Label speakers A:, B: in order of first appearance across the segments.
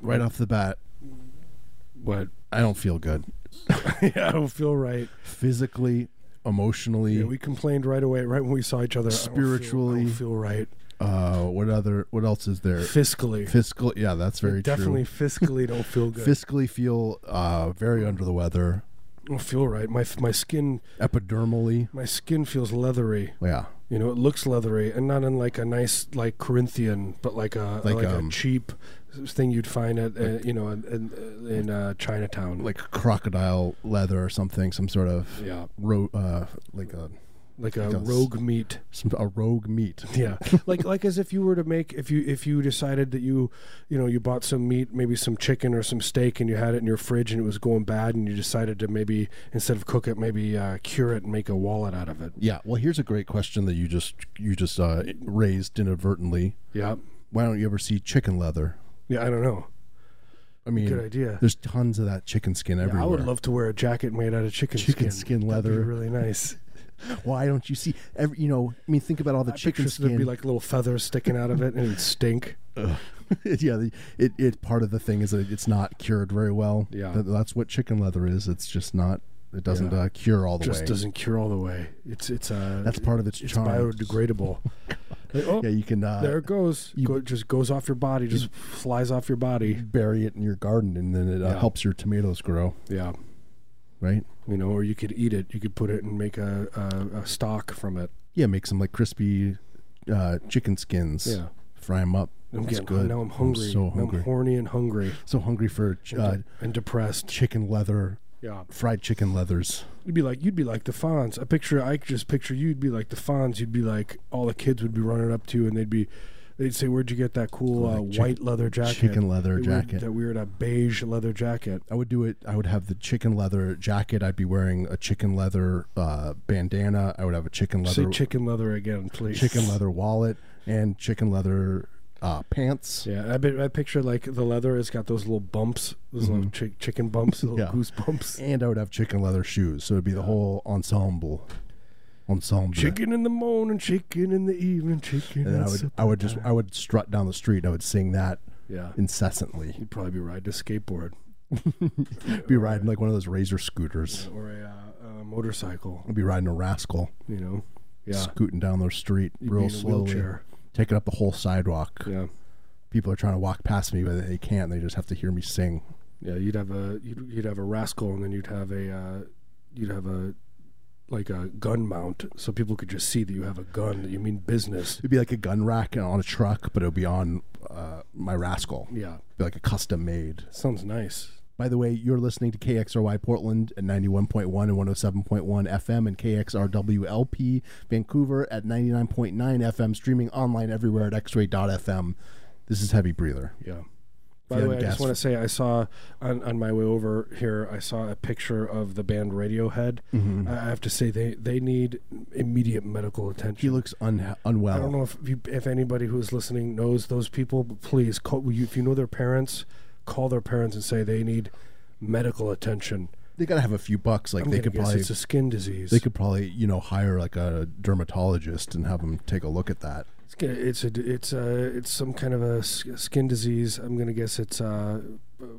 A: right off the bat.
B: What?
A: I don't feel good
B: yeah, I don't feel right.
A: physically, emotionally.
B: Yeah, we complained right away, right when we saw each other. I don't feel- I don't
A: Spiritually.
B: feel, right.
A: uh, what other? What else is there?
B: Fiscally,
A: Fiscal. Yeah, that's very
B: definitely
A: true.
B: fiscally don't feel good.
A: Fiscally feel uh, very under the weather.
B: I don't feel right. My my skin
A: Epidermally.
B: my skin feels leathery.
A: Yeah.
B: You know, it looks leathery, and not unlike a nice like Corinthian, but like a
A: Like,
B: like,
A: um,
B: a cheap thing you'd find at uh, you know in, in, in uh, Chinatown.
A: Like crocodile leather or something. Some sort of
B: yeah,
A: ro- uh, like a
B: like a
A: Like a s-
B: rogue meat.
A: some, a rogue meat.
B: Yeah, like like as if you were to make if you if you decided that you you know you bought some meat, maybe some chicken or some steak, and you had it in your fridge and it was going bad, and you decided to maybe instead of cook it, maybe uh, cure it and make a wallet out of it.
A: Yeah. Well, here's a great question that you just you just uh, raised inadvertently.
B: Yeah,
A: Why don't you ever see chicken leather?
B: yeah, I don't know.
A: I mean,
B: Good idea.
A: There's tons of that chicken skin everywhere.
B: I would love to wear a jacket made out of chicken
A: Chicken skin
B: That'd be
A: leather.
B: really nice.
A: Why don't you see every? You know, I mean, think about all the chicken
B: Pictures, There'd
A: skin.
B: be like little feathers sticking out of it, and it'd stink.
A: yeah, the, it, it part of the thing is that it's not cured very well.
B: Yeah.
A: Th- that's what chicken leather is. It's just not. It doesn't
B: Yeah.
A: uh, cure all the
B: Just
A: way.
B: doesn't cure all the way. It's it's uh,
A: that's part of its,
B: it's
A: charm.
B: biodegradable. Like, oh,
A: yeah, you can uh,
B: there it goes.
A: you-
B: Go, just goes off your body. Just flies off your body.
A: bury it in your garden, and then it uh,
B: Yeah.
A: helps your tomatoes grow.
B: Yeah.
A: Right?
B: You know, or you could eat it. You could put it and make a, a, a stock from it.
A: Yeah, make some like crispy uh, chicken skins.
B: Yeah.
A: fry them up.
B: I'm
A: it's
B: getting,
A: good.
B: Now I'm hungry.
A: so
B: Now
A: hungry.
B: I'm horny and hungry
A: so hungry for ch- uh,
B: and depressed.
A: chicken leather,
B: Yeah.
A: fried chicken leathers.
B: You'd be like, you'd be like the Fonz. I picture, I could just picture you'd be like the Fonz. You'd be like, all the kids would be running up to you and they'd be, they'd say, where'd you get that cool uh,
A: Like chick-
B: white leather jacket?
A: chicken leather
B: That weird-
A: jacket.
B: that weird uh, beige leather jacket.
A: I would do it. I would have the chicken leather jacket. I'd be wearing a chicken leather uh, bandana. I would have a chicken leather
B: Say chicken leather again, please.
A: chicken leather wallet and chicken leather uh, pants.
B: Yeah, I, bet, I picture like the leather has got those little bumps, those little chick, chicken bumps, little
A: Mm-hmm. Yeah.
B: goose bumps.
A: And I would have chicken leather shoes. So it'd be the whole ensemble. Ensemble.
B: Chicken in the morning, chicken in the evening, chicken.
A: And then I
B: at
A: would,
B: sup-
A: I would just, I would strut down the street. and I would sing that
B: yeah.
A: incessantly.
B: You'd probably be riding a skateboard
A: Be riding like one of those razor scooters.
B: or a, uh, uh motorcycle.
A: I'd be riding a rascal,
B: You know. Yeah.
A: scooting down the street
B: You'd be
A: real
B: in a
A: slowly,
B: wheelchair.
A: taking up the whole sidewalk.
B: Yeah.
A: People are trying to walk past me, but they can't. They just have to hear me sing.
B: Yeah. You'd have a you'd, you'd have a rascal, and then you'd have a uh, you'd have a like a gun mount, so people could just see that you have a gun. That you mean business.
A: It'd be like a gun rack on a truck, but it would be on uh, my rascal.
B: Yeah.
A: Be like a custom made.
B: Sounds nice.
A: By the way, you're listening to KXRY Portland at 91.1 and 107.1 FM and KXRWLP Vancouver at 99.9 FM, streaming online everywhere at xray.fm. This is Heavy Breather.
B: Yeah. By the
A: had
B: way, I
A: gas-
B: just want to say I saw on, on my way over here, I saw a picture of the band Radiohead.
A: Mm-hmm.
B: I I have to say they, they need immediate
A: He
B: medical attention.
A: looks un-
B: I don't
A: unwell.
B: know if you, if anybody who's listening knows those people, but please call will you- if you know their parents, call their parents and say they need medical attention.
A: They gotta have a few bucks. Like
B: I'm
A: they
B: gonna
A: could
B: guess
A: probably
B: it's a skin disease.
A: they could probably you know hire like a dermatologist and have him take a look at that.
B: it's gonna- it's a, it's a, it's some kind of a s- skin disease. I'm gonna guess it's uh,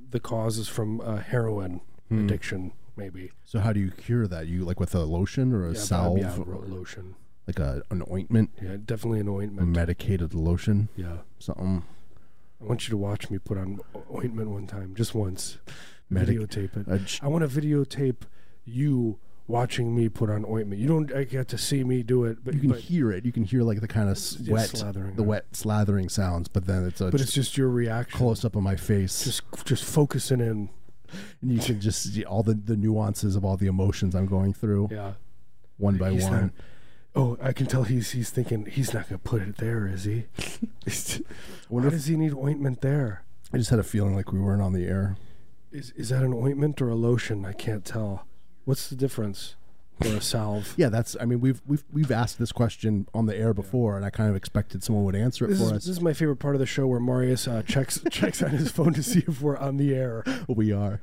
B: the cause is from uh, heroin
A: Hmm.
B: addiction, maybe.
A: So how do you cure that? You like with a lotion or a
B: Yeah,
A: salve,
B: yeah,
A: or
B: ro- lotion.
A: like a, an ointment,
B: Yeah, definitely an
A: a
B: ointment.
A: medicated lotion,
B: Yeah.
A: something.
B: I want you to watch me put on o- ointment one time, just once.
A: Medic-
B: videotape it.
A: Uh, sh-
B: I want to videotape you watching me put on ointment. You don't I get to see me do it, but
A: you can
B: but,
A: hear it. You can hear like the kind of s-
B: Yeah,
A: wet,
B: slathering,
A: the
B: right.
A: wet slathering sounds. But then it's a
B: but it's just your reaction.
A: close up on my face,
B: Just just focusing in.
A: and you can just see all the, the nuances of all the emotions I'm going through,
B: Yeah.
A: one by
B: He's
A: one.
B: not- oh, I can tell he's he's thinking he's not gonna put it there, is he? Why does he need ointment there?
A: I just had a feeling like we weren't on the air.
B: Is is that an ointment or a lotion? I can't tell. What's the difference? Or a salve?
A: Yeah, that's. I mean, we've we've we've asked this question on the air before, and I kind of expected someone would answer it
B: This
A: for
B: is,
A: us.
B: this is my favorite part of the show where Marius uh, checks checks on his phone to see if we're on the air.
A: we are.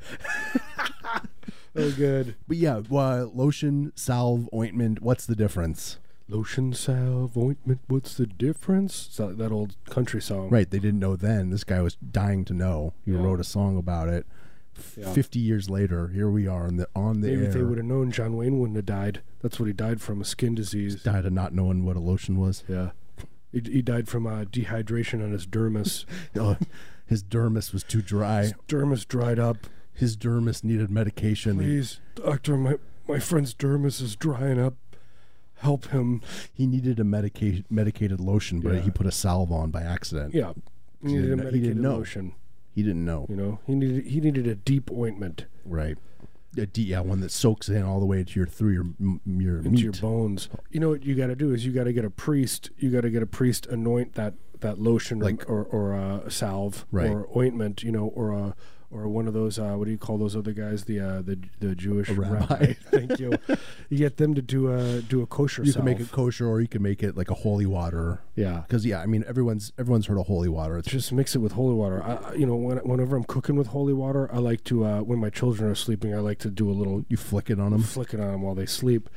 B: Oh, good.
A: But yeah, well, lotion, salve, ointment. What's the difference?
B: Lotion, salve, ointment. What's the difference? It's that, that old country song.
A: Right, they didn't know then. This guy was dying to know. He
B: Yeah.
A: wrote a song about it. F-
B: Yeah.
A: Fifty years later, here we are on the on the
B: Maybe
A: air.
B: if they would have known John Wayne wouldn't have died. That's what he died from, a skin disease.
A: died of not knowing what a lotion was.
B: Yeah. He, he died from uh, dehydration on his dermis.
A: Oh, his dermis was too dry.
B: His dermis dried up.
A: His dermis needed medication.
B: Please, doctor, my, my friend's dermis is drying up. Help him.
A: He needed a medica- medicated lotion, but
B: Yeah.
A: he put a salve on by accident.
B: Yeah. He
A: He
B: needed a
A: didn't- he didn't
B: medicated
A: know.
B: lotion.
A: He didn't know.
B: You know, he needed he needed a deep ointment
A: Right. A D, yeah, one that soaks in all the way to your through your m- your
B: into
A: meat.
B: your bones. You know what you got to do is you got to get a priest. You got to get a priest anoint that that lotion
A: Like-
B: or or, or a salve
A: Right.
B: or ointment. You know, or a or one of those uh, what do you call those other guys? The uh, the the Jewish
A: A rabbi.
B: Thank you. You get them to do a do a kosher.
A: you can make
B: salve.
A: it kosher, or you can make it like a holy water.
B: Yeah.
A: Because yeah, I mean everyone's everyone's heard of holy water. It's
B: Just mix it with holy water. I, I- you know, when, whenever I'm cooking with holy water, I like to uh, when my children are sleeping, I like to do a little
A: you flick it on
B: I'm
A: them.
B: flicking on them while they sleep,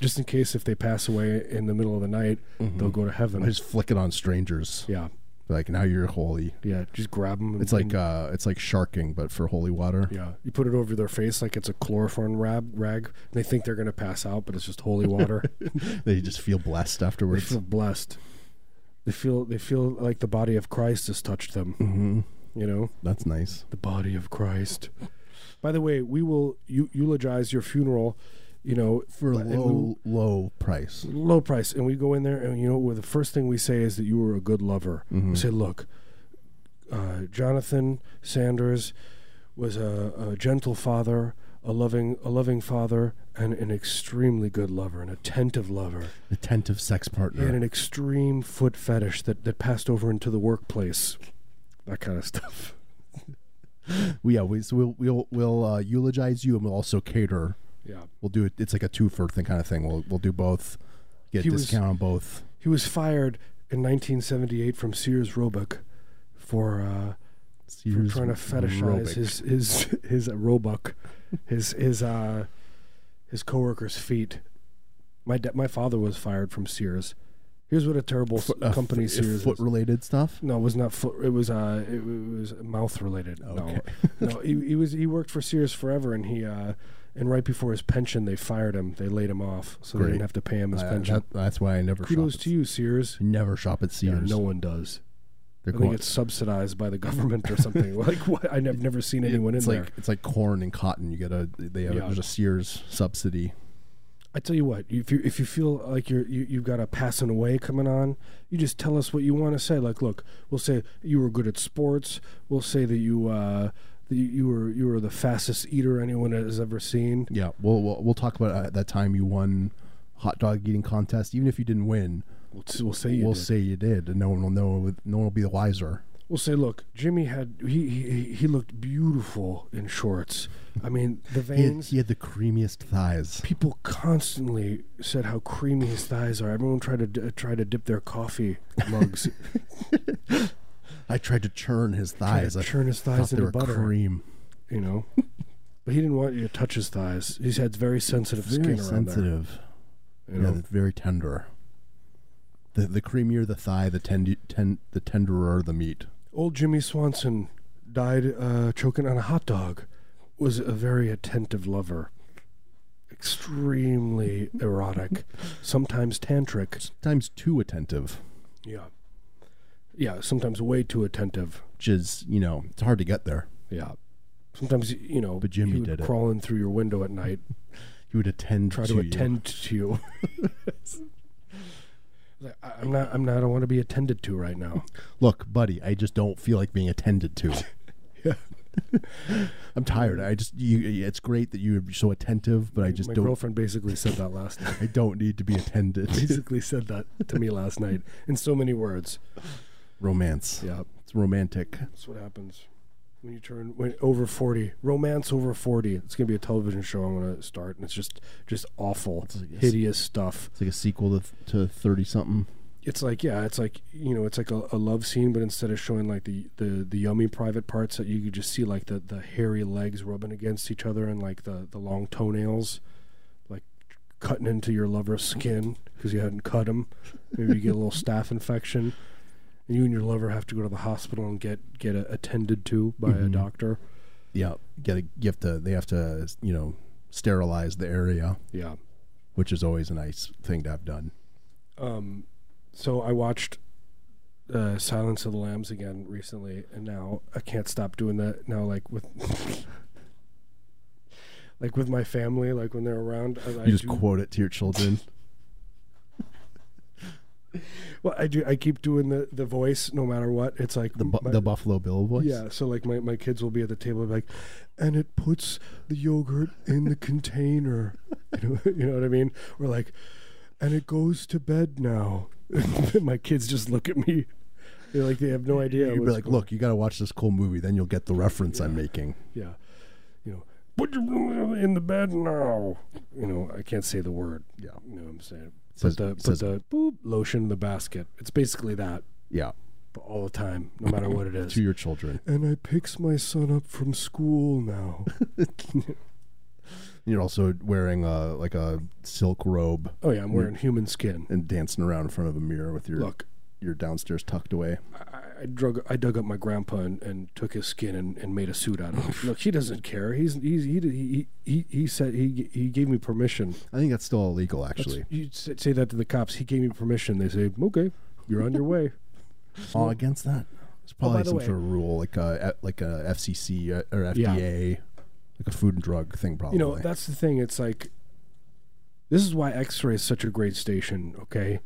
B: just in case if they pass away in the middle of the night, they'll go to heaven.
A: Mm-hmm. I just flick it on strangers.
B: yeah, Mm.
A: Like now you're holy.
B: yeah. Just grab them. And,
A: It's like uh, it's like sharking, but for holy water.
B: yeah, you put it over their face like it's a chloroform rag. Rag. And they think they're gonna pass out, but it's just holy water.
A: They just feel blessed
B: they
A: afterwards.
B: feel blessed. They feel they feel like the body of Christ has touched them.
A: hmm
B: You know,
A: That's nice.
B: the body of Christ. By the way, we will eu- eulogize your funeral. You know,
A: For a
B: and we will-
A: low low price.
B: low price and we go in there and you know well, the first thing we say is that you were a good lover we say look uh, jonathan sanders was a, a gentle father a loving a loving father and an extremely good lover an attentive lover
A: Attentive sex
B: he had
A: partner.
B: an extreme foot fetish that, that passed over into the workplace that kind of stuff
A: We, yeah, we, so we'll we'll we'll uh, eulogize you, and we'll also cater
B: yeah
A: We'll do it. It's like a twofer thing kind of thing. We'll we'll do both. Get
B: He
A: a
B: was-
A: discount on both.
B: he was fired in 1978 from sears roebuck for uh, for
A: Sears
B: trying to fetishize
A: Robic.
B: his his his uh, roebuck, his his uh his coworkers' feet. My da- my father was fired from Sears. Here's what a terrible s
A: uh,
B: company
A: f-
B: Sears
A: foot
B: is.
A: related stuff.
B: No, it was not foot. It was uh, it, w- it was mouth related.
A: Okay.
B: No, no. He, he was he worked for Sears forever, and he uh, and right before his pension, they fired him. They laid him off, so they
A: Great.
B: didn't have to pay him his
A: Uh,
B: pension.
A: that, that's why I never
B: Kudos
A: shop
B: to you, Sears.
A: At, never shop at
B: Yeah,
A: Sears.
B: no one does.
A: they're
B: I
A: going-
B: think it's subsidized by the government or something. like what? I've never seen anyone
A: it's
B: in
A: like
B: there.
A: it's like corn and cotton. You get a they have
B: Yeah.
A: there's a Sears subsidy.
B: I tell you what, if you if you feel like you're you, you've got a passing away coming on, you just tell us what you want to say. Like, look, we'll say you were good at sports. We'll say that you uh, that you, you were you were the fastest eater anyone has ever seen.
A: Yeah, we'll we'll, we'll talk about uh, that time you won hot dog eating contest. Even if you didn't win,
B: We'll, s- we'll say you
A: we'll
B: did.
A: say you did, and no one will know. No one will be the wiser.
B: We'll say, look, Jimmy had he he, he looked beautiful in shorts. I mean, the
A: He had,
B: veins.
A: he had the creamiest thighs.
B: People constantly said how creamy his thighs are. Everyone tried to d- try to dip their coffee mugs,
A: I tried to churn his
B: try to
A: thighs. I
B: churn his
A: thought
B: thighs
A: they
B: into
A: were
B: butter.
A: cream.
B: you know. but he didn't want you to touch his thighs. He's had very sensitive
A: Very
B: skin around
A: sensitive.
B: there. You
A: yeah,
B: know?
A: it's very tender. The the creamier the thigh, the tend, ten, the tenderer the meat.
B: Old Jimmy Swanson died uh, choking on a hot dog. Was a very attentive lover. Extremely erotic, sometimes tantric.
A: Sometimes too attentive,
B: Yeah, yeah. Sometimes way too attentive.
A: which is you know it's hard to get there.
B: Yeah. Sometimes you know,
A: But Jimmy
B: he would
A: did it.
B: crawl in through your window at night,
A: He would attend
B: try
A: to,
B: to,
A: you.
B: attend to you. Like, I- I'm not. I'm not. I want to be attended to right now.
A: Look, buddy, I just don't feel like being attended to.
B: Yeah.
A: I'm tired. I just you. It's great that you're so attentive, but I just
B: my
A: don't.
B: girlfriend basically said that last night.
A: I don't need to be attended.
B: basically said that to me last night in so many words.
A: Romance.
B: Yeah,
A: It's romantic.
B: that's what happens when you turn when over forty. Romance over forty. It's gonna be a television show I'm gonna start, and it's just just awful,
A: like this.
B: hideous stuff.
A: It's like a sequel to to thirty something.
B: It's like yeah, it's like you know, it's like a, a love scene, but instead of showing like the the the yummy private parts, that you could just see like the the hairy legs rubbing against each other and like the the long toenails, like cutting into your lover's skin because you hadn't cut him. Maybe you get a little staph infection. And you and your lover have to go to the hospital and get get uh, attended to by a
A: Mhm.
B: doctor.
A: Yeah, get a, you have to. They have to, you know, sterilize the area,
B: Yeah.
A: which is always a nice thing to have done.
B: Um, so I watched uh, Silence of the Lambs again recently, and now I can't stop doing that. Now, like with like with my family, like when they're around, I, I
A: You just
B: do,
A: quote it to your children.
B: well, I do. I keep doing the the voice no matter what. It's like
A: the bu-
B: my-
A: the Buffalo Bill voice.
B: Yeah, so like my, my kids will be at the table like, and it puts the yogurt in the container. You know, you know what I mean? Or like, and it goes to bed now. my kids just look at me. They're like, they have no idea.
A: You'd be
B: what's
A: like,
B: going-
A: look, you got to watch this cool movie, then you'll get the reference I'm making.
B: Yeah. You know, put your in the bed now. You know, I can't say the word.
A: Yeah.
B: You know what I'm saying?
A: Says-
B: Put the, put
A: says-
B: the boop lotion in the basket. It's basically that,
A: Yeah,
B: but all the time, no matter what it is.
A: to your children.
B: and I picks my son up from school now.
A: You're also wearing a like a silk robe
B: Oh yeah, I'm wearing human skin.
A: and dancing around in front of a mirror with your
B: Look,
A: your downstairs tucked away.
B: I, I drug I dug up my grandpa and, and took his skin and, and made a suit out of it. Look, he doesn't care. He's he's he he he, he said he he gave me permission.
A: I think that's still illegal, actually.
B: That's- you say say that to the cops. He gave me permission. They say, okay, you're on your way.
A: All against that. It's
B: by
A: probably
B: the
A: some
B: way-
A: sort of rule, like a like uh, a FCC or or
B: Yeah.
A: FDA, like a food and drug thing, probably.
B: You know, that's the thing. It's like this is why X-Ray is such a great station. Okay,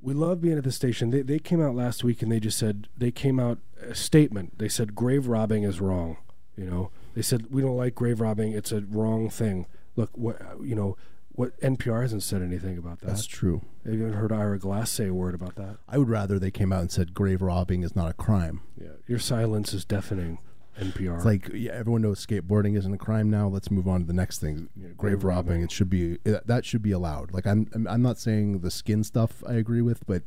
B: we love being at the station. They they came out last week and they just said they came out a statement. They said grave robbing is wrong. You know, they said we don't like grave robbing. It's a wrong thing. Look, what you know. What NPR hasn't said anything about that.
A: that's true.
B: I haven't heard Ira Glass say a word about that.
A: I would rather they came out and said grave robbing is not a crime.
B: Yeah, your silence is deafening. NPR.
A: It's like yeah, everyone knows skateboarding isn't a crime now. Let's move on to the next thing. grave
B: grave
A: robbing. It should be that that should be allowed. Like I'm I'm- I'm not saying the skin stuff I agree with, but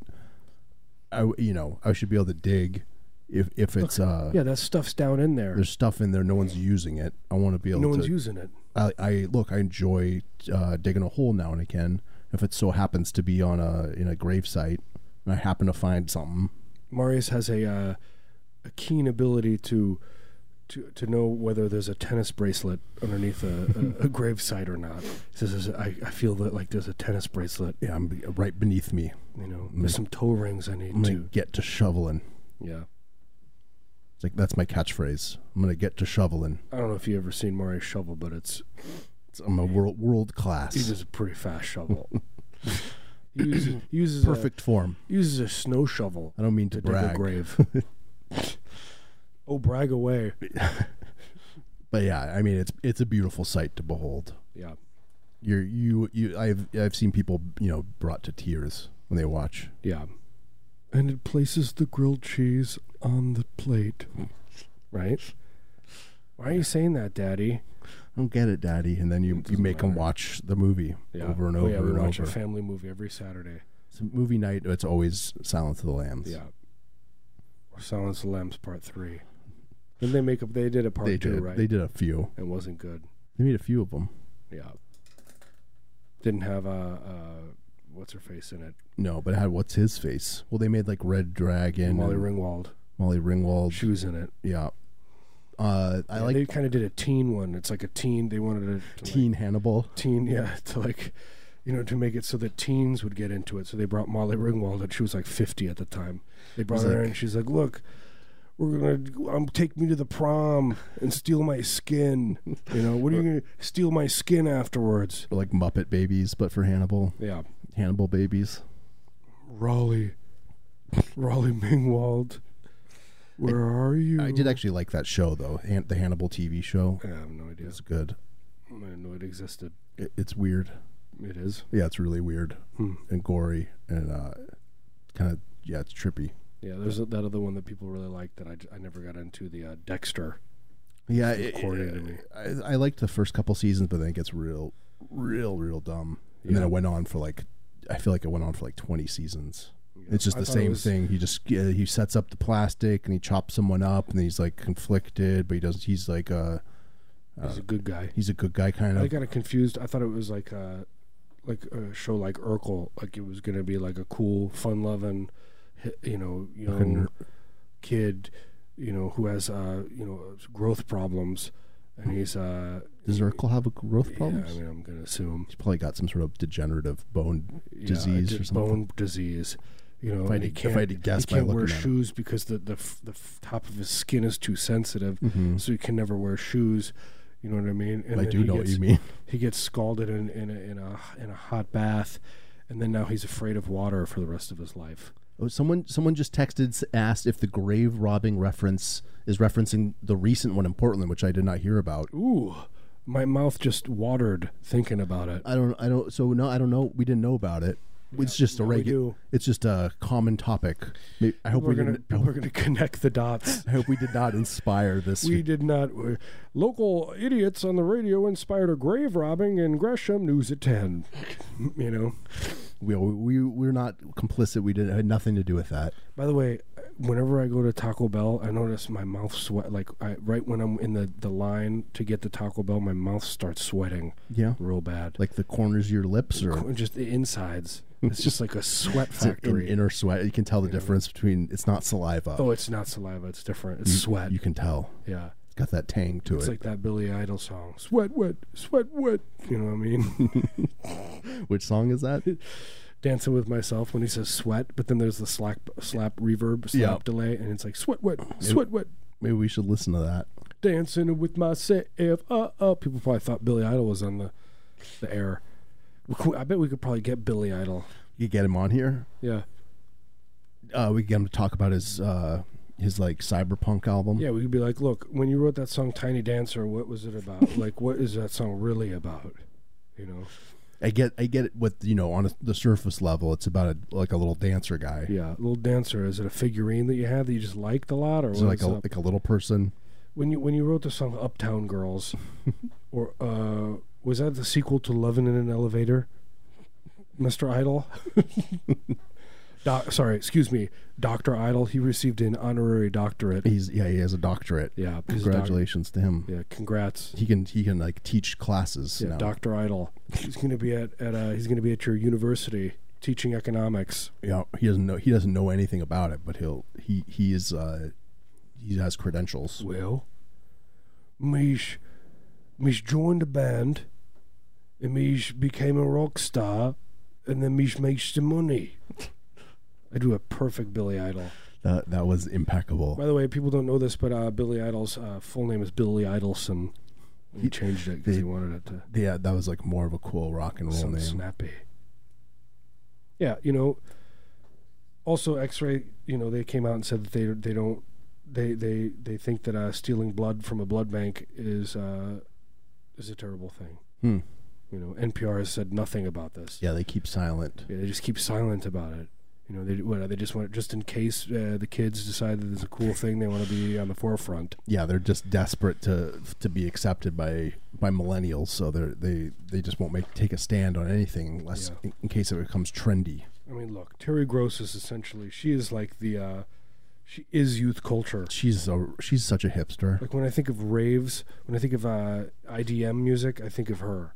A: I w- you know I should be able to dig if if it's uh
B: yeah, that stuff's down in there.
A: there's stuff in there no one's using it. I want to be able
B: No
A: to.
B: one's using it.
A: I, I look. I enjoy uh, digging a hole now and again. If it so happens to be on a in a grave site and I happen to find something,
B: Marius has a uh, a keen ability to to to know whether there's a tennis bracelet underneath a, a, a gravesite or not. He says, "There's a- I, I feel that like there's a tennis bracelet.
A: yeah, I'm be- right beneath me.
B: You know, there's some toe rings I need
A: I'm gonna
B: to.
A: get to shoveling.
B: Yeah,
A: It's like that's my catchphrase. I'm gonna get to shoveling.
B: I don't know if you have ever seen Marius shovel, but it's
A: It's, I'm a world world class.
B: he does a pretty fast shovel. he uses, he uses
A: perfect form.
B: A, uses a snow shovel
A: I don't mean to,
B: to dig a
A: brag,
B: grave. oh, brag away!
A: but yeah, I mean it's it's a beautiful sight to behold.
B: Yeah.
A: You're you you I've I've seen people you know brought to tears when they watch.
B: Yeah. And it places the grilled cheese on the plate. right? Why are you saying that, Daddy?
A: I don't get it, Daddy. And then you you
B: doesn't
A: make them
B: matter.
A: watch the movie over and over
B: Oh, yeah, we
A: and
B: watch
A: over.
B: a family movie every Saturday.
A: It's a movie night. It's always Silence of the Lambs.
B: Yeah. Or Silence of the Lambs Part 3. Then they make up, they did a part
A: they
B: 2,
A: did.
B: right?
A: They did a few.
B: It wasn't good.
A: They made a few of them.
B: Yeah. Didn't have uh, uh, what's her face in it?
A: No, but it had what's his face? Well, they made like Red Dragon,
B: Molly
A: and
B: Ringwald.
A: Molly Ringwald.
B: She was in it.
A: Yeah. Uh, I
B: Yeah,
A: like
B: they kind of did a teen one. It's like a teen. They wanted to, to like,
A: Teen Hannibal.
B: teen yeah to like you know to make it so that teens would get into it so they brought molly ringwald and she was like 50 at the time they brought
A: was
B: her
A: like-
B: in and she's like look we're gonna um, take me to the prom and steal my skin you know what are you gonna steal my skin afterwards
A: Or like Muppet Babies, but for Hannibal.
B: yeah
A: Hannibal Babies.
B: raleigh raleigh mingwald where are you
A: I did actually like that show though, Han- the Hannibal TV show.
B: i have no idea
A: It's good.
B: i didn't know it existed
A: It, it's weird.
B: it is
A: Yeah, it's really weird
B: Hmm.
A: and gory and uh, kind of yeah, it's trippy.
B: yeah there's that other one that people really like that i, j- I never got into the uh, dexter
A: Yeah,
B: It's
A: it-
B: corny to me.
A: I, I liked the first couple seasons, but then it gets real, real, real dumb. And then
B: Yeah.
A: it went on for like, I feel like it went on for like twenty seasons. It's just
B: I
A: the
B: thought it
A: same
B: was-
A: thing. He just yeah, he sets up the plastic and he chops someone up, and he's like conflicted, but he doesn't. He's like a
B: he's a good guy
A: he's a good guy kind
B: I
A: of.
B: got it confused. I thought it was like uh, like a show like Urkel, like it was gonna be like a cool, fun-loving, hi- you know, young kid, you know, who has uh, you know, growth problems, and he's uh,
A: Does Urkel have a Hmm. growth
B: yeah,
A: problem?
B: I mean, I'm gonna assume
A: He's probably got some sort of degenerative bone
B: yeah,
A: disease
B: di-
A: or something.
B: bone disease. You know,
A: If I
B: and he
A: had to- if I had
B: can't,
A: to guess
B: he
A: by
B: can't wear
A: looking at it.
B: shoes because the the, f- the f- top of his skin is too sensitive,
A: Mhm.
B: so he can never wear shoes. You know what I mean? Mm-hmm. And
A: I
B: then
A: do
B: he
A: know what
B: gets-
A: you mean.
B: he gets scalded in, in, a, in a in a hot bath, and then now he's afraid of water for the rest of his life.
A: Oh, someone someone just texted s- asked if the grave robbing reference is referencing the recent one in Portland, which I did not hear about.
B: Ooh, my mouth just watered thinking about it.
A: I don't I don't so no I don't know we didn't know about it. it's just a
B: now we
A: regular
B: do.
A: it's just a common topic. May- I hope
B: We're
A: we
B: gonna
A: didn't I
B: we're
A: hope,
B: gonna connect the dots.
A: I hope we did not inspire this.
B: We did not. we- local idiots on the radio inspired a grave robbing in Gresham. News at ten. you know.
A: we, we we're not complicit. We didn't had nothing to do with that.
B: By the way, whenever I go to Taco Bell, I notice my mouth sweat. Like I, right when I'm in the, the line to get the Taco Bell, my mouth starts sweating
A: Yeah.
B: real bad.
A: Like the corners of your lips or
B: Qu- just the insides. It's just like a sweat
A: it's an in-
B: factory.
A: inner sweat. You can tell the difference between it's not saliva.
B: oh, it's not saliva. It's different. It's sweat.
A: You can tell.
B: yeah,
A: It's got that tang to
B: it's
A: it,
B: like that Billy Idol song, "Sweat Wet, Sweat Wet." You know what I mean?
A: Which song is that?
B: Dancing with myself when he says "sweat," but then there's the slap, slap reverb, slap
A: Yeah.
B: delay, and it's like "Sweat Wet, Sweat Wet."
A: Maybe we should listen to that.
B: Dancing with myself. Uh, uh. People probably thought Billy Idol was on the the air. We cou- I bet we could probably get Billy Idol.
A: You get him on here.
B: Yeah,
A: Uh, we get him to talk about his uh, his like cyberpunk album.
B: yeah. We could be like, look, when you wrote that song, "Tiny Dancer," what was it about? like, what is that song really about? You know.
A: I get I get it with you know on a, the surface level, it's about a, like a little dancer guy.
B: Yeah, little dancer. Is it a figurine that you had that you just liked a lot, or
A: So
B: what
A: like
B: is
A: a
B: up?
A: like a little person.
B: when you when you wrote the song "Uptown Girls," or uh, was that the sequel to "Lovin' in an Elevator"? Mr. Idol. Doc, sorry, excuse me, Doctor Idol. He received an honorary doctorate.
A: He's yeah he has a doctorate.
B: Yeah, he's a doc-
A: Congratulations to him.
B: yeah, congrats.
A: He can he can like teach classes
B: Yeah,
A: now.
B: Doctor Idol. He's gonna be at at uh, he's gonna be at your university teaching economics.
A: yeah, he doesn't know he doesn't know anything about it, but he'll he he is uh, he has credentials.
B: Well, me's me's joined a band, and me's became a rock star, and then me's makes the money. I do a perfect Billy Idol.
A: That that was impeccable.
B: By the way, people don't know this, but uh, Billy Idol's uh, full name is Billy Idelson. He, changed it because he wanted it to
A: Yeah, that was like more of a cool rock and roll
B: sound
A: name.
B: snappy. Yeah, you know. Also, X-ray. You know, they came out and said that they they don't they they they think that uh, stealing blood from a blood bank is uh, is a terrible thing.
A: Hmm.
B: You know, NPR has said nothing about this.
A: Yeah, they keep silent.
B: Yeah, they just keep silent about it. You know, they what they just want just in case uh, the kids decide that it's a cool thing, they want to be on the forefront.
A: yeah, they're just desperate to to be accepted by by millennials, so they they they just won't make take a stand on anything unless
B: Yeah.
A: in, in case it becomes trendy.
B: I mean, look, Terry Gross is essentially she is like the uh, she is youth culture.
A: She's a she's such a hipster.
B: Like when I think of raves, when I think of uh, IDM music, I think of her.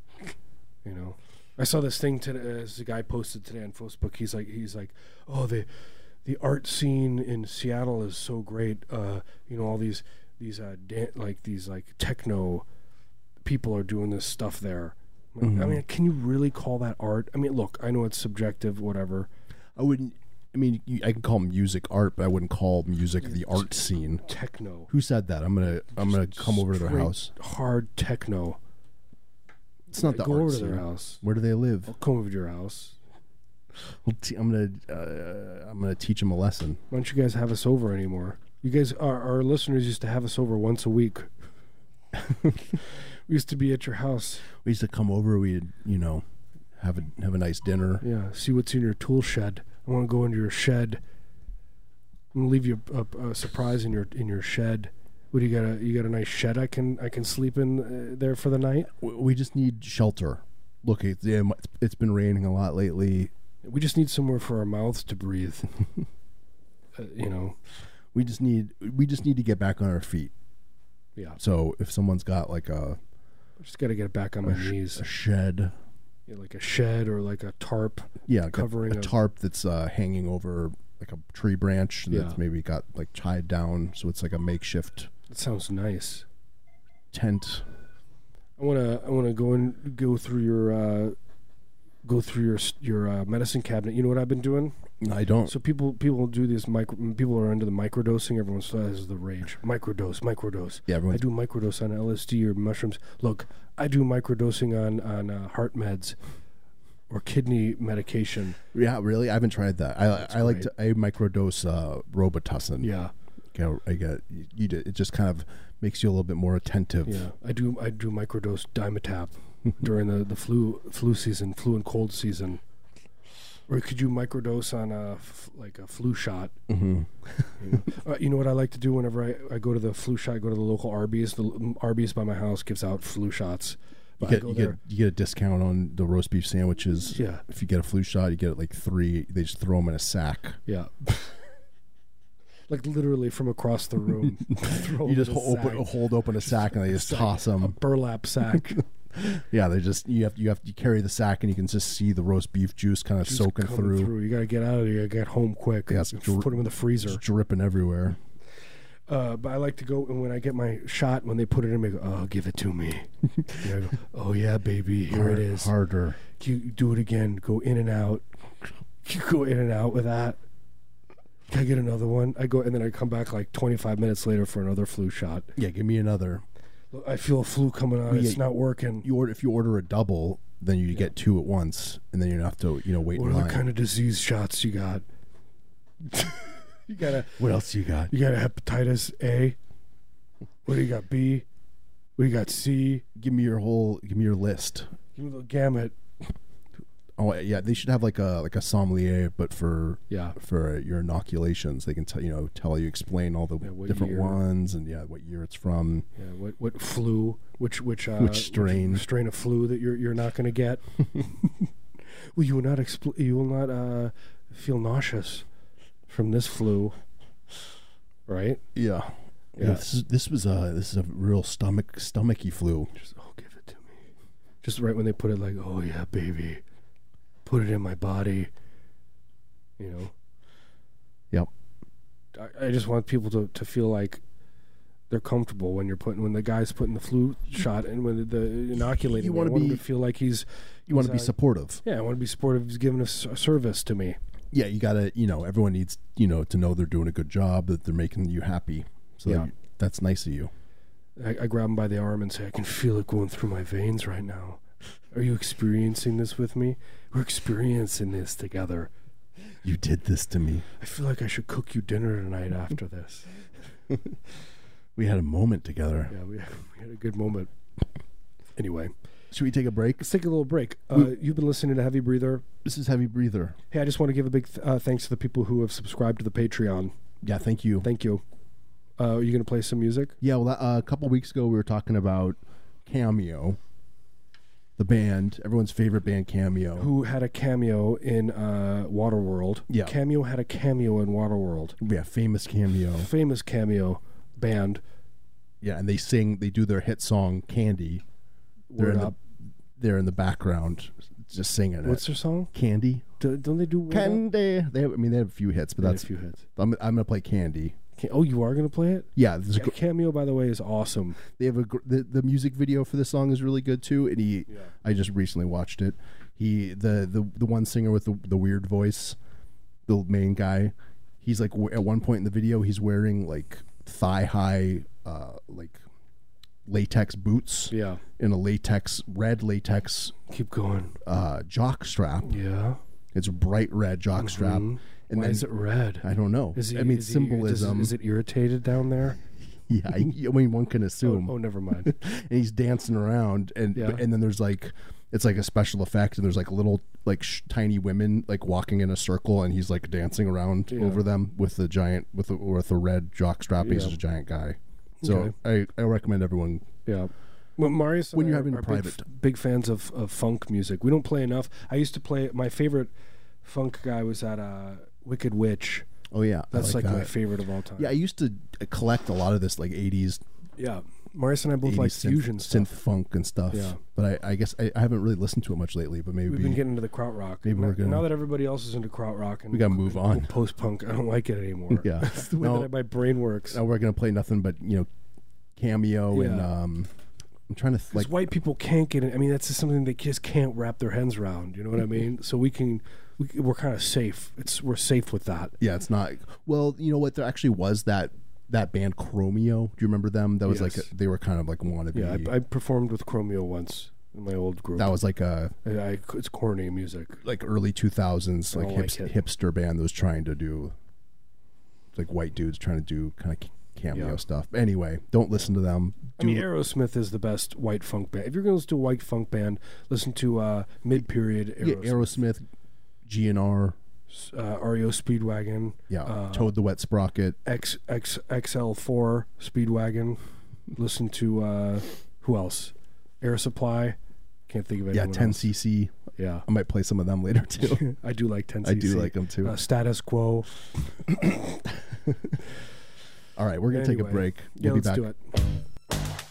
B: You know, I saw this thing today. uh, This guy posted today on Facebook. He's like, he's like, oh the, the art scene in Seattle is so great. Uh, you know, all these these uh, dan- like these like techno people are doing this stuff there.
A: Mm-hmm.
B: I mean, can you really call that art? I mean, look, I know it's subjective, whatever.
A: I wouldn't. I mean, you, I can call music art, but I wouldn't call music the art scene.
B: Techno,
A: Who said that? I'm gonna Mm. I'm gonna come over to their
B: straight
A: house.
B: hard techno.
A: It's not the
B: Go
A: art
B: over to their
A: scene.
B: house.
A: Where do they live?
B: I'll come over to your house.
A: I'll te- I'm gonna uh, I'm gonna teach them a lesson.
B: Why don't you guys have us over anymore? You guys, our, our listeners used to have us over once a week. we used to be at your house.
A: We used to come over. We'd you know have a have a nice dinner.
B: Yeah, see what's in your tool shed. I want to go into your shed. I'm gonna leave you a, a, a surprise in your in your shed. What do you got? A, you got a nice shed I can I can sleep in uh, there for the night.
A: W- We just need shelter. Look, it's, yeah, it's- it's been raining a lot lately.
B: We just need somewhere for our mouths to breathe. uh, you know,
A: we just need we just need to get back on our feet.
B: yeah.
A: So if someone's got like a,
B: Just got to get back on my knees.
A: a shed
B: yeah, like a shed or like a tarp.
A: yeah, like a-
B: covering
A: a,
B: a-
A: tarp that's uh, hanging over like a tree branch that's
B: Yeah.
A: maybe got like tied down, so it's like a makeshift
B: That sounds nice.
A: tent.
B: I wanna I wanna go and go through your uh, go through your s- your uh, medicine cabinet. You know what I've been doing?
A: I don't.
B: So people people do this micro people are under the microdosing. Everyone still has the rage. Microdose, microdose.
A: yeah,
B: I
A: everyone's
B: do microdose on LSD or mushrooms. Look, I do microdosing on on uh, heart meds or kidney medication.
A: yeah, really. I haven't tried that. I I like
B: great.
A: to I microdose uh, Robitussin.
B: Yeah,
A: You know, I get you, you. do- It just kind of makes you a little bit more attentive.
B: yeah. I do I do microdose Dimetap during the the flu flu season, flu and cold season. Or could you microdose on a f- like a flu shot?
A: hmm
B: You know? uh, you know what I like to do whenever I, I go to the flu shot, I go to the local Arby's. The l- Arby's by my house gives out flu shots.
A: You
B: But I
A: get
B: go
A: you
B: there.
A: get you get a discount on the roast beef sandwiches.
B: Yeah,
A: If you get a flu shot, you get like three. They just throw them in a sack.
B: yeah. like literally from across the room. throw
A: You just
B: Oh, the
A: ho- open,
B: sack,
A: hold open a sack and they just
B: sack.
A: toss
B: a
A: them.
B: burlap sack
A: Yeah, they just you have you have to carry the sack and you can just see the roast beef juice kind of
B: just
A: soaking
B: coming
A: through.
B: You gotta get out of there. Get home quick.
A: Yeah, it's
B: F-
A: dr-
B: put them in the freezer.
A: It's dripping everywhere.
B: Uh, but I like to go and when I get my shot, when they put it in, I go, "Oh, give it to me." And I go, oh yeah, baby, here
A: Hard-
B: it is.
A: Harder.
B: You do it again. Go in and out. You go in and out with that. Can I get another one? I go and then I come back like 25 minutes later for another flu shot.
A: Yeah, give me another.
B: Look, I feel a flu coming on.
A: Yeah.
B: It's not working.
A: You order if you order a double, then you get two at once, and then you don't have to you know wait
B: What
A: in
B: other
A: line.
B: kind of disease shots you got? you got a
A: what else you got?
B: you got a hepatitis A. What do you got? B. What do you got? C.
A: Give me your whole. Give me your list.
B: Give me the gamut.
A: Oh yeah, they should have like a like a sommelier, but for
B: Yeah.
A: for your inoculations, they can tell you know tell you explain all the
B: Yeah, what
A: different
B: year.
A: ones and yeah what year it's from.
B: Yeah. What what flu? Which which uh,
A: Which strain.
B: strain of flu that you're you're not going to get? well, you will not expl- you will not uh, feel nauseous from this flu, right?
A: Yeah. Yeah.
B: Yeah.
A: This, is, this was a this is a real stomach stomachy flu.
B: Just oh, give it to me. Just right when they put it, like, oh yeah, baby, put it in my body. You know.
A: Yep.
B: I, I just want people to, to feel like they're comfortable when you're putting when the guy's putting the flu shot and when the, the inoculating.
A: You
B: me. I
A: wanna
B: want 'em
A: be-
B: to feel like he's.
A: You want to
B: he's,
A: be
B: uh,
A: supportive.
B: Yeah, I want to be supportive. He's giving a s- a service to me.
A: Yeah, you gotta. You know, everyone needs you know to know they're doing a good job, that they're making you happy. So
B: Yeah.
A: that you- that's nice of you.
B: I, I grab him by the arm and say, I can feel it going through my veins right now. Are you experiencing this with me? We're experiencing this together.
A: You did this to me.
B: I feel like I should cook you dinner tonight after this.
A: We had a moment together.
B: Yeah, we, we had a good moment. Anyway,
A: Should we take a break?
B: let's take a little break. Uh, you've been listening to Heavy Breather.
A: This is Heavy Breather.
B: Hey, I just want to give a big th- uh, thanks to the people who have subscribed to the Patreon.
A: Yeah, thank you.
B: Thank you. Uh, are you going to play some music?
A: Yeah, well, uh, a couple weeks ago we were talking about Cameo, the band, everyone's favorite band, Cameo.
B: Who had a cameo in uh, Waterworld?
A: Yeah.
B: Cameo had a cameo in Waterworld.
A: Yeah, famous Cameo.
B: Famous cameo band.
A: Yeah, and they sing, they do their hit song "Candy." They're
B: Word
A: in
B: up.
A: the they're in the background, just singing
B: What's
A: it.
B: their song?
A: Candy,
B: Do, don't they do Word Up?
A: Candy. They have, I mean, they have a few hits, but
B: They had
A: that's
B: a few hits.
A: I'm, I'm gonna play Candy.
B: Can- oh, you are going to play it?
A: Yeah, there's a
B: Yeah,
A: gr-
B: cameo, by the way, is awesome.
A: they have a gr- the, the music video for the song is really good too, and he
B: Yeah.
A: I just recently watched it. He the the the one singer with the the weird voice, the main guy, he's like w- at one point in the video he's wearing like thigh high uh like latex boots
B: Yeah.
A: and a latex red latex
B: Keep going.
A: uh jock strap.
B: Yeah.
A: It's a bright red jock strap.
B: Mhm.
A: And
B: Why
A: then
B: is it red?
A: I don't know.
B: Is he,
A: I mean
B: is he-
A: symbolism.
B: does- is it irritated down there?
A: yeah, I, I mean one can assume.
B: Oh, never mind.
A: and he's dancing around and
B: Yeah.
A: and then there's like it's like a special effect and there's like little like sh- tiny women like walking in a circle and he's like dancing around
B: Yeah.
A: over them with the giant with a, with a red jock strap he's
B: Yeah.
A: just a giant guy so I, I recommend everyone
B: Yeah. Well, Marius, and
A: When
B: I
A: you're
B: are-
A: having
B: are big
A: private-
B: f- big, fans of, of funk music. We don't play enough. I used to play. My favorite funk guy was at uh, Wicked Witch.
A: oh yeah I
B: That's like, my
A: that.
B: favorite of all time.
A: uh, yeah I used to collect a lot of this like 80s
B: Yeah. Marius and I both
A: 80s
B: like
A: synth,
B: fusion
A: synth
B: stuff.
A: funk and stuff.
B: Yeah.
A: But I, I guess I, I haven't really listened to it much lately. But maybe
B: We've been getting into the krautrock.
A: maybe we're
B: Now-
A: gonna-
B: now that everybody else is into krautrock and
A: we gotta move on.
B: post punk, I don't like it anymore.
A: yeah.
B: It's the way
A: No.
B: that I- my brain works.
A: Now we're gonna play nothing but you know, cameo and
B: Yeah.
A: um, I'm trying to th- like
B: Because white people can't get it. I mean, that's just something they just can't wrap their heads around. You know what
A: Mm-hmm.
B: I mean? So we can, we, c- we're kind of safe. It's we're safe with that.
A: yeah, it's not. Well, you know what? There actually was that that band Chromeo. Do you remember them? That was
B: Yes.
A: like they were kind of like wannabe.
B: Yeah, I, I performed with Chromeo once in my old group.
A: Mm-hmm. that was like a
B: And I, it's corny music.
A: like early 2000s
B: I
A: like,
B: don't
A: hips,
B: like it.
A: hipster band that was trying to do like white dudes trying to do kind of cameo
B: Yeah.
A: stuff. Anyway, don't listen to them.
B: I
A: Do
B: mean, Aerosmith is the best white funk band. If you're going to listen to a white funk band, listen to uh, mid period
A: yeah,
B: Aerosmith,
A: Aerosmith, GNR,
B: uh, REO Speedwagon,
A: yeah,
B: Uh,
A: Toad the Wet Sprocket,
B: X, X, XL4 Speedwagon. Listen to uh, who else? Air Supply. Can't think of
A: yeah,
B: anyone. else.
A: 10cc.
B: Yeah.
A: I might play some of them later too.
B: I do like 10
A: I do like them too.
B: uh, status quo.
A: All right, we're gonna take a
B: anyway.
A: break. We'll
B: yeah,
A: be
B: let's
A: back.
B: do it.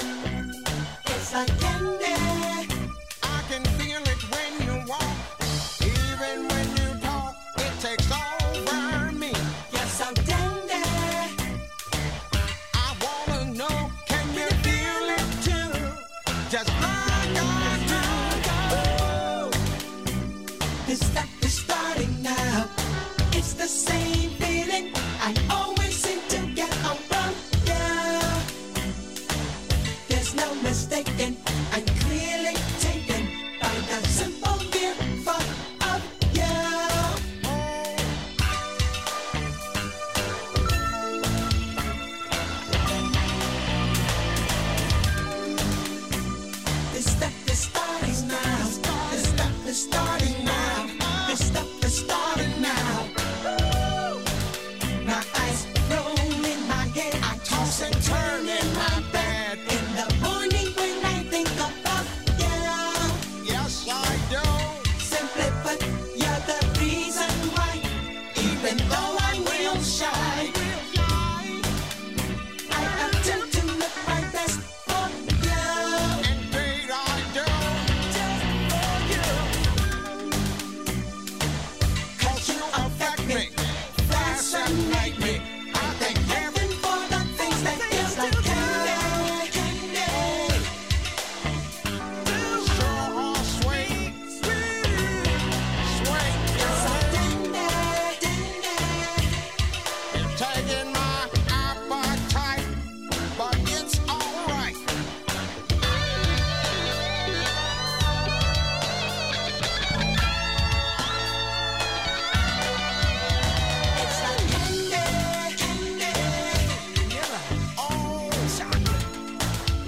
C: It's like candy. I can feel it when you walk, even when you talk. It takes over me. Yes, so candy. I wanna know, can you feel it too? Just like I do. This stuff is starting now. It's the same feeling I always seem to get around. Yeah. There's no mistaking. I'm clearly taken by the simple fear of you. This stuff is starting now. This stuff is starting now. This stuff is starting now. My eyes roll in my head. I toss and turn in my bed. In the morning when I think about
D: Oh,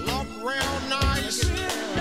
D: Oh, Oh, oh,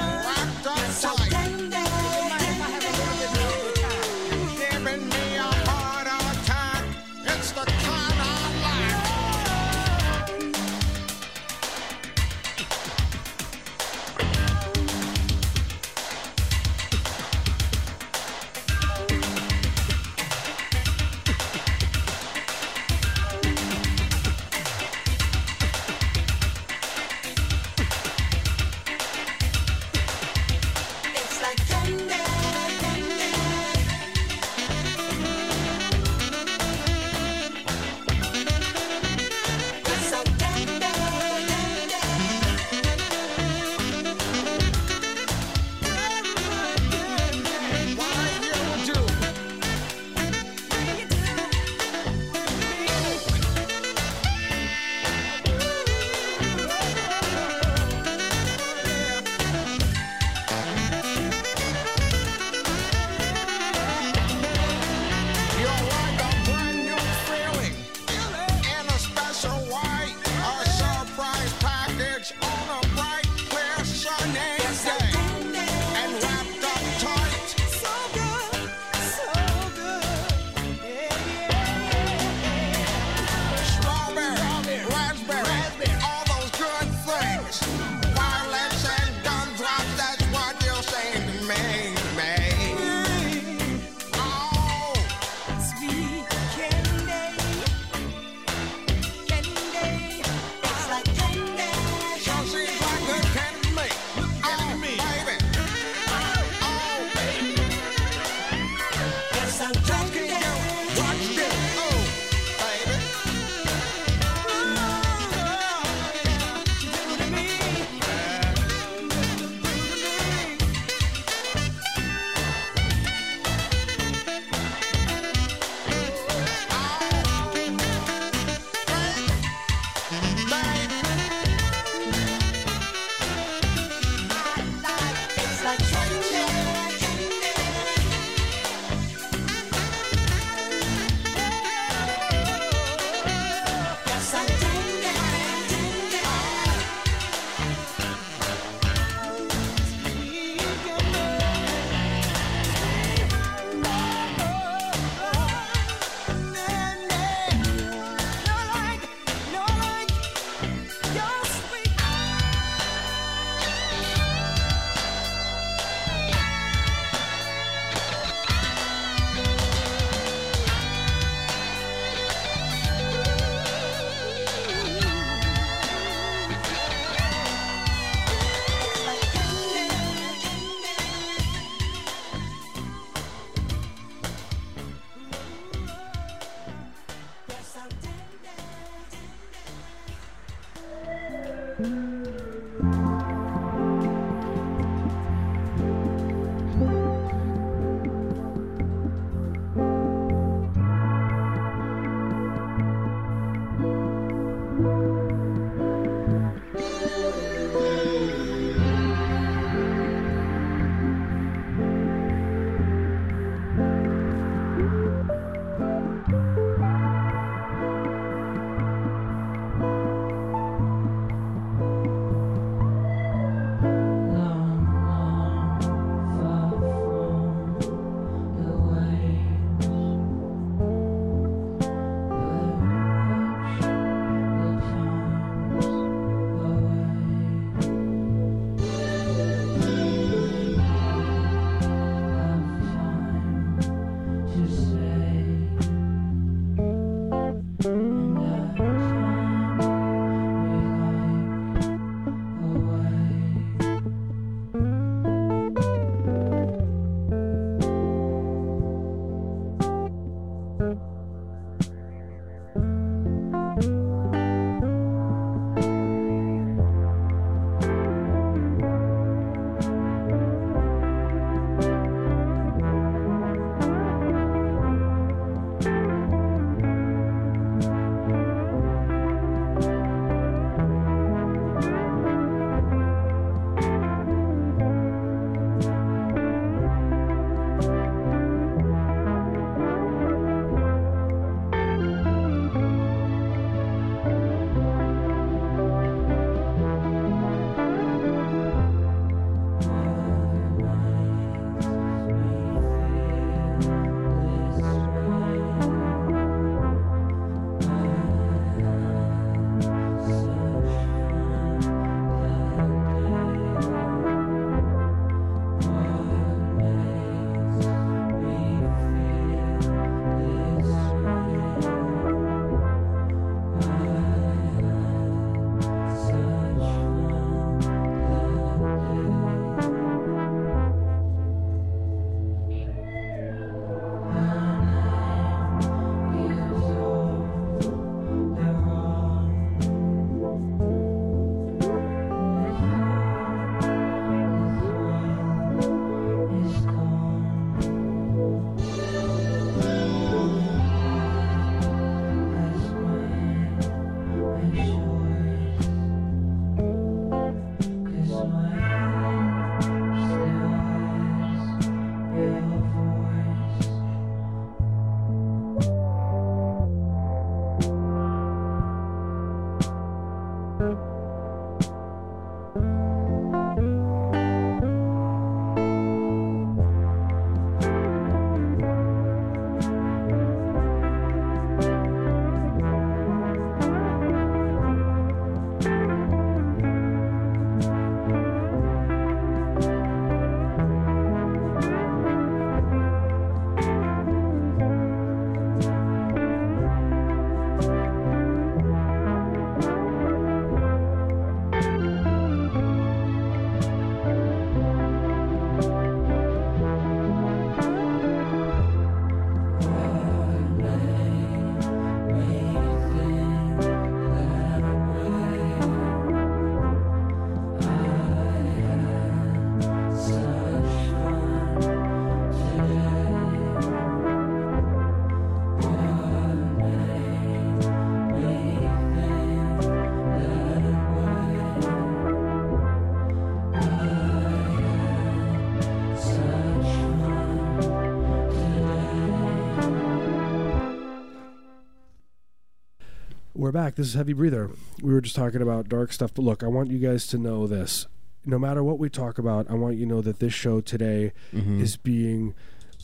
B: we're back. This is Heavy Breather. We were just talking about dark stuff, but look, I want you guys to know this. No matter what we talk about, I want you to know that this show today
A: Mm-hmm.
B: is being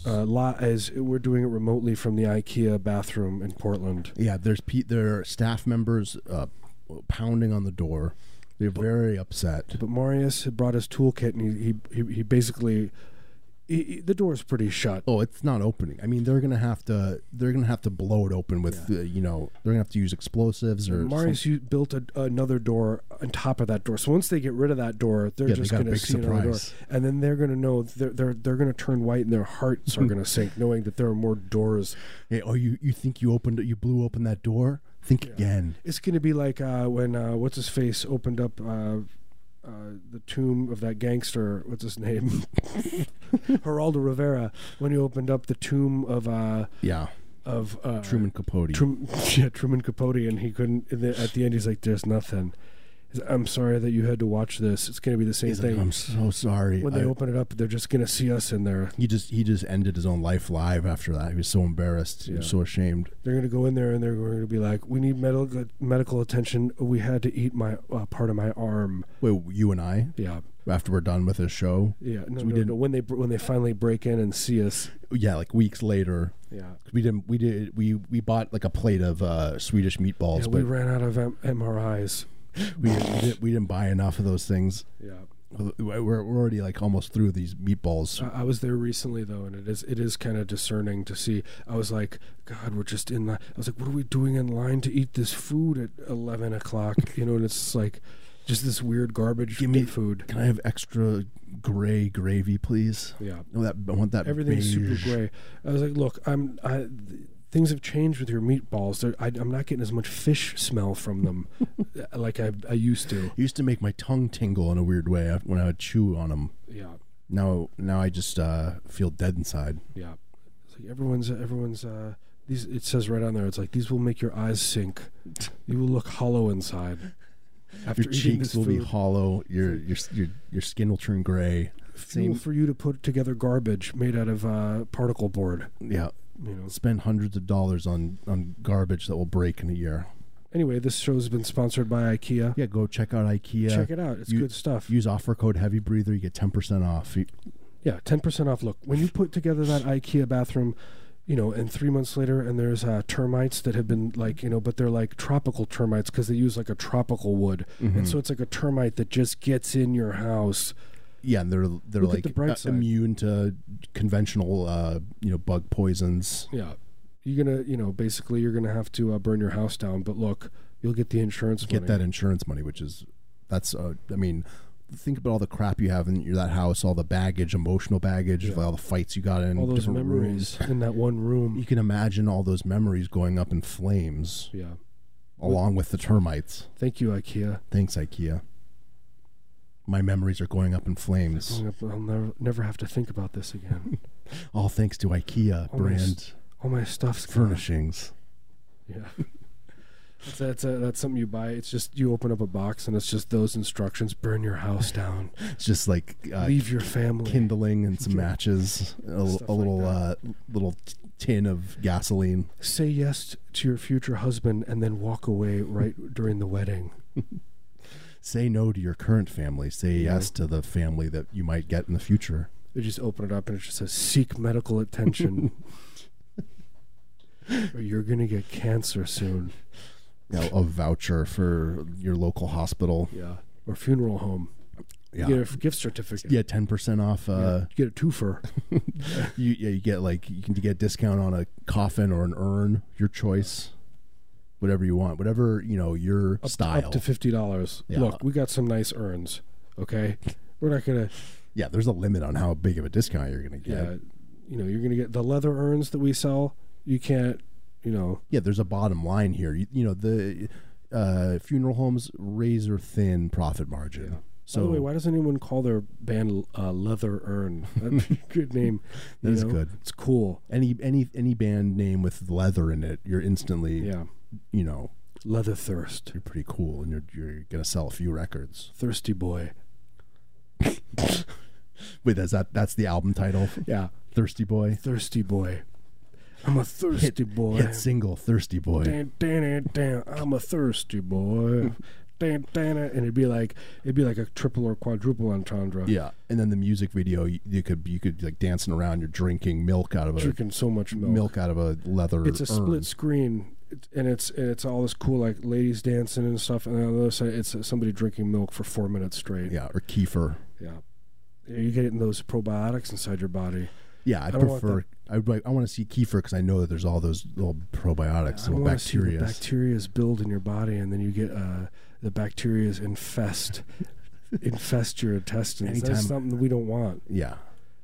B: uh, li- as we're doing it remotely from the IKEA bathroom in Portland.
A: Yeah, there's pe- there are staff members uh, pounding on the door. They're very upset.
B: But Marius had brought his toolkit, and he he he, he basically he, he- the door's pretty shut.
A: Oh, it's not opening. I mean, they're gonna have to they're gonna have to blow it open with uh, you know they're gonna have to use explosives or some-
B: Marius you built a, another door on top of that door. So once they get rid of that door, they're
A: Yeah, they
B: just
A: got a
B: going to
A: big
B: see another door,
A: surprise.
B: and then they're going to know they're they're, they're going to turn white, and their hearts are going to sink, knowing that there are more doors.
A: Hey, oh, you you think you opened it? You blew open that door? Think again.
B: It's going to be like uh, when uh, what's his face opened up. Uh, uh, the tomb of that gangster, what's his name? Geraldo Rivera. When he opened up the tomb of uh,
A: Yeah,
B: of uh,
A: Truman Capote.
B: Trum, yeah, Truman Capote, and he couldn't. And then at the end, he's like, "There's nothing." He's like, I'm sorry that you had to watch this. It's going to be the same
A: He's like,
B: thing.
A: I'm so sorry.
B: when they
A: I-
B: open it up, they're just going to see us in there.
A: he just he just ended his own life live after that. He was so embarrassed. He was
B: Yeah.
A: so ashamed.
B: They're going to go in there and they're going to be like, "We need medical medical attention. We had to eat my uh, part of my arm."
A: Wait, you and I
B: Yeah,
A: after we're done with this show?
B: yeah. No,
A: we
B: no,
A: didn't-
B: no. When they br- when they finally break in and see us,
A: Yeah, like weeks later.
B: yeah.
A: 'Cause We didn't. We did. We we bought like a plate of uh, Swedish meatballs,
B: Yeah,
A: but
B: we ran out of M- MRIs.
A: we, didn't, we didn't. We didn't buy enough of those things.
B: Yeah.
A: We're, we're already like almost through these meatballs.
B: I I was there recently though, and it is it is kind of discerning to see. I was like, God, we're just in line. I was like, what are we doing in line to eat this food at eleven o'clock? You know, and it's like just this weird garbage
A: Give me-
B: food.
A: Can I have extra gray gravy, please?
B: Yeah,
A: I want that. I want that.
B: everything's super
A: beige.
B: gray. I was like, look, I'm I. Th- Things have changed with your meatballs. They're- I, I'm not getting as much fish smell from them like I, I used to.
A: It used to make my tongue tingle in a weird way af- when I would chew on them.
B: Yeah,
A: Now, now I just uh, feel dead inside.
B: yeah. It's like everyone's everyone's. Uh, these it says right on there. It's like these will make your eyes sink. You will look hollow inside. After
A: your
B: eating
A: cheeks
B: this
A: will be
B: food.
A: hollow. Your your s- your your skin will turn gray.
B: fuel
A: Same.
B: for you to put together garbage made out of uh, particle board.
A: Yeah.
B: You know.
A: Spend hundreds of dollars on on garbage that will break in a year.
B: Anyway, this show has been sponsored by IKEA.
A: Yeah. Go check out IKEA.
B: Check it out. It's
A: You-
B: good stuff.
A: Use offer code Heavy Breather. You get ten percent off. You-
B: yeah, ten percent off. Look, when you put together that IKEA bathroom, you know, and three months later, and there's uh, termites that have been like, you know, but they're like tropical termites because they use like a tropical wood,
A: Mm-hmm.
B: and so it's like a termite that just gets in your house.
A: Yeah, and they're they're
B: Look at
A: like
B: the bright
A: uh,
B: side.
A: immune to conventional uh, you know bug poisons.
B: Yeah, you're gonna, you know, basically you're gonna have to uh, burn your house down. But look, you'll get the insurance.
A: Get
B: money.
A: that insurance money, which is that's uh, I mean. Think about all the crap you have in your, that house, all the baggage, emotional baggage, all the fights you got in,
B: all those
A: different rooms.
B: memories in that one room.
A: you can imagine all those memories going up in flames
B: Yeah.
A: along with the termites.
B: Thank you, IKEA.
A: Thanks, IKEA. My memories are going up in flames.
B: I'll never, never have to think about this again.
A: All thanks to IKEA brand
B: Almost All my stuff's gone.
A: furnishings.
B: Yeah. That's, that's, uh, that's something you buy. It's just you open up a box and it's just those instructions burn your house down,
A: It's just like uh,
B: leave your family.
A: kindling and some matches, a, l-
B: Stuff
A: a
B: like
A: little
B: that.
A: uh, little t- tin of gasoline.
B: Say yes to your future husband and then walk away right during the wedding.
A: Say no to your current family. Say yes to the family that you might get in the future.
B: They just open it up and it just says seek medical attention. or you're going to get cancer soon.
A: You know, a voucher for your local hospital.
B: Yeah. Or funeral home.
A: Yeah.
B: You get a gift certificate.
A: yeah, ten percent off. Uh,
B: you get a twofer.
A: You yeah, you get like you can get a discount on a coffin or an urn, your choice, whatever you want, whatever you know your style.
B: Up to fifty dollars.
A: Yeah.
B: Look, we got some nice urns. Okay, we're not gonna.
A: yeah, there's a limit on how big of a discount you're gonna get.
B: Yeah,
A: Yeah,
B: you know, you're gonna get the leather urns that we sell. You can't. You know,
A: there's a bottom line here. You, you know the uh, funeral homes razor thin profit margin. So
B: by the way, why doesn't anyone call their band uh, Leather Urn? That'd be a good name.
A: That
B: you
A: is
B: know?
A: good.
B: It's cool.
A: any any any band name with leather in it, you're instantly
B: Yeah,
A: you know
B: Leather Thirst,
A: you're pretty cool and you're you're gonna sell a few records.
B: Thirsty Boy.
A: Wait, that's that that's the album title,
B: Yeah,
A: Thirsty Boy.
B: Thirsty Boy. I'm a thirsty boy.
A: Hit single, thirsty boy.
B: Dun, dun, dun, dun. I'm a thirsty boy. Dun, dun, dun. and it'd be like it'd be like a triple or quadruple entendre.
A: Yeah, and then the music video, you, you could you could like dancing around. You're drinking milk out of a
B: Drinking so much milk.
A: milk out of a leather.
B: It's a
A: urn.
B: split screen, it- and it's and it's all this cool like ladies dancing and stuff, and then on the other side it's uh, somebody drinking milk for four minutes straight.
A: Yeah, or kefir.
B: yeah. You're getting those probiotics inside your body.
A: Yeah, I,
B: don't want
A: prefer. I would like. I want to see kefir because I know that there's all those little probiotics,
B: I
A: little
B: want to see the
A: bacteria.
B: bacteria build in your body, and then you get uh, the bacteria infest infest your intestines.
A: Anytime-
B: That's something that we don't want.
A: yeah,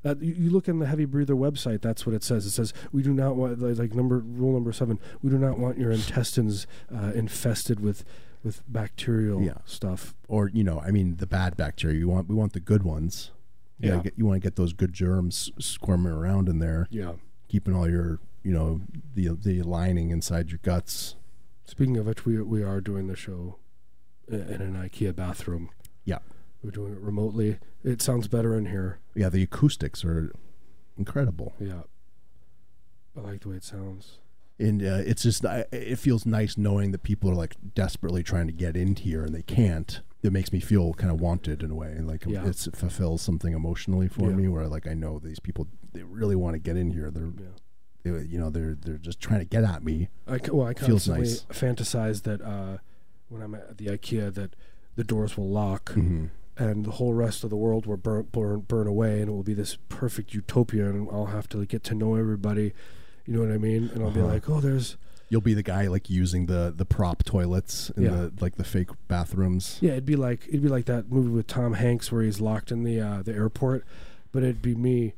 B: That you, you look in the heavy breather website. That's what it says. It says we do not want like, like number rule number seven. We do not want your intestines uh, infested with with bacterial
A: Yeah.
B: stuff.
A: or you know, I mean, the bad bacteria. You want we want the good ones. You
B: Yeah.
A: gotta get, you want to get those good germs squirming around in there,
B: Yeah.
A: keeping all your you know the the lining inside your guts.
B: Speaking of which, we we are doing the show i- in an IKEA bathroom.
A: Yeah,
B: We're doing it remotely. It sounds better in here.
A: yeah. The acoustics are incredible,
B: Yeah. I like the way it sounds.
A: and uh, it's just I, it feels nice knowing that people are like desperately trying to get in here and they can't. It makes me feel kind of wanted in a way, and like um,
B: Yeah.
A: it's, it fulfills something emotionally for
B: Yeah.
A: me, where like I know these people they really want to get in here. They're
B: Yeah.
A: they, you know they're they're just trying to get at me.
B: I c- well, I
A: Feels
B: constantly
A: nice.
B: fantasize that uh, when I'm at the IKEA that the doors will lock
A: Mm-hmm.
B: and the whole rest of the world will burn burn burn away and it will be this perfect utopia and I'll have to like, get to know everybody. You know what I mean? And I'll
A: Uh-huh.
B: be like, oh, there's
A: You'll be the guy like using the the prop toilets and
B: Yeah.
A: the like the fake bathrooms.
B: yeah. It'd be like it'd be like that movie with Tom Hanks where he's locked in the uh, the airport, but it'd be me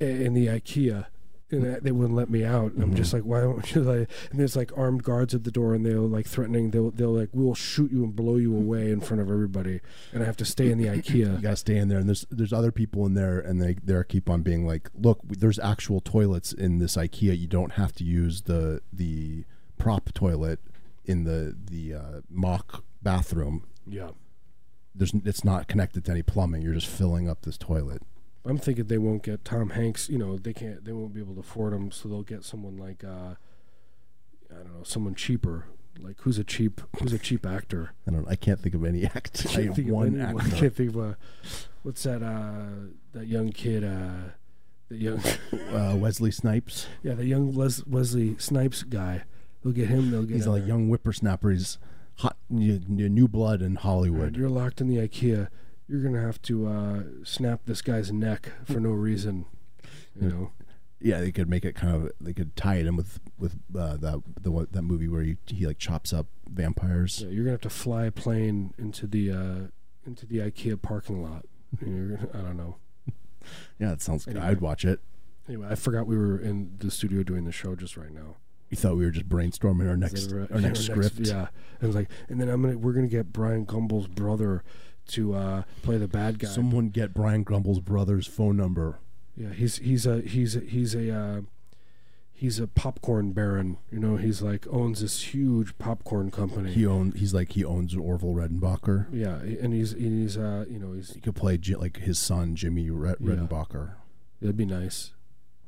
B: i- in the IKEA. And I- they wouldn't let me out. And I'm just like, why don't you? Like, and there's like armed guards at the door, and they're like threatening. They'll they'll like, we'll shoot you and blow you away in front of everybody. And I have to stay in the
A: You
B: IKEA.
A: gotta stay in there, and there's there's other people in there, and they they keep on being like, look, there's actual toilets in this IKEA. You don't have to use the the prop toilet in the the uh, mock bathroom.
B: Yeah,
A: There's it's not connected to any plumbing. You're just filling up this toilet.
B: I'm thinking they won't get Tom Hanks. You know, they can't. They won't be able to afford him, so they'll get someone like, uh, I don't know, someone cheaper. Like who's a cheap who's a cheap actor?
A: I don't. I can't think of any act. I
B: Can't
A: have
B: think of
A: one
B: anyone.
A: actor.
B: Can't think of a, what's that? Uh, that young kid. Uh, the young.
A: uh, Wesley Snipes.
B: Yeah, the young Les- Wesley Snipes guy. They'll get him. They'll get.
A: He's
B: in
A: like
B: there.
A: young whippersnapper. He's hot, new, new blood in
B: Right,
A: Hollywood.
B: You're locked in the IKEA. You're gonna have to uh, snap this guy's neck for no reason.
A: Hmm.
B: You know.
A: Yeah, they could make it kind of. They could tie it in with with uh, that the one, that movie where he, he like chops up vampires.
B: Yeah, you're gonna have to fly a plane into the uh, into the IKEA parking lot. And You're, I don't know.
A: Yeah, that sounds good.
B: Anyway.
A: I'd watch it.
B: Anyway, I forgot we were in the studio doing the show just right now.
A: You thought we were just brainstorming our next
B: Our
A: our next script.
B: yeah. And like, and then I'm gonna we're gonna get Brian Gumbel's brother to uh, play the bad guy.
A: Someone get Brian Grumble's brother's phone number.
B: yeah, he's he's a he's a, he's a uh, he's a popcorn baron. You know, he's like owns this huge popcorn company.
A: He own he's like he owns Orville Redenbacher.
B: yeah, and he's and he's uh, you know he's
A: He could play Ji- like his son Jimmy Red-
B: Yeah.
A: Redenbacher,
B: that'd be nice.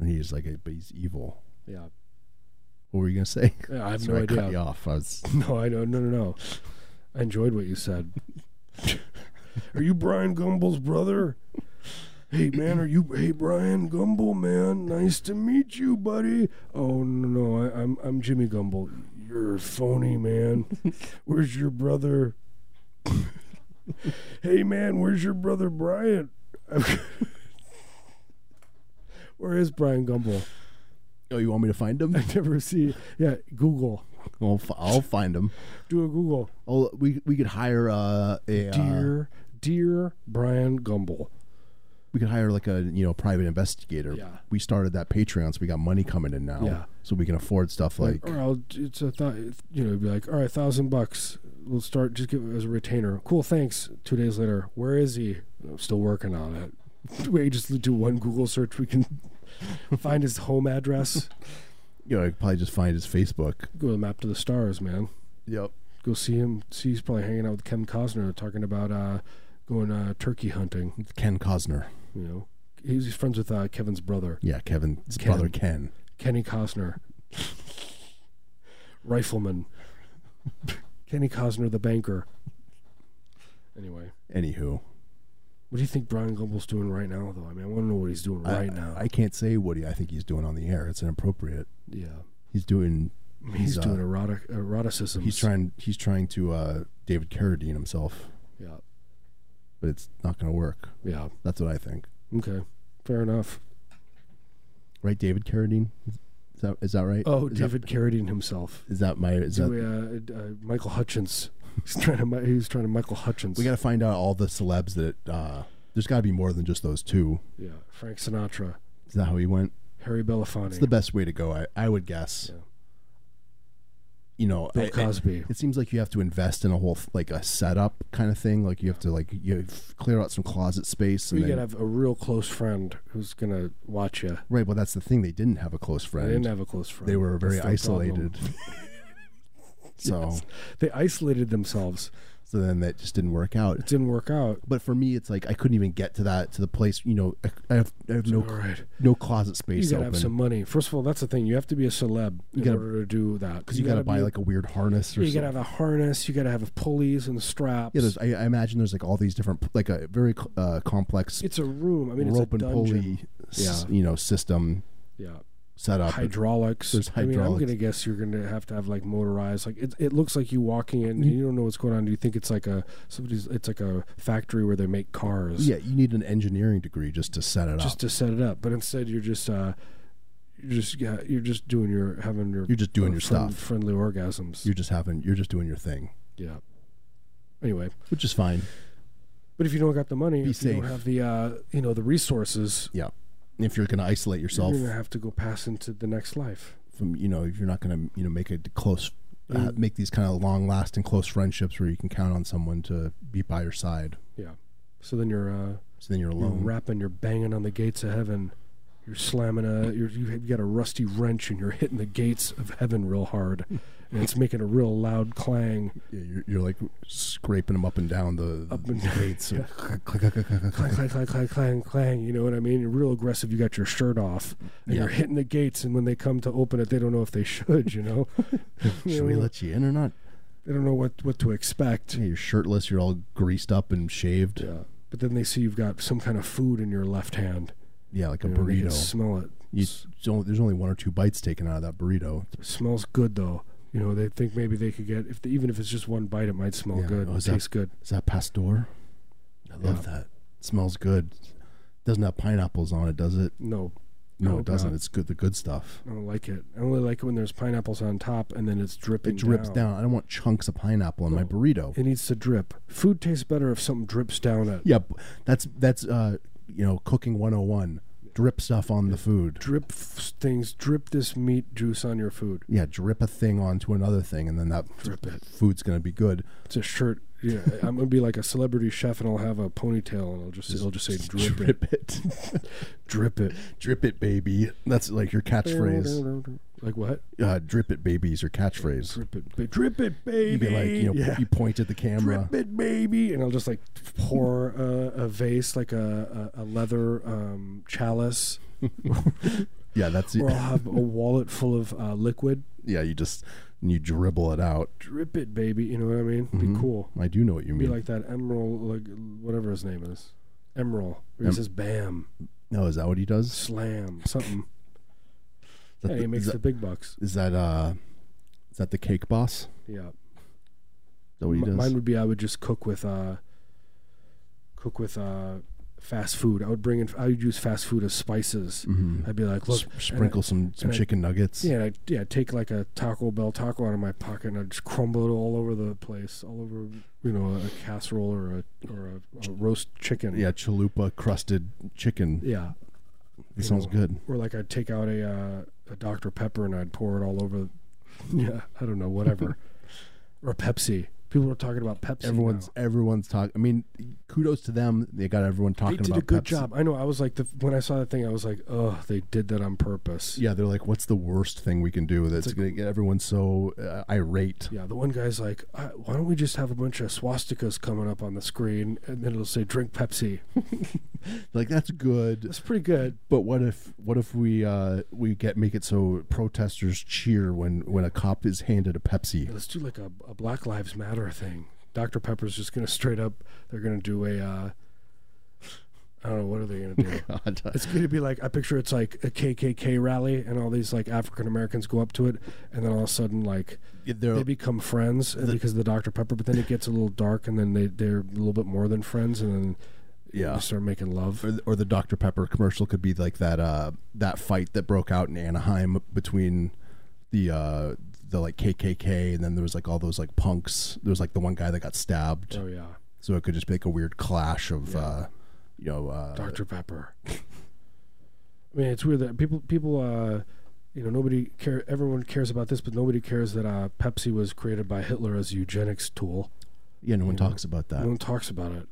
A: and he's like a, but he's evil.
B: Yeah,
A: What were you gonna say?
B: Yeah, I have
A: Sorry,
B: no
A: I
B: idea.
A: cut you off. I was
B: No, I know. No, no, no. I enjoyed what you said. are you Brian Gumbel's brother? Hey, man, are you? Hey, Brian Gumble, man. Nice to meet you, buddy. Oh no, no, I, I'm I'm Jimmy Gumble. You're phony, man. Where's your brother? hey, man, where's your brother Brian? Where is Brian Gumble?
A: Oh, you want me to find him?
B: I never see. Yeah, Google.
A: I'll, f- I'll find him.
B: Do a Google.
A: Oh, we we could hire uh, a uh,
B: dear dear brian gumble
A: we could hire like a you know private investigator.
B: Yeah.
A: We started that Patreon, so we got money coming in now.
B: Yeah.
A: So we can afford stuff like
B: or i'll it's a thought you know it'd be like all right thousand bucks we'll start just give it as a retainer cool thanks two days later where is he i'm still working on it we just do one google search we can find his home address
A: you know I'd probably just find his Facebook.
B: go to the map to the stars man
A: Yep.
B: go see him see he's probably hanging out with kevin costner talking about uh going uh turkey hunting
A: Ken Cosner.
B: you know he's friends with uh kevin's brother
A: Yeah, Kevin's
B: Ken.
A: brother Ken.
B: Kenny Costner, Rifleman, Kenny Costner, the banker. Anyway,
A: Anywho,
B: what do you think Brian Gumbel's doing right now, though? I mean, I want to know what he's doing right
A: I,
B: now.
A: I can't say Woody. I think he's doing on the air. It's inappropriate.
B: yeah,
A: He's doing.
B: I mean, he's,
A: He's, uh,
B: doing erotic eroticism.
A: He's trying. He's trying to uh, David Carradine himself,
B: Yeah,
A: but it's not going to work.
B: yeah.
A: That's what I think.
B: Okay, fair enough.
A: Right, David Carradine. Is that is that right?
B: Oh,
A: is
B: David Carradine himself.
A: That, is that my? Is that,
B: Do we, uh, uh, Michael Hutchins. He's trying to. mi- He's trying to Michael Hutchins.
A: we got to find out all the celebs that. Uh, there's got to be more than just those two.
B: yeah, Frank Sinatra,
A: Is that how he went?
B: Harry Belafonte,
A: It's the best way to go. I, I would guess.
B: Yeah.
A: You know, I-
B: Bill
A: I-
B: Cosby.
A: it seems like you have to invest in a whole th- like a setup kind of thing. Like you have to like you f- clear out some closet space.
B: you
A: And
B: gotta
A: then,
B: have a real close friend who's gonna watch you.
A: right, well that's the thing. They didn't have a close
B: They
A: friend.
B: didn't have a close friend.
A: They were
B: That's
A: very
B: their problem.
A: isolated. so
B: Yes. They isolated themselves.
A: so then that just didn't work out.
B: It didn't work out.
A: But for me, it's like I couldn't even get to that to the place. You know, I, I have, I have no
B: All right,
A: no closet
B: you
A: space
B: gotta
A: open
B: have some money. First of all, that's the thing. You have to be a celeb in
A: gotta-
B: order to do that
A: because you, gotta, buy
B: be-
A: like a weird harness or
B: You
A: something.
B: gotta have a harness. You gotta have pulleys and straps.
A: yeah, there's, I, I imagine there's like all these different p- like a very c- uh, complex
B: it's a room. I mean,
A: rope
B: it's
A: and
B: a dungeon.
A: pulley, s-
B: Yeah.
A: you know, system
B: Yeah.
A: set up.
B: hydraulics.
A: There's
B: I mean, I'm
A: hydraulics.
B: gonna guess you're gonna have to have like motorized. Like it, it looks like you walking in, and you don't know what's going on. You think it's like a somebody's. It's like a factory where they make cars.
A: yeah, you need an engineering degree just to set it
B: Just
A: up.
B: to set it up, but instead you're just. uh you're just yeah, you're just doing your having your uh,
A: You're just doing your
B: friend-
A: stuff.
B: friendly orgasms
A: You're just having, you're just doing your thing,
B: yeah anyway
A: which is fine.
B: but if you don't got the money
A: Be
B: if you don't
A: safe.
B: have the uh, you know the resources
A: Yeah, if you're gonna isolate yourself
B: you're gonna have to go pass into the next life
A: from, you know, if you're not gonna, you know, make a close, uh,
B: Mm.
A: make these kind of long-lasting close friendships where you can count on someone to be by your side.
B: yeah so then you're uh,
A: So then you're
B: You're
A: alone.
B: rapping, you're banging on the gates of heaven. You're slamming a, you're, you've got a rusty wrench and you're hitting the gates of heaven real hard. and it's making a real loud clang.
A: Yeah, you're, you're like scraping them up and down the,
B: Up
A: the
B: and-
A: gates.
B: yeah.
A: Click, click, click, click, click, click.
B: Clang, clang, clang, clang, clang, clang. You know what I mean? You're real aggressive. You got your shirt off and
A: Yeah.
B: you're hitting the gates. And when they come to open it, they don't know if they should, you know?
A: Should we let you in or not?
B: they don't know what, what to expect.
A: Yeah, you're shirtless. You're all greased up and shaved. Yeah,
B: Yeah. But then they see you've got some kind of food in your left hand.
A: like a
B: you know, they can
A: burrito.
B: smell it.
A: You don't, there's only one or two bites taken out of that burrito.
B: It smells good, though. You know, they think maybe they could get, if they, even if it's just one bite, it might smell
A: Yeah.
B: good.
A: Oh,
B: It
A: is that-
B: tastes good.
A: Is that pastor? I love that. smells good. Doesn't have pineapples on it, does it?
B: No,
A: No,
B: No,
A: it doesn't.
B: God.
A: It's good. The good stuff.
B: I don't like it. I only like it when there's pineapples on top and then it's dripping.
A: It drips down. I don't want chunks of pineapple in my burrito.
B: It needs to drip. Food tastes better if something drips down it.
A: Yep, that's that's uh, you know cooking 101. Drip stuff on the food.
B: Drip f- things. Drip this meat juice on your food.
A: yeah, drip a thing onto another thing, and then that
B: Drip it.
A: food's gonna be good.
B: It's a shirt. Yeah, I'm gonna be like a celebrity chef and I'll have a ponytail and I'll just it'll just say drip, it,
A: it,
B: drip it.
A: drip it, baby. That's like your catchphrase.
B: Like what?
A: Uh, drip it, baby, is your catchphrase.
B: Drip it, ba- drip it, baby.
A: You'd be like, you know,
B: yeah.
A: you point at the camera.
B: drip it, baby, and I'll just like pour uh, a vase like a a, a leather um, chalice.
A: Yeah, that's it.
B: or I'll have a wallet full of uh, liquid.
A: Yeah, you just and you dribble it out.
B: Drip it, baby. You know what I mean?
A: Mm-hmm.
B: Be cool.
A: I do know what you
B: Be
A: mean.
B: like that Emerald, like whatever his name is, Emerald. Where he
A: Em-
B: says "bam,"
A: no, is that what he does?
B: "slam," something.
A: Is that,
B: yeah,
A: the-
B: he
A: is,
B: makes
A: that,
B: the big bucks.
A: is that uh, is that the cake boss? Is
B: Yeah.
A: that what he
B: M-
A: does?
B: mine would be I would just cook with uh, cook with uh, fast food. I would bring in. I would use fast food as spices. I'd be like, look,
A: S-
B: and I-
A: Mm-hmm. sprinkle some some
B: and I-
A: chicken nuggets.
B: Yeah, and I'd, yeah. I'd Take like a Taco Bell taco out of my pocket, and I'd just crumble it all over the place, all over you know a casserole or a or a, a roast chicken.
A: Yeah, chalupa crusted chicken.
B: yeah.
A: That
B: you
A: sounds
B: know.
A: good.
B: Or like I'd take out a uh, a Dr Pepper and I'd pour it all over. Yeah, I don't know, whatever. or Pepsi. People are talking about Pepsi.
A: Everyone's
B: now.
A: everyone's talking. I mean, kudos to them. They got everyone
B: They
A: talking
B: did
A: about
B: a good
A: Pepsi.
B: job. I know. I was like, the, when I saw that thing, I was like, oh, they did that on purpose.
A: Yeah, they're like, what's the worst thing we can do that's
B: like-
A: going to get everyone so uh, irate?
B: Yeah, the one guy's like, I, why don't we just have a bunch of swastikas coming up on the screen and then it'll say drink Pepsi?
A: like that's good.
B: That's pretty good.
A: But what if what if we uh, we get make it so protesters cheer when when a cop is handed a Pepsi?
B: Let's do like a, a Black Lives Matter thing. Dr. Pepper's just gonna straight up. They're gonna do a. Uh, I don't know what are they gonna do.
A: God,
B: It's going to be like I picture it's like a KKK rally, and all these like African Americans go up to it, and then all of a sudden like
A: they're-
B: they become friends because of the Dr Pepper. But then it gets a little dark, and then they they're a little bit more than friends, and then
A: yeah.
B: they start making love.
A: Or, or the Dr Pepper commercial could be like that uh, that fight that broke out in Anaheim between the uh, the like KKK and then there was like all those like punks. There was like the one guy that got stabbed.
B: Oh yeah,
A: So it could just be like a weird clash of, uh, you know, uh,
B: Dr Pepper. I mean, it's weird that people people uh, you know nobody care. Everyone cares about this, but nobody cares that uh, Pepsi was created by Hitler as a eugenics tool.
A: yeah, no one talks about that.
B: No one talks about it.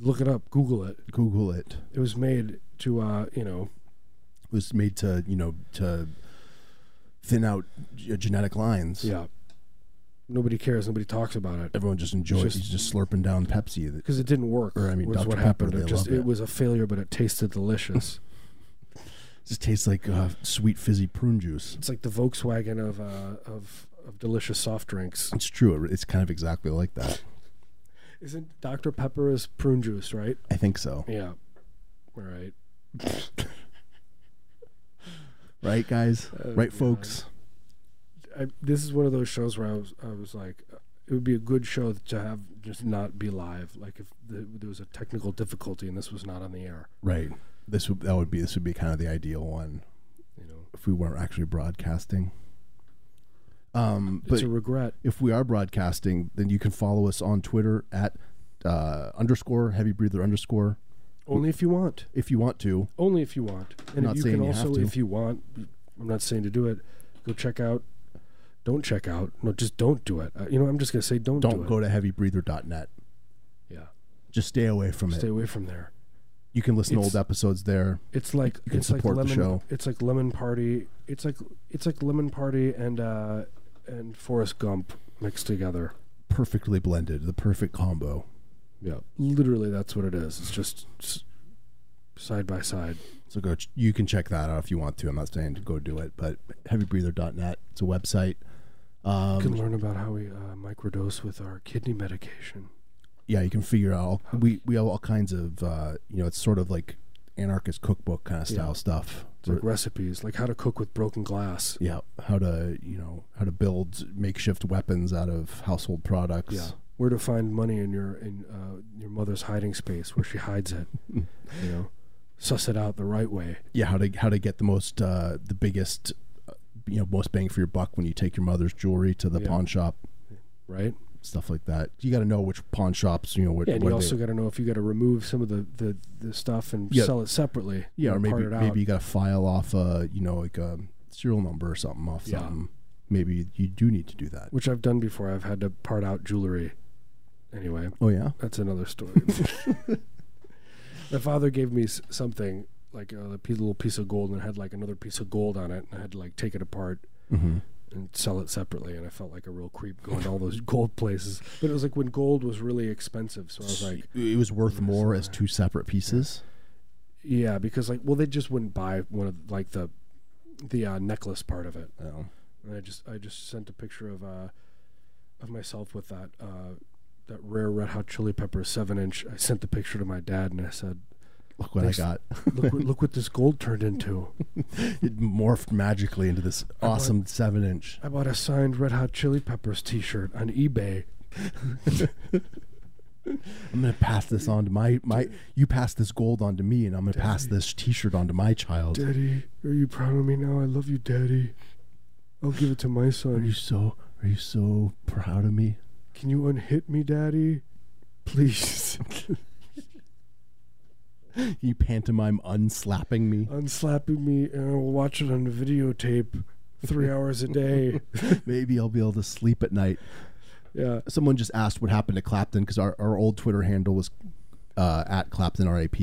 B: Look it up. Google it.
A: Google it.
B: It was made to uh, you know
A: It was made to, you know, to thin out g- uh, genetic lines.
B: Yeah. Nobody cares. Nobody talks about it
A: Everyone just enjoys
B: Just-
A: just, just slurping down Pepsi.
B: because it didn't work.
A: Or, I mean,
B: was
A: Dr.
B: what
A: Pepper,
B: happened.
A: they
B: It just
A: love
B: it.
A: it.
B: was a failure, but it tasted delicious.
A: It just tastes like uh, sweet fizzy prune juice.
B: it's like the Volkswagen of uh, of of delicious soft drinks.
A: It's true. It's kind of exactly like that.
B: Isn't Dr Pepper is prune juice, right?
A: I think so.
B: Yeah. All right.
A: Right, guys?
B: Oh,
A: right,
B: God.
A: folks?
B: I, this is one of those shows where I was I was like, uh, it would be a good show to have just not be live. Like if the, there was a technical difficulty and this was not on the air,
A: Right. This would that would be this would be kind of the ideal one
B: you know,
A: if we weren't actually broadcasting. Um, but
B: it's a regret.
A: if we are broadcasting, then you can follow us on Twitter at uh, underscore heavy breather underscore
B: Only if you want.
A: if you want to.
B: Only if you want. And
A: Not
B: if you
A: saying
B: can
A: you have
B: also,
A: to.
B: if you want, I'm not saying to do it. Go check out. Don't check out. No, just don't do it. Uh, you know, I'm just gonna say don't.
A: Don't
B: do
A: go to heavybreather.net.
B: It. Yeah.
A: Just stay away from
B: Stay
A: it.
B: away from there.
A: You can listen to
B: It's-
A: old episodes there.
B: It's like
A: You can
B: it's
A: support the
B: like lemon.
A: show.
B: It's like lemon party. It's like it's like lemon party and uh and Forrest Gump mixed together.
A: Perfectly blended, the perfect combo.
B: Yeah. Literally, that's what it is. It's just s- side by side.
A: So go. Ch- you can check that out if you want to. I'm not saying to go do it, but heavybreather.net. It's a website.
B: You
A: Um,
B: can learn about how we uh, microdose with our kidney medication.
A: yeah, you can figure out. All, we we have all kinds of uh, you know. It's sort of like anarchist cookbook kind of style
B: Yeah.
A: stuff.
B: It's like recipes, like how to cook with broken glass.
A: Yeah, how to you know how to build makeshift weapons out of household products.
B: Yeah. Where to find money in your in uh, your mother's hiding space where she hides it. you know, suss it out the right way.
A: yeah, how to how to get the most uh, the biggest uh, you know most bang for your buck when you take your mother's jewelry to the
B: Yeah.
A: pawn shop,
B: Right.
A: stuff like that. You got to know which pawn shops you know what.
B: Yeah, and
A: what
B: you
A: they-
B: also got to know if you got to remove some of the, the, the stuff and
A: Yeah.
B: sell it separately.
A: yeah,
B: you
A: or
B: know,
A: maybe
B: part it out.
A: maybe you got to file off a you know like a serial number or something off
B: Yeah.
A: something. Maybe you do need to do that.
B: which I've done before. I've had to part out jewelry. Anyway,
A: Oh yeah,
B: that's another story. My father gave me s- something like a little piece- little piece of gold, and it had like another piece of gold on it, and I had to like take it apart
A: mm-hmm.
B: and sell it separately. And I felt like a real creep going to all those gold places. But it was like when gold was really expensive. So I was like,
A: it was worth more as two separate pieces.
B: yeah, because like, well, they just wouldn't buy one of like the the uh, necklace part of it.
A: Oh.
B: And I just I just sent a picture of uh of myself with that uh that rare Red Hot Chili Peppers seven inch. I sent the picture to my dad and I said,
A: Look what
B: Thanks.
A: I got.
B: look what, look what this gold turned into.
A: It morphed magically into this
B: I want-
A: awesome seven inch.
B: I bought a signed Red Hot Chili Peppers T-shirt on eBay.
A: I'm gonna pass this on to my my. You pass this gold on to me, and I'm gonna pass this T-shirt on to my child.
B: Daddy, are you proud of me now? I love you, Daddy. I'll give it to my
A: Are you
B: son.
A: so Are you so proud of me?
B: Can you unhit me, Daddy? Please
A: You pantomime unslapping me.
B: unslapping me, and I will watch it on videotape, three hours a day.
A: Maybe I'll be able to sleep at night.
B: Yeah.
A: Someone just asked what happened to Clapton because our, our old Twitter handle was uh, at Clapton RAP,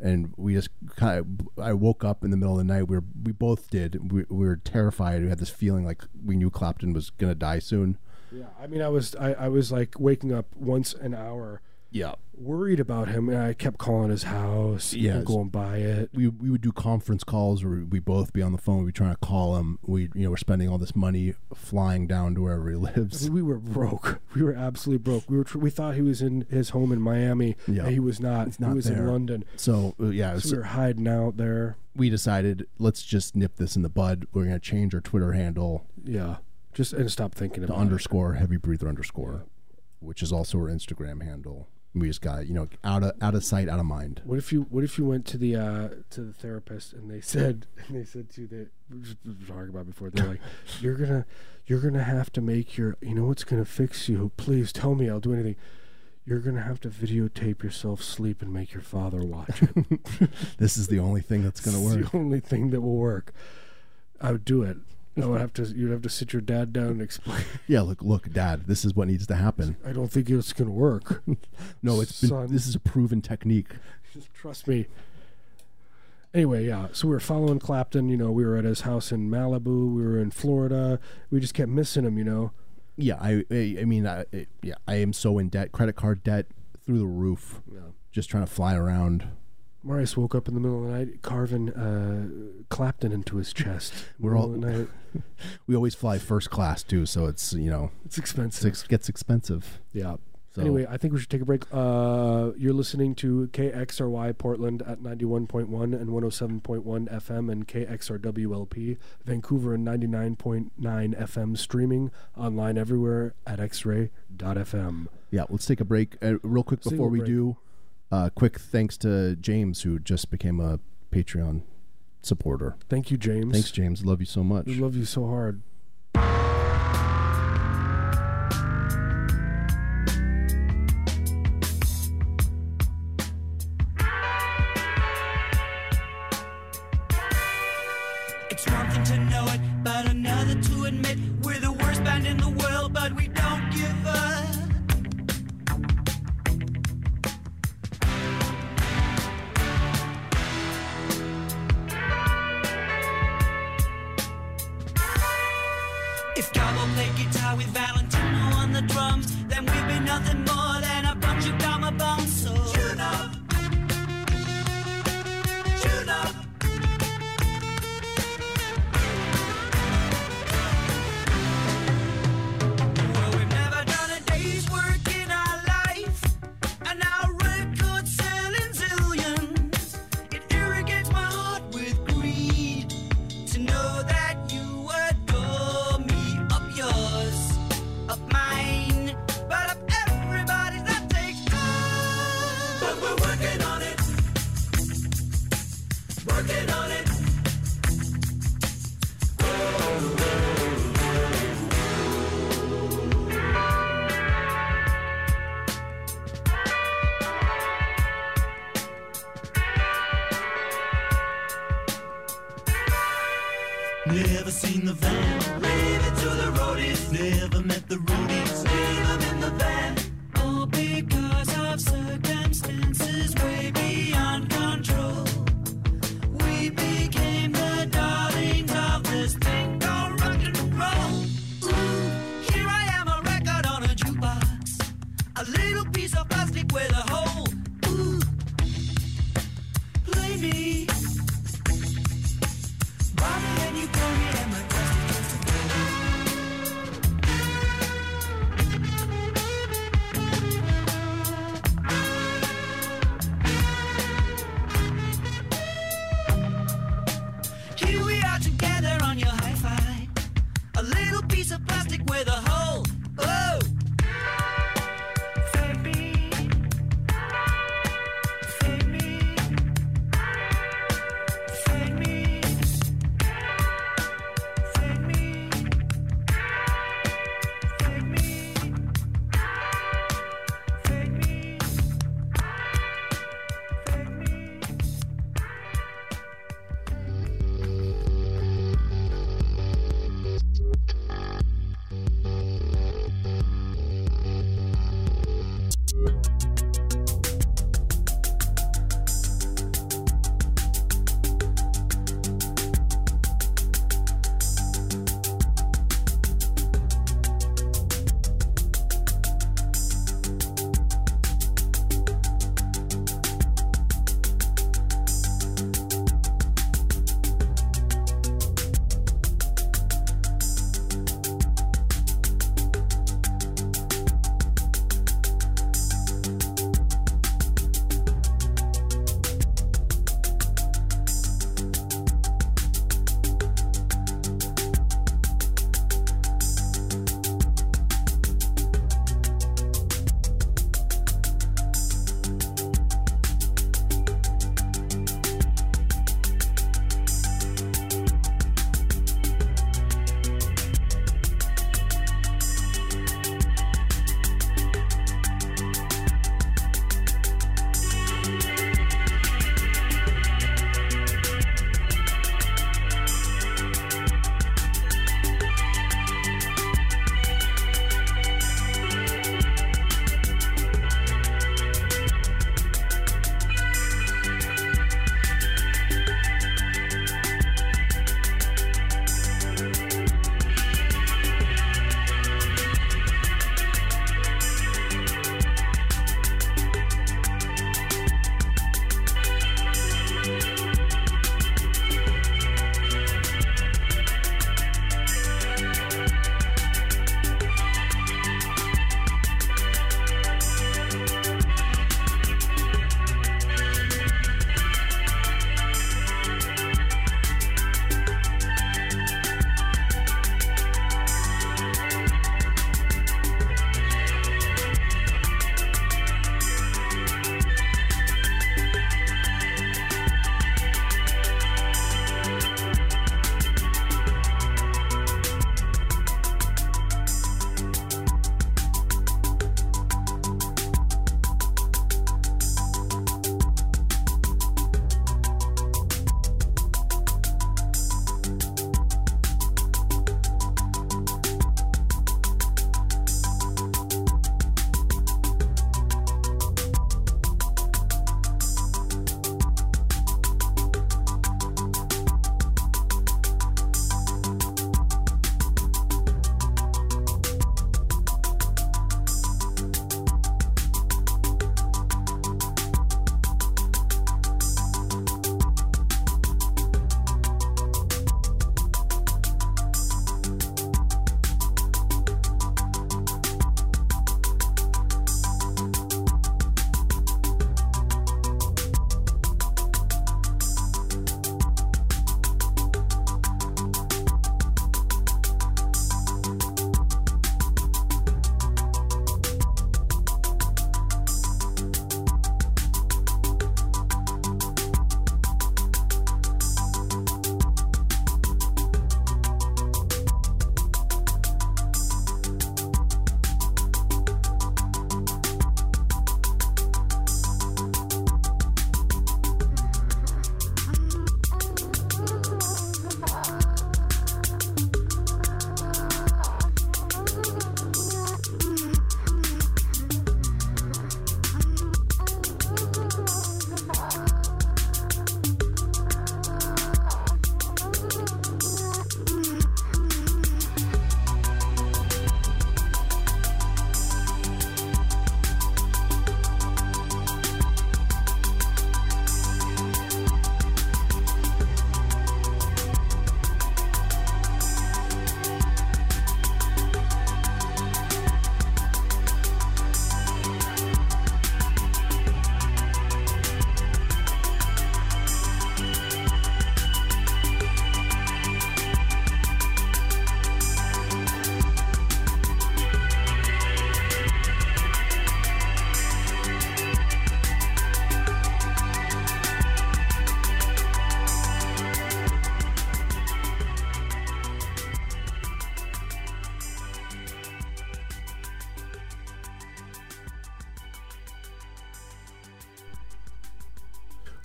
A: and we just kind of I woke up in the middle of the night. We were, we both did. We, we were terrified. We had this feeling like we knew Clapton was gonna die soon.
B: Yeah, I mean, I was I, I was like waking up once an hour
A: Yeah.
B: worried about him, and I kept calling his house, and
A: Yes.
B: going by it.
A: we, we would do conference calls where we both be on the phone. We'd be trying to call him. We you know we're spending all this money flying down to wherever he lives.
B: We were broke. We were absolutely broke. We were. Tr- we thought he was in his home in Miami.
A: Yeah.
B: and he was not.
A: not
B: he was
A: there.
B: in London.
A: So uh, yeah,
B: So
A: so
B: we were hiding out there.
A: we decided let's just nip this in the bud. We're gonna change our Twitter handle
B: Yeah, just and stop thinking
A: to
B: about it.
A: underscore heavy breather underscore, which is also our Instagram handle. We just got you know out of out of sight, out of mind.
B: What if you What if you went to the uh, to the therapist and they said and they said to the we were just we were talking about before they're like you're gonna you're gonna have to make your you know what's gonna fix you please tell me I'll do anything you're gonna have to videotape yourself sleep and make your father watch it
A: This is the only thing that's gonna
B: It's
A: work.
B: the only thing that will work I would do it I would have to you'd have to sit your dad down and explain
A: Yeah, look, look, Dad, this is what needs to happen.
B: I don't think it's gonna work
A: No, it's been,
B: Son.
A: this is a proven technique.
B: Just trust me. Anyway, yeah. So we were following Clapton. You know, we were at his house in Malibu. We were in Florida. We just kept missing him. You know,
A: Yeah, I, I, I mean, I, I- yeah, I am so in debt, credit card debt through the roof. Just trying to fly around.
B: Marius woke up in the middle of the night carving uh, Clapton into his chest.
A: We're all-
B: Middle of the night.
A: We always fly first class too, so it's you know,
B: It's expensive.
A: it gets expensive.
B: Yeah.
A: So
B: Anyway, I think we should take a break. Uh, you're listening to KXRY Portland at 91.1 and 107.1 FM and KXRWLP Vancouver and 99.9 FM streaming online everywhere at xray.fm.
A: yeah, let's take a break uh, real quick
B: Single
A: before we
B: break.
A: do. Uh, quick thanks to James who just became a Patreon supporter.
B: Thank you, James.
A: Thanks, James. Love you so much.
B: We love you so hard.
C: It's one thing to know it, but another to admit we're the worst band in the world, but we don't give up. If Gabo played guitar with Valentino on the drums, then we'd be nothing more than a bunch of drama bums. So tune up, tune up. Well, we've never done a day's work in our life, and our record selling zillions. It irrigates my heart with greed to know that you adore me, up yours, up mine, but up everybody's. That takes time, but we're working on it, working on it.
E: Never seen the van.
C: Leave it to the roadies.
E: Never met the roadies.
C: Leave 'em in the van. All because of circumstances way beyond control. We became the darlings of this thing called rock and roll. Ooh, here I am, a record on a jukebox. A little piece of plastic with a hole. Ooh, play me. Bobby, and you play me, and my voice begins to play. Here we are together on your hi-fi. A little piece of plastic with a hole. Oh! Save me. Save me. Save me. Save me. Save me. Save me. Save me.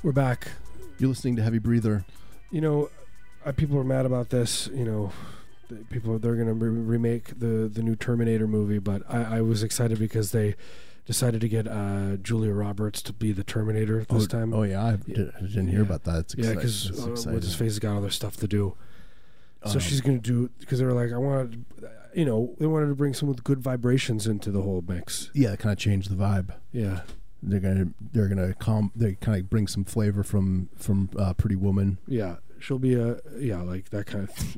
B: We're back.
A: You're listening to Heavy Breather.
B: you know, uh, people are mad about this. You know, the- people they're going to re- remake the the new Terminator movie, but I, I was excited because they decided to get uh, Julia Roberts to be the Terminator this
A: oh,
B: time.
A: Oh yeah, I did, I didn't hear
B: Yeah.
A: about that. It's
B: yeah,
A: exciting.
B: because
A: It's
B: uh,
A: exciting.
B: what's his face has got other stuff to do. So
A: Um,
B: she's going to do because they were like, I wanted, you know, they wanted to bring some with good vibrations into the whole mix.
A: yeah, kind of changed the vibe.
B: Yeah,
A: They're gonna they're gonna calm. They kind of bring some flavor from from uh, Pretty Woman.
B: yeah, she'll be a yeah like that kind of.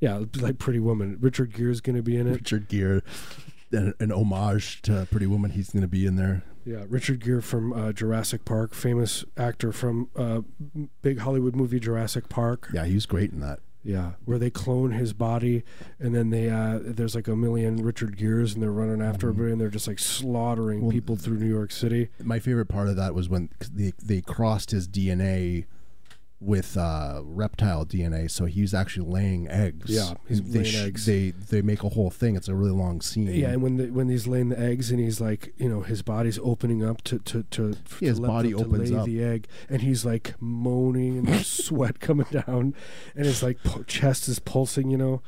B: Yeah, like Pretty Woman. Richard Gere's going to be in it.
A: Richard Gere, an, an homage to Pretty Woman. He's gonna be in there.
B: Yeah, Richard Gere from uh, Jurassic Park, famous actor from uh, m- big Hollywood movie Jurassic Park.
A: Yeah, he was great in that.
B: Yeah, where they clone his body, and then they uh, there's like a million Richard Gere's, and they're running after everybody, and they're just like slaughtering
A: Well,
B: people through New York City.
A: My favorite part of that was when 'cause they they crossed his DNA with uh, reptile DNA, so he's actually laying eggs.
B: Yeah, he's
A: they
B: laying eggs.
A: They they make a whole thing. It's a really long scene.
B: Yeah, and when the, when he's laying the eggs, and he's like, you know, his body's opening up to to to, f-
A: Yeah, his
B: to
A: body
B: to
A: opens
B: lay
A: up.
B: the egg, and he's like moaning, and there's sweat coming down, and his like pu- chest is pulsing. You know,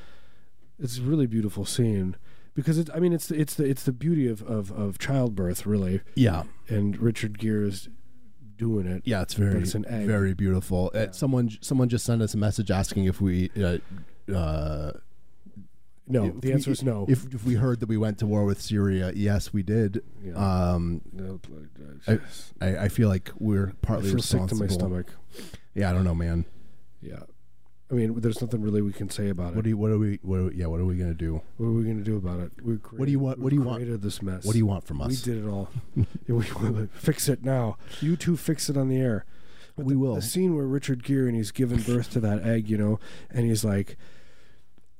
B: it's a really beautiful scene because it, I mean, it's the, it's the it's the beauty of of, of childbirth, really,
A: yeah.
B: and Richard Gere is doing it.
A: Yeah, it's very,
B: But it's an egg.
A: very beautiful. Uh, someone, someone just sent us a message asking if we, uh, uh,
B: No,
A: if
B: the
A: we-
B: answer is no.
A: If, if we heard that we went to war with Syria, yes, we did.
B: Yeah.
A: Um,
B: No, I,
A: I, I, I feel like we're partly
B: feel sick
A: responsible.
B: to my stomach.
A: Yeah, I don't know, man.
B: Yeah, I mean, there's nothing really we can say about it.
A: What do you, what are we, what are, we- yeah, what are we gonna do?
B: What are we going to do about it? We created,
A: do you want-
B: we
A: what do you want-
B: Created this mess.
A: What do you want from
B: We
A: us?
B: did it all. Yeah, we want to fix it now. You two fix it on the air. But
A: We
B: the,
A: will.
B: The scene where Richard Gere and he's giving birth to that egg, you know, and he's like,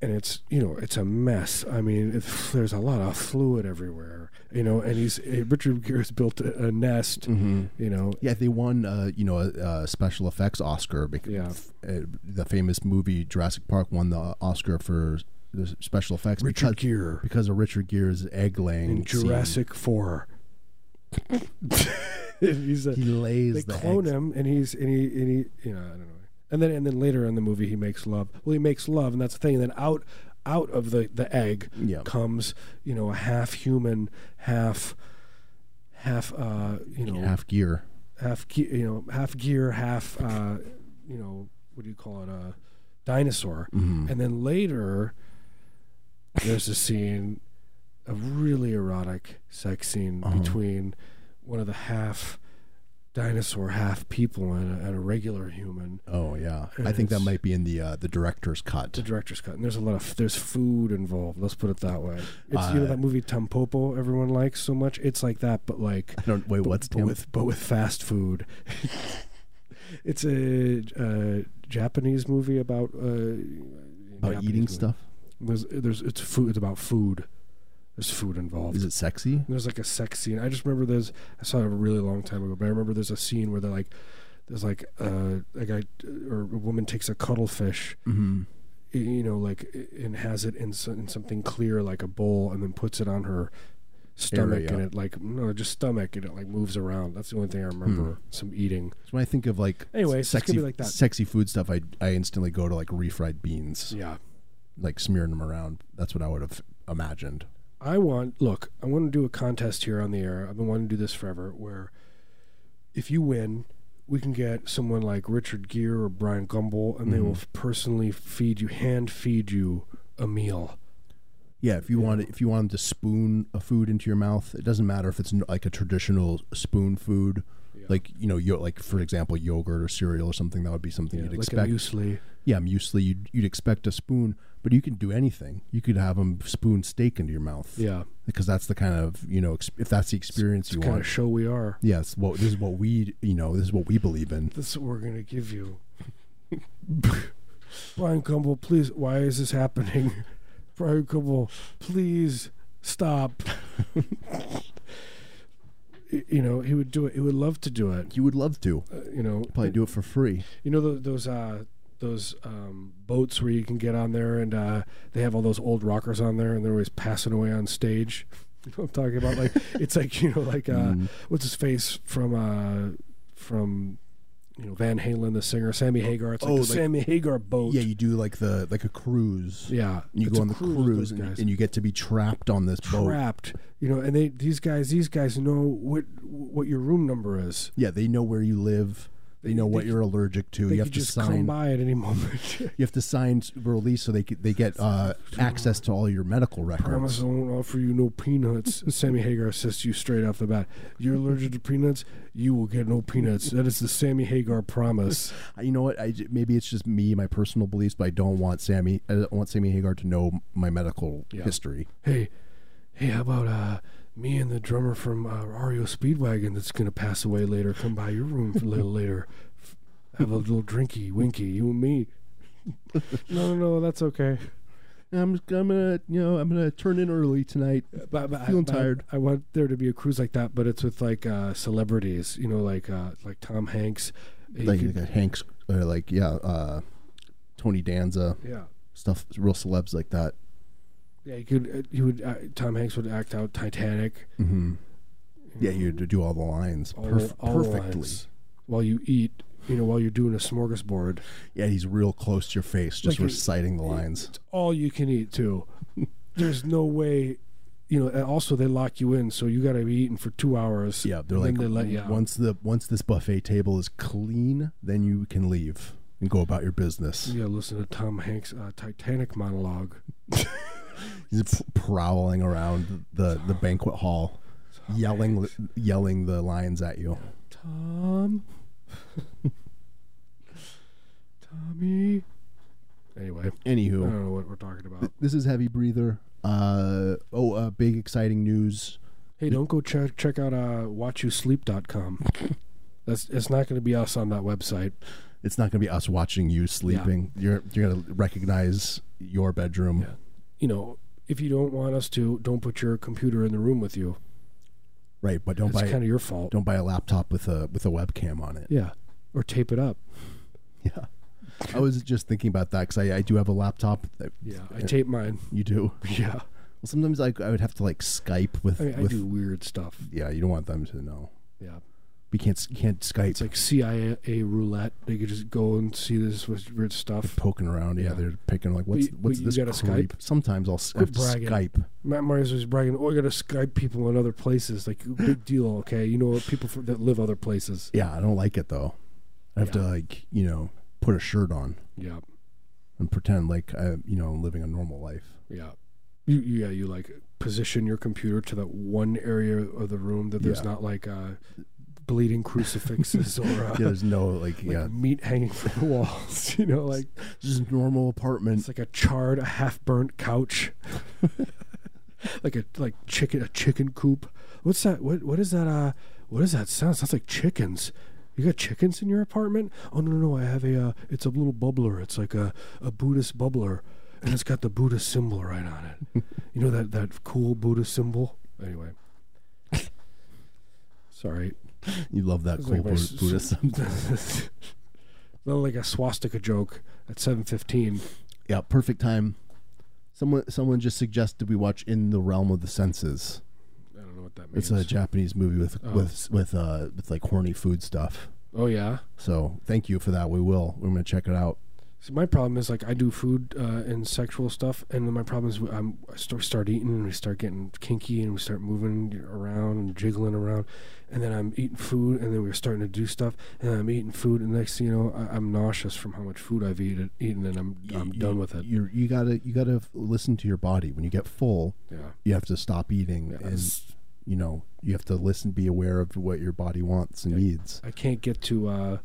B: and it's you know it's a mess. I mean, it, there's a lot of fluid everywhere, you know. And he's eh, Richard Gere's built a, a nest,
A: Mm-hmm.
B: you know.
A: Yeah, they won, uh, you know, a, a special effects Oscar. Because
B: Yeah.
A: uh, the famous movie Jurassic Park won the Oscar for the special effects
B: Richard
A: because,
B: Gere
A: because of Richard Gere's egg laying
B: in Jurassic Four. he's a,
A: He lays the
B: they clone
A: eggs.
B: him and he's and he and he you know I don't know and then and then later in the movie he makes love well he makes love and that's the thing and then out out of the the egg
A: Yeah.
B: comes you know a half human half half uh you know half,
A: half gear.
B: ge- you know half gear half uh you know what do you call it uh dinosaur and then later there's a scene a really erotic sex scene between one of the half dinosaur, half people, and a, and a regular human.
A: Oh yeah, I think that
B: It's-
A: might be in the uh, the director's cut.
B: The director's cut, and there's a lot of there's food involved. Let's put it that way. It's you know
A: Uh,
B: that movie Tampopo everyone likes so much. It's like that, but like
A: I don't wait. What's
B: but with but with fast food. it's a, uh Japanese movie about uh,
A: about
B: Japanese
A: eating
B: movie.
A: stuff?
B: There's there's it's food. It's about food. There's food involved.
A: Is it sexy?
B: There's like a sex scene. I just remember there's I saw it a really long time ago, but I remember there's a scene where they're like there's like uh, a guy or a woman takes a cuttlefish,
A: Mm-hmm.
B: y- you know, like and has it in, so- in something clear like a bowl, and then puts it on her stomach,
A: Area.
B: and it like no, just stomach, and it like moves around. That's the only thing I remember.
A: Hmm.
B: Some eating.
A: So when I think of like
B: Anyway, it's just
A: sexy
B: gonna be like that.
A: sexy food stuff, I I instantly go to like refried beans,
B: Yeah.
A: like smearing them around. That's what I would have imagined.
B: I want look, I want to do a contest here on the air. I've been wanting to do this forever where if you win, we can get someone like Richard Gere or Brian Gumble and they will f- personally feed you hand feed you a meal.
A: Yeah, if you want if you want 'em to spoon a food into your mouth, it doesn't matter if it's n- like a traditional spoon food. Like you know, yo, like for example, yogurt or cereal or something that would be something you'd
B: like
A: expect.
B: a muesli.
A: yeah, muesli. You'd, you'd expect a spoon, but you could do anything. You could have them spoon steak into your mouth.
B: Yeah.
A: because that's the kind of you know ex- if that's the experience you
B: What kind
A: want.
B: of show we are.
A: yes, well, this is what we you know this is what we believe in.
B: This is what we're gonna give you. Brian Gumble, please why is this happening? Brian Gumble, please stop. Y- you know, he would do it. He would love to do it.
A: You would love to
B: you know
A: probably do it for free.
B: you know tho- those uh those um, boats where you can get on there and uh, they have all those old rockers on there and they're always passing away on stage you know what i'm talking about
A: Mm-hmm.
B: like it's like you know like uh, what's his face from uh from you know Van Halen, the singer, Sammy Hagar. It's like
A: Oh,
B: the
A: like-
B: Sammy Hagar boat.
A: Yeah, you do like the like a cruise.
B: yeah.
A: you
B: It's
A: go
B: a
A: on the
B: with
A: cruise,
B: those
A: and,
B: guys.
A: and you get to be trapped on this boat.
B: trapped. You know, and they these guys these guys know what what your room number is.
A: Yeah, they know where you live. They know what
B: they-
A: you're allergic to.
B: They
A: You have
B: could
A: to
B: just come
A: sign.
B: by at any moment.
A: You have to sign s- release so they c- they get uh, access to all your medical records.
B: Promise I won't offer you no peanuts. Sammy Hagar says to you straight off the bat, "You're allergic to peanuts. You will get no peanuts." That is the Sammy Hagar promise.
A: I- You know what? I j- maybe it's just me, my personal beliefs, but I don't want Sammy. I don't want Sammy Hagar to know m- my medical
B: Yeah.
A: history.
B: Hey, hey, how about uh, me and the drummer from uh, REO Speedwagon that's gonna pass away later? Come by your room a little later. Have a little drinky winky, you and me. no, no, no, that's okay.
A: I'm I'm gonna you know I'm gonna turn in early tonight.
B: but, but I-
A: Feeling
B: but I,
A: tired.
B: I want there to be a cruise like that, but it's with like uh, celebrities, you know, like uh, like Tom Hanks. You
A: Like,
B: could-
A: like Hanks, or like yeah, uh, Tony Danza
B: yeah,
A: stuff, real celebs like that.
B: yeah, you could. uh, He would. Uh, Tom Hanks would act out Titanic.
A: hmm Yeah, you had to do all the lines
B: all-
A: perf-
B: all
A: perfectly.
B: lines while you eat. You know, while you're doing a smorgasbord,
A: Yeah, he's real close to your face, just
B: Like,
A: reciting the lines.
B: it's all you can eat too. There's no way. You know, and also they lock you in, so you got to be eating for two hours.
A: Yeah, they're
B: and
A: like
B: then they let you out.
A: once the once this buffet table is clean, then you can leave and go about your business.
B: Yeah, listen to Tom Hanks' uh, Titanic monologue.
A: He's p- prowling around the the banquet hall, yelling yelling the lines at you.
B: Tom. Tommy. Anyway, I
A: Anywho,
B: don't know what we're talking about.
A: this is heavy breather. Uh oh, uh, big exciting news.
B: Hey, don't go check check out uh, watchyousleep.com. That's it's not going to be us on that website.
A: It's not going to be us watching you sleeping. You're you're going to recognize your bedroom.
B: You know, if you don't want us to, don't put your computer in the room with you.
A: Right, but don't
B: It's
A: buy
B: kind of your fault.
A: don't buy a laptop with a with a webcam on it.
B: Yeah, or tape it up.
A: Yeah. I was just thinking about that because I, I do have a laptop. That
B: Yeah, I tape mine.
A: You do.
B: Yeah,
A: Well, sometimes I, I would have to like Skype with.
B: I mean, I
A: with
B: do weird stuff.
A: Yeah, you don't want them to know.
B: Yeah,
A: We can't s- you can't Skype.
B: it's like CIA roulette. They could just go and see this weird stuff.
A: poking around. Yeah,
B: Yeah.
A: they're picking like what's
B: you- but
A: what's
B: you
A: this
B: gotta Skype?
A: creep? Sometimes I'll s-
B: Quit
A: have to
B: bragging.
A: Skype.
B: Matt Myers was bragging, "Oh, I gotta Skype people in other places. Like big deal, okay? You know, people from, that live other places.
A: Yeah, I don't like it though. I have to
B: Yeah.
A: like you know put a shirt on
B: Yeah,
A: and pretend like I you know I'm living a normal life.
B: yeah. You, yeah, you like position your computer to that one area of the room that there's
A: Yeah.
B: not like uh, bleeding crucifixes or uh,
A: Yeah, there's no like
B: like
A: yeah,
B: meat hanging from the walls. You know, like
A: just a normal apartment.
B: it's like a charred, a half-burnt couch, like a like chicken, a chicken coop. What's that? What what is that? Uh, what is that sound? Sounds like chickens. You got chickens in your apartment? Oh no no no! I have a. Uh, it's a little bubbler. It's like a a Buddhist bubbler, and it's got the Buddhist symbol right on it. you know that that cool Buddhist symbol. Anyway. Sorry,
A: You love that
B: It's
A: cool
B: like my s-
A: Buddhist Buddhism.
B: not like a swastika joke at seven fifteen.
A: yeah, perfect time. Someone someone just suggested we watch In the Realm of the Senses.
B: I don't know what that
A: It's
B: means.
A: a Japanese movie with
B: Oh.
A: with with uh with like horny food stuff.
B: oh yeah.
A: So thank you for that. We will. We're gonna check it out.
B: So my problem is like I do food uh, and sexual stuff, and then my problem is I'm, I start start eating and we start getting kinky and we start moving around and jiggling around, and then I'm eating food and then we're starting to do stuff and I'm eating food and next thing you know I, I'm nauseous from how much food I've eaten eaten and I'm I'm
A: You-
B: done with it.
A: You you gotta you gotta f- listen to your body. When you get full,
B: Yeah,
A: you have to stop eating,
B: Yeah,
A: and
B: it's-
A: you know you have to listen, be aware of what your body wants and needs.
B: I can't get to uh,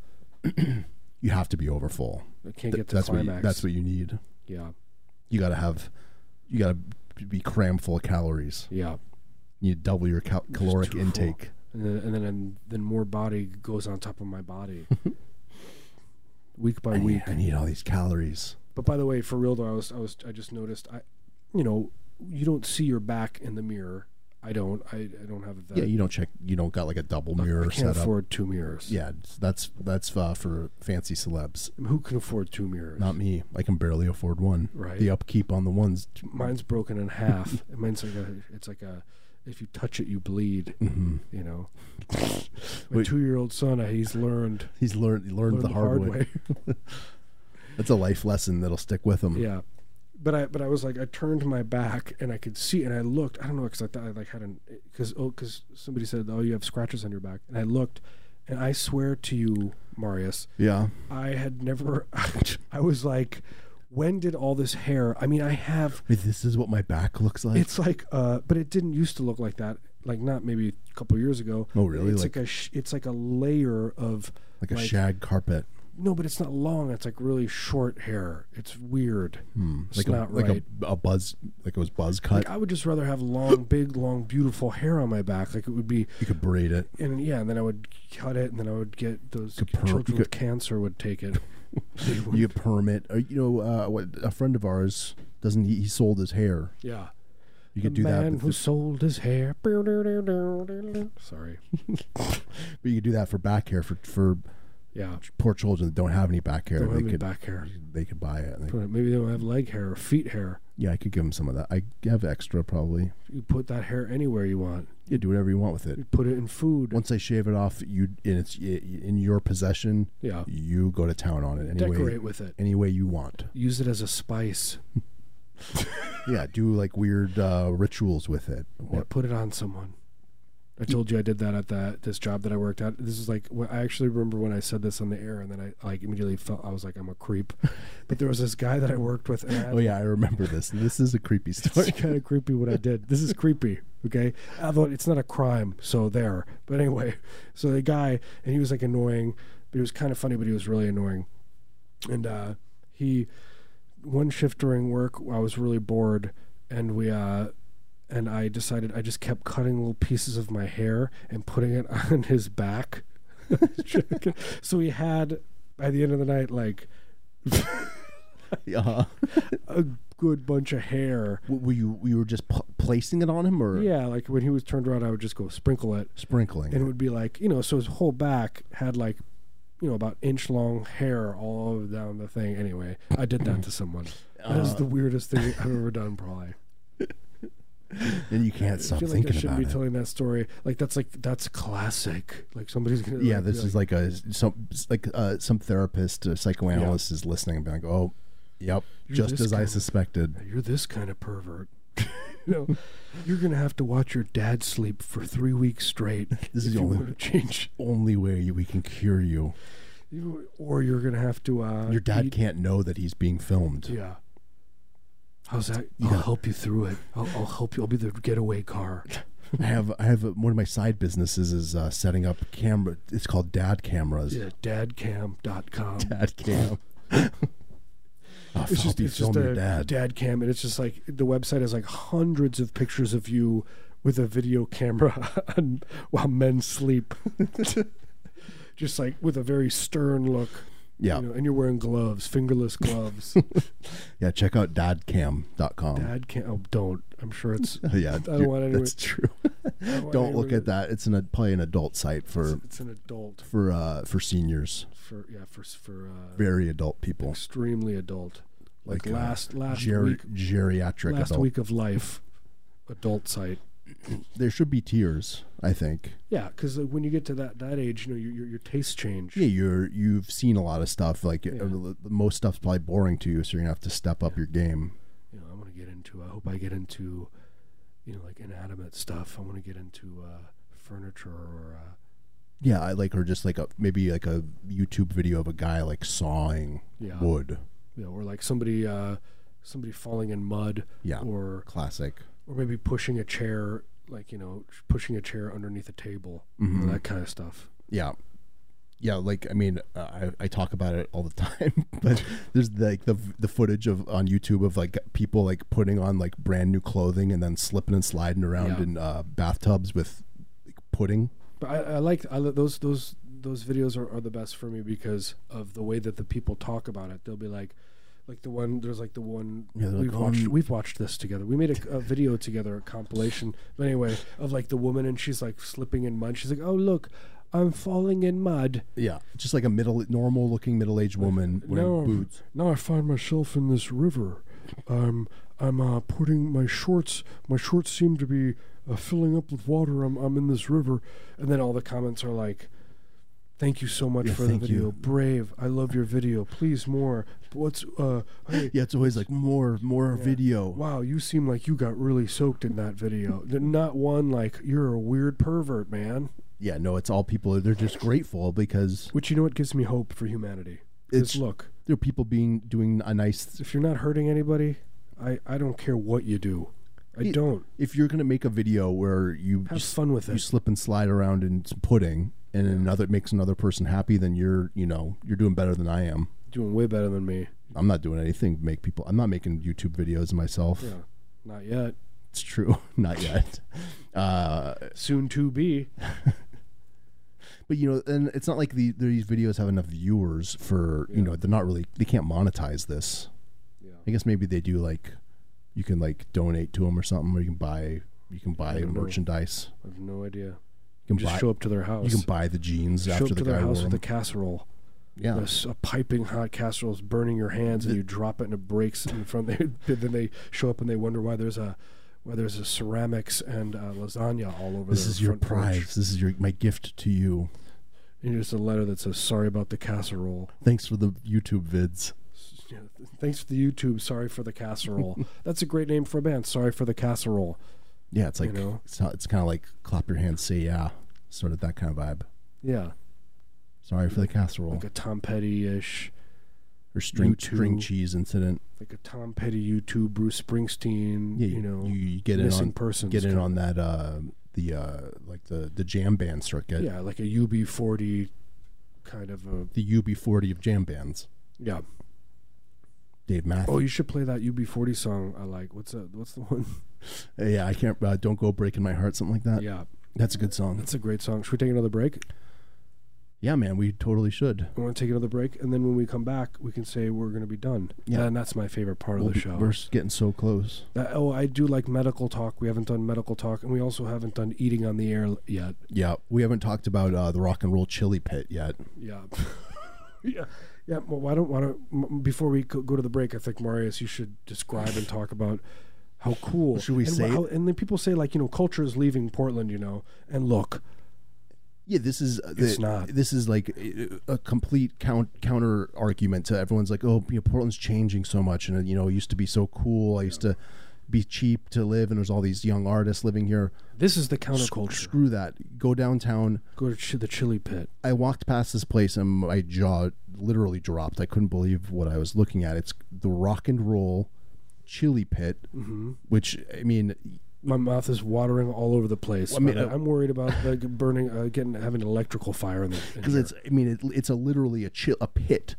A: You have to be over full.
B: I can't
A: Th-
B: get to
A: that's
B: climax.
A: what you, that's what you need.
B: yeah
A: You gotta have, you gotta be crammed full of calories.
B: yeah.
A: You need to double your cal- caloric
B: too full.
A: intake.
B: and then and then and then more body goes on top of my body, week by
A: I
B: week.
A: need, I need all these calories.
B: But by the way, for real though, I was I was I just noticed I, you know, you don't see your back in the mirror. I don't. I, I don't have that.
A: yeah, you don't check. You don't got like a double mirror
B: I can't
A: set up.
B: afford two mirrors.
A: Yeah, it's- that's that's uh, for fancy celebs.
B: I mean, who can afford two mirrors?
A: Not me. I can barely afford one.
B: Right.
A: The upkeep on the ones.
B: Mine's broken in half. Mine's like a. It's like a. if you touch it, you bleed. You know, my
A: Mm-hmm. Wait.
B: two-year-old son, uh, he's learned,
A: He's learned he learned,
B: learned
A: the, hard, way. That's a life lesson that'll stick with him.
B: yeah, but I but I was like, I turned my back and I could see, and I looked. I don't know because I thought I like had an because oh because somebody said oh you have scratches on your back, and I looked, and I swear to you, Marius,
A: Yeah.
B: I had never. I was like, when did all this hair? I mean, I have
A: Wait, this is what my back looks like.
B: It's like, uh, but it didn't used to look like that. Like not maybe a couple years ago.
A: Oh, really?
B: It's
A: Like-
B: like, a sh- it's like a layer of
A: like a shag carpet.
B: No, but it's not long. It's like really short hair. It's weird. It's
A: Hmm. Like a,
B: not
A: like
B: right.
A: a, a buzz like uh, it was buzz cut.
B: like I would just rather have long, big, long, beautiful hair on my back. Like it would be,
A: you could braid it.
B: and yeah, and then I would cut it, and then I would get those
A: Could perm-
B: children
A: you
B: with
A: could-
B: cancer would take it. They would-
A: You could permit. Or, you know, uh, what a friend of ours doesn't he, he sold his hair.
B: yeah.
A: You could
B: the
A: do that
B: man
A: with
B: who
A: the-
B: sold his hair. Sorry.
A: but you could do that for back hair for for
B: Yeah.
A: poor children that don't have any back hair.
B: Don't have
A: they
B: any
A: could
B: back hair.
A: they could buy it. and they-
B: But maybe they don't have leg hair or feet hair.
A: yeah, I could give them some of that. I have extra probably.
B: You put that hair anywhere you want.
A: Yeah, do whatever you want with it.
B: You put it in food.
A: Once I shave it off, you and it's i- in your possession.
B: Yeah.
A: you go to town on it any
B: Decorate
A: way,
B: with it.
A: any way you want.
B: Use it as a spice.
A: Yeah, do like weird uh, rituals with it.
B: Yeah,
A: Or-
B: put it on someone. I told you I did that at that this job that I worked at. This is like wh- I actually remember when I said this on the air, and then I like immediately felt I was like I'm a creep. But there was this guy that I worked with. And I had
A: Oh yeah, I remember this. This is a creepy story.
B: It's kind of creepy what I did. This is creepy, okay? Although it's not a crime, so there. But anyway, so the guy, and he was like annoying, but he was kind of funny, but he was really annoying. And uh, he, one shift during work, I was really bored, and we, uh, and I decided I just kept cutting little pieces of my hair and putting it on his back. so he had, by the end of the night, like
A: Uh,
B: a good bunch of hair.
A: were you you were just pl- placing it on him or
B: Yeah, like when he was turned around, I would just go sprinkle it,
A: sprinkling?
B: and it
A: it?
B: would be like you know, so his whole back had like you know about inch long hair all over down the thing. Anyway, I did that to someone. That is the weirdest thing I've ever done, probably.
A: and you can't stop
B: I feel like I
A: thinking
B: shouldn't
A: about
B: be
A: it.
B: telling that story. Like that's like that's classic. Like somebody's gonna
A: yeah,
B: like,
A: this
B: be
A: is like a some like uh, some therapist or psychoanalyst is listening and being like, "Oh, yep,
B: You're
A: just
B: this
A: as I
B: kind of-
A: suspected."
B: you're this kind of pervert. you know, you're gonna have to watch your dad sleep for three weeks straight.
A: This is
B: if
A: the
B: you
A: only-
B: want to change,
A: Only way you- we can cure you.
B: You- or you're gonna have to. Uh,
A: Your dad
B: eat-
A: can't know that he's being filmed.
B: Yeah. How's that? I'll help you through it. I'll, I'll help you. I'll be the getaway car.
A: I have I have a, one of my side businesses is uh, setting up camera. It's called Dad Cameras.
B: Yeah, dadcam.com.
A: Dad Cam. oh,
B: It's
A: just,
B: just,
A: you
B: it's just
A: film your
B: a
A: dad.
B: dadcam, and it's just like the website has like hundreds of pictures of you with a video camera on, while men sleep. just like with a very stern look.
A: Yeah,
B: You know, and you're wearing gloves, fingerless gloves.
A: yeah. Check out dadcam.com.
B: dadcam. Oh, don't. I'm sure it's.
A: yeah,
B: don't
A: you-
B: want anyone-
A: that's true. Don't look at that. It's an ad- probably an adult site for
B: It's an adult
A: for uh, for seniors,
B: for yeah for for uh,
A: very adult people,
B: extremely adult. Like,
A: Like, uh,
B: last last
A: Geri-
B: week
A: geriatric
B: last
A: adult.
B: week of life, adult site.
A: There should be tiers, I think.
B: Yeah, because when you get to that that age, you know your your, your tastes change.
A: Yeah, you're you've seen a lot of stuff. Like uh, the- the most stuff's probably boring to you, so you're gonna have to step up your game.
B: You know, I want to get into. I hope I get into, you know, like inanimate stuff. I want to get into uh, furniture or. Uh,
A: Yeah, I like or just like a maybe like a YouTube video of a guy like sawing
B: Yeah.
A: wood.
B: you know, or like somebody uh, somebody falling in mud,
A: Yeah.
B: or
A: Classic.
B: or maybe pushing a chair, like you know, pushing a chair underneath a table, you
A: Mm-hmm.
B: know, that kind of stuff.
A: Yeah. Yeah, like I mean, uh, I, I talk about it all the time, but there's like the the footage of on YouTube of like people like putting on like brand new clothing and then slipping and sliding around
B: Yeah.
A: in uh, bathtubs with like, pudding.
B: But I, I like I, li- those those those videos are, are the best for me because of the way that the people talk about it. They'll be like, like the one there's like the one
A: Yeah, they're
B: we've
A: like,
B: watched
A: um,
B: we've watched this together. We made a, a video together, a compilation. But anyway, of like the woman and she's like slipping in mud. She's like, oh look, I'm falling in mud.
A: Yeah, just like a middle normal looking middle aged woman wearing
B: now, I'm-
A: boots.
B: now I find myself in this river. I'm I'm uh, putting my shorts. My shorts seem to be uh, filling up with water. I'm, I'm in this river. And then all the comments are like, thank you so much
A: Yeah,
B: for the
A: thank you.
B: video. Brave. I love your video. Please more. What's, uh, hey,
A: Yeah, it's always like more, more video.
B: wow, you seem like you got really soaked in that video. Not one like, you're a weird pervert, man.
A: Yeah, no, it's all people. They're just grateful because
B: Which, you know what, gives me hope for humanity.
A: It's-
B: Is look,
A: there are people being doing a nice.
B: if you're not hurting anybody, I, I don't care what you do. I
A: Yeah.
B: don't.
A: If you're gonna make a video where you
B: Have
A: just
B: fun with
A: you
B: it.
A: slip and slide around in some pudding, and another makes another person happy, then you're you know you're doing better than I am.
B: doing way better than me.
A: I'm not doing anything to make people. I'm not making YouTube videos myself.
B: Yeah, not yet.
A: It's true, not yet. Uh,
B: Soon to be.
A: but you know, and it's not like the these videos have enough viewers for you
B: Yeah.
A: know they're not really they can't monetize this.
B: Yeah.
A: I guess maybe they do like you can like donate to them or something, or you can buy you can buy
B: don't know.
A: merchandise.
B: I have no idea.
A: You can
B: Just
A: buy
B: show up to their house.
A: you can buy the jeans
B: show
A: after
B: up
A: the
B: to
A: guy
B: their
A: wore
B: house with a
A: them.
B: casserole.
A: yeah.
B: A, s- a piping hot casserole is burning your hands, and you drop it, and it breaks in front. They, then they show up, and they wonder why there's a why there's a ceramics and uh, lasagna all over.
A: This
B: their
A: is your
B: front porch.
A: prize. This is your my gift to you.
B: And here's a letter that says, "Sorry about the casserole.
A: Thanks for the YouTube vids.
B: Yeah, th- Thanks for the YouTube. Sorry for the casserole. That's a great name for a band. Sorry for the casserole.
A: Yeah, it's like
B: know?
A: it's not, it's kind of like clap your hands, say yeah, sort of that kind of vibe.
B: Yeah,
A: Sorry for the casserole
B: like a Tom Petty ish."
A: or string
B: U2.
A: string cheese incident.
B: like a Tom Petty, YouTube, Bruce Springsteen,
A: Yeah,
B: you know,
A: you, you get in
B: missing
A: on
B: persons.
A: get in
B: kind-
A: on that uh the uh like the the jam band circuit.
B: yeah, like a UB40 kind of a
A: The UB40 of jam bands.
B: yeah.
A: Dave Matthews.
B: Oh, you should play that UB40 song. I like. What's that? What's the one?
A: Yeah, I can't. Uh, Don't go breaking my heart, something like that.
B: yeah,
A: That's a good song.
B: that's a great song. Should we take another break?
A: yeah, man, we totally should.
B: I want to take another break, and then when we come back, we can say we're going to be done.
A: Yeah.
B: and that's my favorite part
A: We'll
B: of
A: be-
B: the show.
A: We're s- getting so close.
B: That- oh, I do like medical talk. We haven't done medical talk, and we also haven't done eating on the air l- yet.
A: Yeah, we haven't talked about uh, the rock and roll chili pit yet.
B: Yeah. yeah. Yeah. Well, why don't, why don't, m- before we go, go to the break, I think, Marius, you should describe and talk about how cool.
A: Should we
B: and
A: say
B: wh- How, and then people say, like, you know, culture is leaving Portland, you know, and look,
A: Yeah, this is uh,
B: It's
A: the-
B: not.
A: This is like uh, a complete count, counter argument to everyone's like, oh, you know, Portland's changing so much, and uh, you know, it used to be so cool. I used to be cheap to live, and there's all these young artists living here.
B: this is the
A: Sc-
B: counterculture.
A: Screw that. Go downtown.
B: Go to ch- the Chili Pit.
A: I walked past this place and my jaw literally dropped. I couldn't believe what I was looking at. It's the Rock and Roll Chili Pit,
B: Mm-hmm.
A: which I mean,
B: My mouth is watering all over the place. I
A: mean,
B: I,
A: uh,
B: am worried about like, burning, uh, getting, having an electrical fire in the in
A: because
B: here.
A: it's I mean, it, it's a literally a chill a pit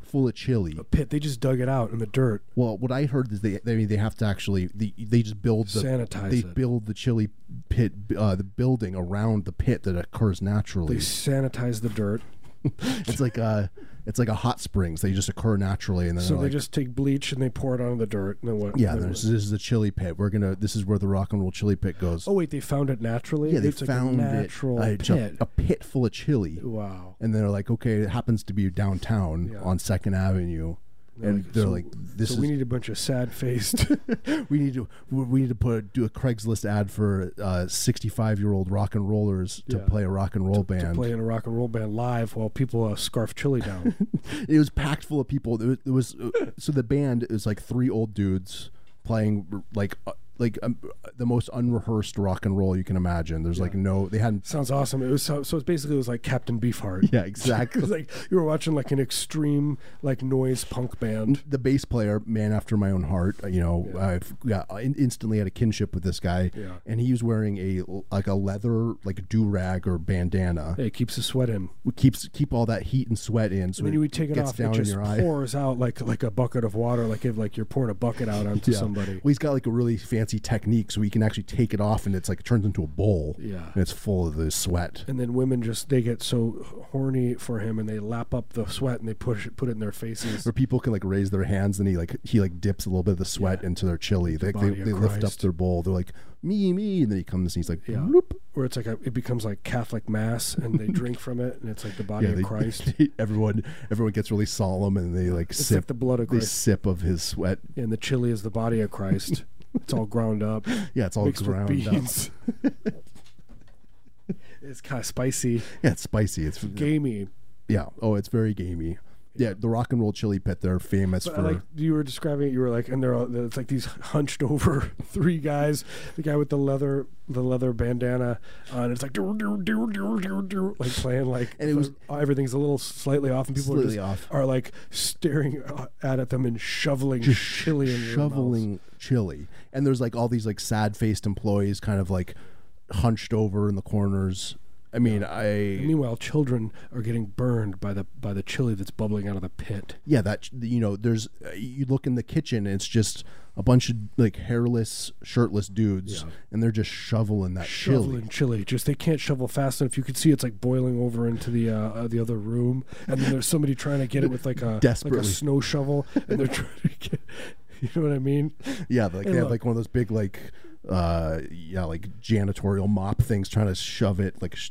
A: full of chili.
B: pit. They just dug it out in the dirt.
A: Well, what I heard is they I mean they have to actually they, they just build the
B: Sanitize
A: they
B: it.
A: build the chili pit uh, the building around the pit that occurs
B: They
A: naturally.
B: sanitize the dirt.
A: it's like a it's like a hot springs. They just occur naturally, and then
B: So
A: they're
B: they
A: like,
B: just take bleach and they pour it on the dirt. And then what?
A: yeah,
B: then
A: there's,
B: what-
A: this is the chili pit. We're gonna this is where the rock and roll chili pit goes.
B: Oh wait, they found it naturally.
A: Yeah, they
B: it's
A: found
B: like a natural
A: it, a, ju-
B: pit.
A: a pit full of chili,
B: wow.
A: and they're like, okay, it happens to be downtown
B: Yeah.
A: on Second Avenue,
B: They're
A: and
B: like,
A: they're
B: so-
A: like, this
B: so
A: is
B: we need a bunch of sad faced.
A: we need to we- we need to put a, do a Craigslist ad for uh, 65 year old rock and rollers to
B: Yeah.
A: play a rock and roll band.
B: play in a rock and roll band live while people uh, scarf chili down.
A: It was packed full of people. It was, it was uh, so the band is like three old dudes playing r- like uh, like um, the most unrehearsed rock and roll you can imagine. There's like no they hadn't
B: Sounds awesome. It was so, so it's basically it was like Captain Beefheart.
A: yeah
B: It was
A: exactly.
B: like you were watching like an extreme like noise punk band.
A: the bass player, man after my own heart, uh, you know,
B: Yeah.
A: I've yeah, I in- instantly had a kinship with this guy,
B: Yeah.
A: and he was wearing a l- like a leather like do rag or bandana,
B: Hey, it keeps the sweat in.
A: It keeps keep all that heat and sweat in, so
B: And then you would take it
A: gets
B: off.
A: down
B: it
A: in
B: just
A: your eye.
B: pours out like like a bucket of water, like if like you're pouring a bucket out onto
A: Yeah.
B: somebody.
A: Well, he's got like a really fancy technique, so he can actually take it off, and it's like it turns into a bowl.
B: Yeah.
A: and it's full of the sweat.
B: and then women just they get so horny for him and they lap up the sweat and they push it, put it in their faces.
A: Or people can like raise their hands, and he like he like dips a little bit of the sweat into their chili. They, they,
B: body of
A: they lift up
B: Christ.
A: their bowl. They're like me, me, and then he comes and he's like,
B: Yeah.
A: bloop.
B: Or it's like a, it becomes like Catholic mass and they drink from it and it's like the body
A: Yeah,
B: of
A: they-
B: Christ.
A: everyone everyone gets really solemn, and they like
B: It's
A: sip
B: like the blood of
A: they
B: Christ
A: sip of his sweat.
B: and the chili is the body of Christ. It's all ground up.
A: Yeah, it's all
B: mixed with
A: ground up.
B: beans. it's kind of spicy,
A: Yeah, it's spicy. It's
B: gamey.
A: yeah. Oh, it's very gamey. Yeah, the Rock and Roll Chili Pit. They're famous
B: But I
A: for.
B: like you were describing it, you were like, and they're all, it's like these hunched over three guys. The guy with the leather, the leather bandana, uh, and it's like, "Doo, doo, doo, doo, doo, doo," like playing like,
A: And it was-
B: everything's a little slightly off, and people are,
A: Slightly
B: just,
A: off.
B: are like staring out at them and shoveling chili in their mouths.
A: shoveling chili. And there's like all these like sad faced employees kind of like hunched over in the corners. I mean, I
B: Meanwhile, children are getting burned by the by the chili that's bubbling out of the pit.
A: yeah, that you know, there's uh, you look in the kitchen and it's just a bunch of like hairless, shirtless dudes and they're just shoveling that chili.
B: Shoveling chili, just they can't shovel fast enough. You can see it's like boiling over into the uh, uh, the other room, and then there's somebody trying to get it with like a
A: Desperately.
B: like a snow shovel, and they're trying to get. You know what I mean?
A: Yeah, like they
B: Hey,
A: have
B: look.
A: like one of those big like uh yeah, like janitorial mop things trying to shove it like sh-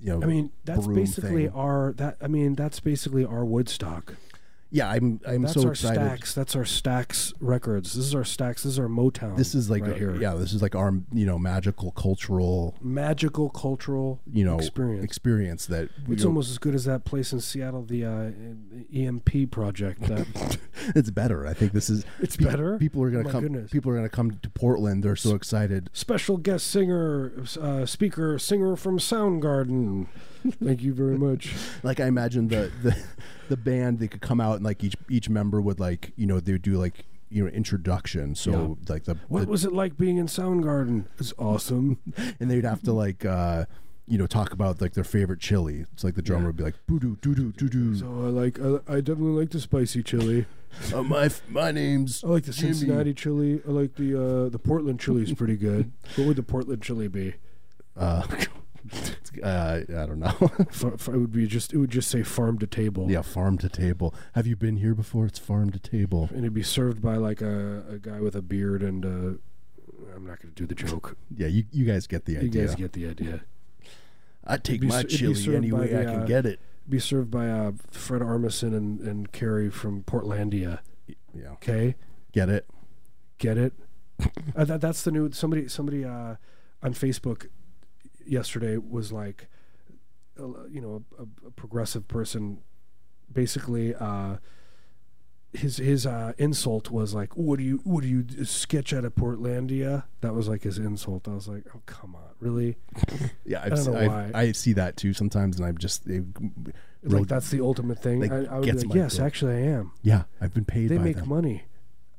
A: you know,
B: I mean, that's
A: broom
B: basically
A: thing.
B: our that. I mean, that's basically our Woodstock.
A: yeah. I'm I'm
B: That's
A: so
B: our
A: excited.
B: stacks. That's our stacks records. This is our stacks. This is our Motown.
A: This is like
B: right
A: a-
B: here.
A: yeah, this is like our you know magical cultural
B: magical cultural
A: you know
B: experience.
A: experience that we
B: It's
A: don't-
B: almost as good as that place in Seattle, the uh, EMP project. That
A: it's better. I think this is
B: It's
A: pe-
B: better?
A: People are gonna
B: My
A: come.
B: goodness.
A: People are gonna come to Portland. They're so excited.
B: special guest singer, uh, speaker, singer from Soundgarden. Thank you very much.
A: Like I imagine the the, the band they could come out and like each each member would like you know they would do like you know introduction. So like the,
B: What
A: the-
B: was it like being in Soundgarden? It's awesome.
A: and they'd have to like. uh you know, talk about like their favorite chili. It's like the drummer would be like, "Boo doo doo doo doo
B: So
A: doo."
B: I like, I, I definitely like the spicy chili.
A: Uh, my f- my name's
B: I like the
A: Jimmy.
B: Cincinnati chili. I like the uh, the Portland chili is pretty good. what would the Portland chili be?
A: Uh, uh, I don't know.
B: Far, far, it would be just it would just say farm to table.
A: yeah, farm to table. Have you been here before? It's farm to table.
B: and it'd be served by like a, a guy with a beard and uh, I'm not gonna do the joke.
A: Yeah, you, you guys get the
B: You
A: idea.
B: guys get the idea.
A: I take
B: Be
A: my
B: ser- it'd be
A: chili
B: served
A: any
B: by
A: way
B: the,
A: I can
B: uh,
A: get it.
B: Be served by uh, Fred Armisen and, and Carrie from Portlandia.
A: Yeah,
B: Okay,
A: get it.
B: get it? uh, that, that's the new somebody somebody uh, on Facebook yesterday was like, uh, you know, a, a- a progressive person, basically. Uh, his his uh, insult was like, "What do you what do you d- sketch out of Portlandia?" That was like his insult. I was like, "Oh come on, really?"
A: Yeah,
B: don't
A: I've,
B: know
A: se- I've-
B: why.
A: I see that too sometimes, and I'm just they,
B: It's like that's the ultimate thing.
A: Like,
B: I, I would be
A: gets
B: like,
A: my
B: "Yes,
A: goat."
B: actually, I am."
A: yeah. I've been paid
B: They
A: by
B: make
A: them.
B: money,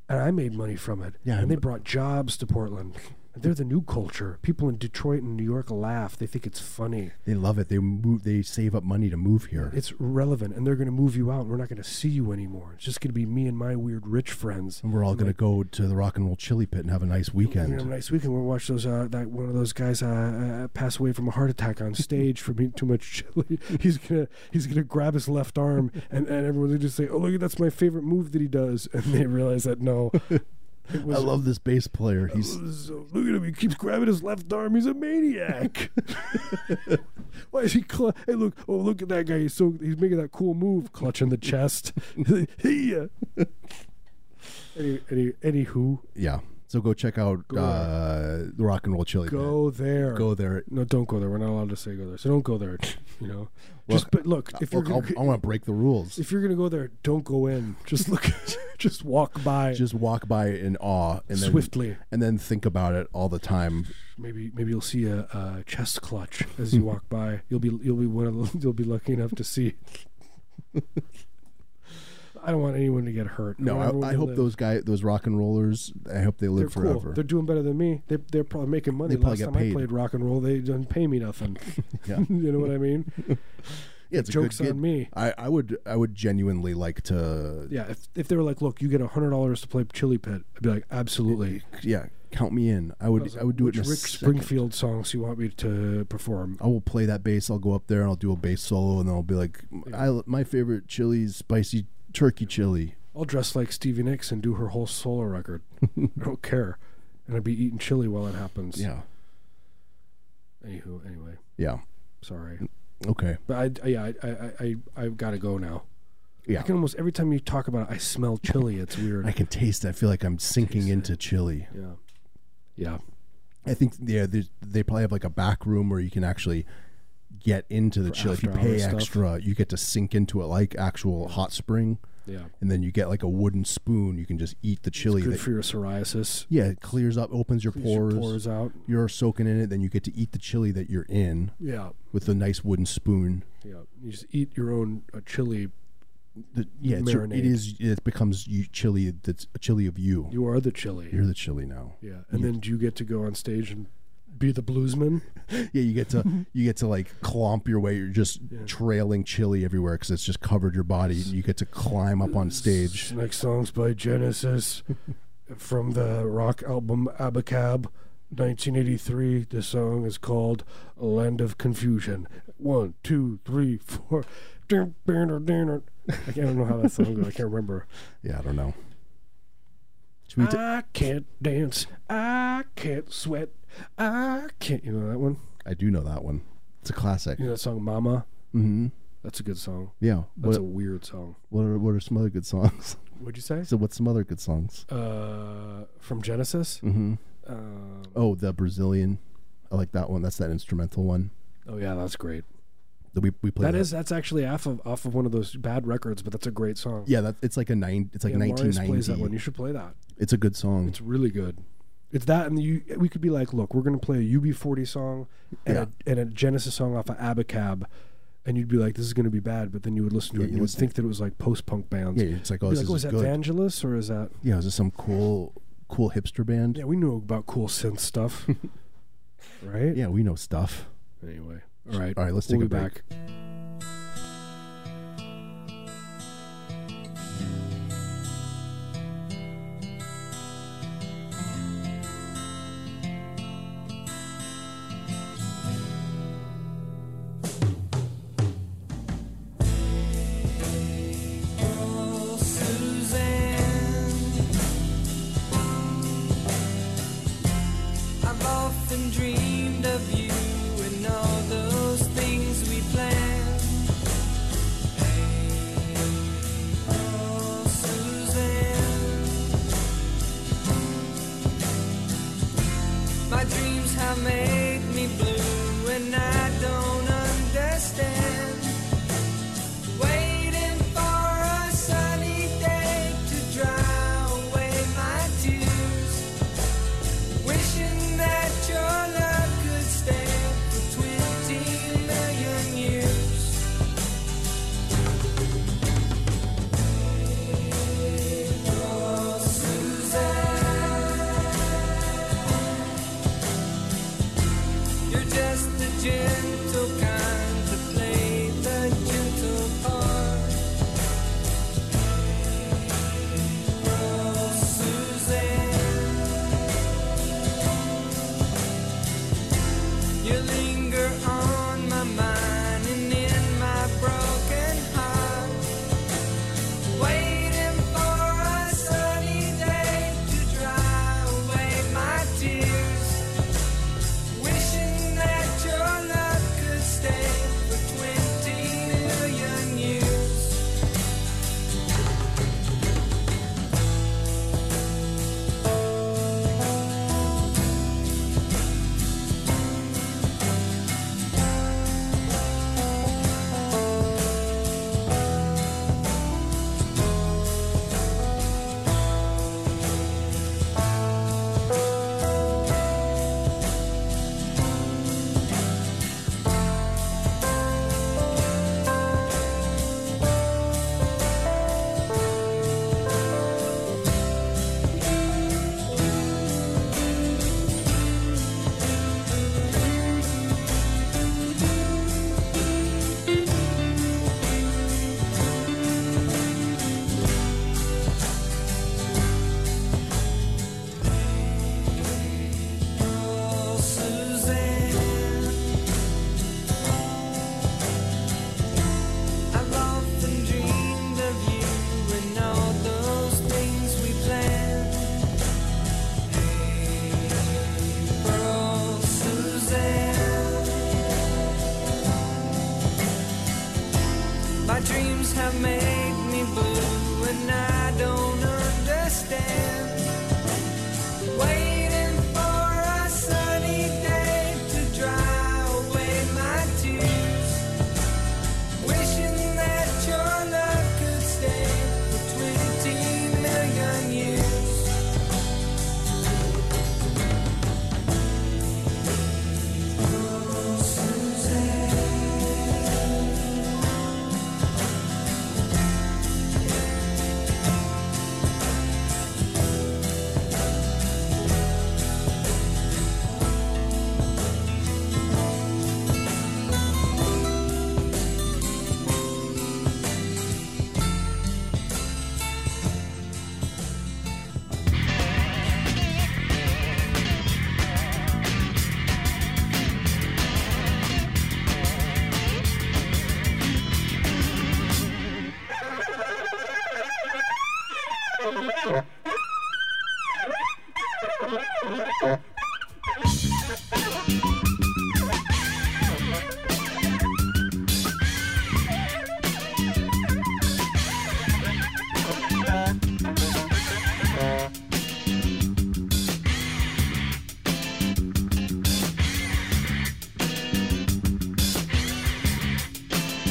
B: and I made money from it.
A: Yeah,
B: and they
A: but-
B: brought jobs to Portland. They're the new culture. People in Detroit and New York laugh. They think it's funny.
A: They love it. They move. They save up money to move here.
B: It's relevant, and they're going to move you out. And we're not going to see you anymore. It's just going to be me and my weird rich friends.
A: and we're all gonna
B: like-
A: go to the Rock and Roll Chili Pit and have a nice
B: We're gonna have a
A: weekend.
B: nice weekend. We'll watch those. Uh, that one of those guys uh, uh, pass away from a heart attack on stage from eating too much chili. He's gonna he's gonna grab his left arm, and, and everyone's gonna just say, "Oh look, that's my favorite move that he does," and they realize that no, it
A: I
B: was
A: love this bass player. He's
B: So, uh, look at him. He keeps grabbing his left arm. He's a maniac. Why is he? Cl- hey, look! Oh, look at that guy. He's so he's making that cool move, clutching the chest. yeah. any, any, anywho,
A: yeah. So go check out
B: Go
A: uh, the Rock and Roll Chili
B: go there.
A: Pit. Go there.
B: No, don't go there. We're not allowed to say go there. So don't go there. You know.
A: Look,
B: Just but look, if you're
A: Look, I'll,
B: gonna,
A: I want to break the rules.
B: if you're gonna go there, don't go in. Just look. just walk by.
A: Just walk by in awe and then,
B: Swiftly.
A: and then think about it all the time.
B: Maybe maybe you'll see a, a chest clutch as you walk by. You'll be you'll be one of the, you'll be lucky enough to see. I don't want anyone to get hurt.
A: No,
B: want everyone
A: I, I
B: to
A: hope
B: live.
A: those guy, those rock and rollers. I hope they
B: they're
A: live
B: cool.
A: forever.
B: They're doing better than me. They they're probably making money.
A: They probably
B: Last
A: get
B: time
A: paid.
B: I played rock and roll, they didn't pay me nothing.
A: Yeah.
B: you know what I mean?
A: yeah, it's a good
B: Jokes on
A: gig.
B: me.
A: I, I would I would genuinely like to
B: Yeah, if if they were like, look, you get hundred dollars to play Chili Pit, I'd be like, absolutely.
A: yeah count me in. I would
B: was
A: I would do it
B: Which
A: in a
B: Rick
A: second.
B: Springfield songs you want me to perform?
A: I will play that bass. I'll go up there and I'll do a bass solo and I'll be like, I my favorite chili is spicy turkey chili.
B: I'll dress like Stevie Nicks and do her whole solo record. I don't care, and I'd be eating chili while it happens.
A: Yeah,
B: Anywho, anyway,
A: yeah.
B: sorry,
A: Okay,
B: but I, I yeah, I I I I- I've got to go now.
A: yeah.
B: I can almost every time you talk about it, I smell chili. It's weird.
A: I can taste. it. I feel like I'm sinking into chili.
B: yeah. Yeah.
A: I think yeah, there's- they probably have like a back room where you can actually get into the chill. If you
B: after
A: pay
B: hours stuff.
A: extra, you get to sink into it like actual hot spring,
B: Yeah.
A: and then you get like a wooden spoon. You can just eat the chili.
B: Good
A: that-
B: for your psoriasis.
A: yeah, it clears up, opens your
B: Your
A: pores.
B: pores out.
A: You're soaking in it, then you get to eat the chili that you're in
B: Yeah.
A: with a nice wooden spoon.
B: Yeah. You just eat your own uh, chili.
A: The, yeah, it's your- it
B: Marinade.
A: is. It becomes you chili. That's a chili of you.
B: You are the chili.
A: You're the chili now.
B: yeah. And then do you get to go on stage and be the bluesman?
A: Yeah, you get to you get to like clomp your way. You're just trailing chili everywhere because it's just covered your body. and You get to climb up on stage.
B: Next song's by Genesis from the rock album Abacab. 1983. The song is called "Land of Confusion." One, two, three, four. I can't I don't know how that song goes. I can't remember.
A: Yeah, I don't know. Should we ta-
B: I can't dance. I can't sweat. I can't. You know that one?
A: I do know that one. It's a classic.
B: You know that song, Mama?
A: Mm-hmm.
B: That's a good song.
A: Yeah.
B: That's
A: What,
B: a weird song.
A: what, are, what are some other good songs?
B: What'd you say?
A: So, what's some other good songs?
B: Uh, from Genesis.
A: Mm-hmm.
B: Um,
A: Oh, the Brazilian. I like that one. That's that instrumental one
B: oh yeah, that's great.
A: that we we played.
B: That is that's actually off of off of one of those bad records, but that's a great song.
A: Yeah, that it's like a nine. It's like
B: Yeah, Marius
A: nineteen
B: plays that one.
A: ninety.
B: You should play that.
A: It's a good song.
B: It's really good. It's that, and you we could be like, look, we're gonna play a UB40 song and, a, and a Genesis song off of Abacab, and you'd be like, this is gonna be bad, but then you would listen to
A: Yeah,
B: it, and
A: you
B: you would
A: listen-
B: think that it was like post punk bands.
A: yeah, it's like oh,
B: Be
A: this
B: like, oh, is
A: is
B: that
A: good.
B: Vangelis or is that?
A: yeah, is this some cool cool hipster band?
B: Yeah, we know about cool synth stuff, right?
A: yeah, we know stuff.
B: Anyway, all right,
A: All right, let's
B: we'll
A: take
B: be
A: a break.
B: back.
E: I've often dreamed of you and all those things we planned.
C: Oh,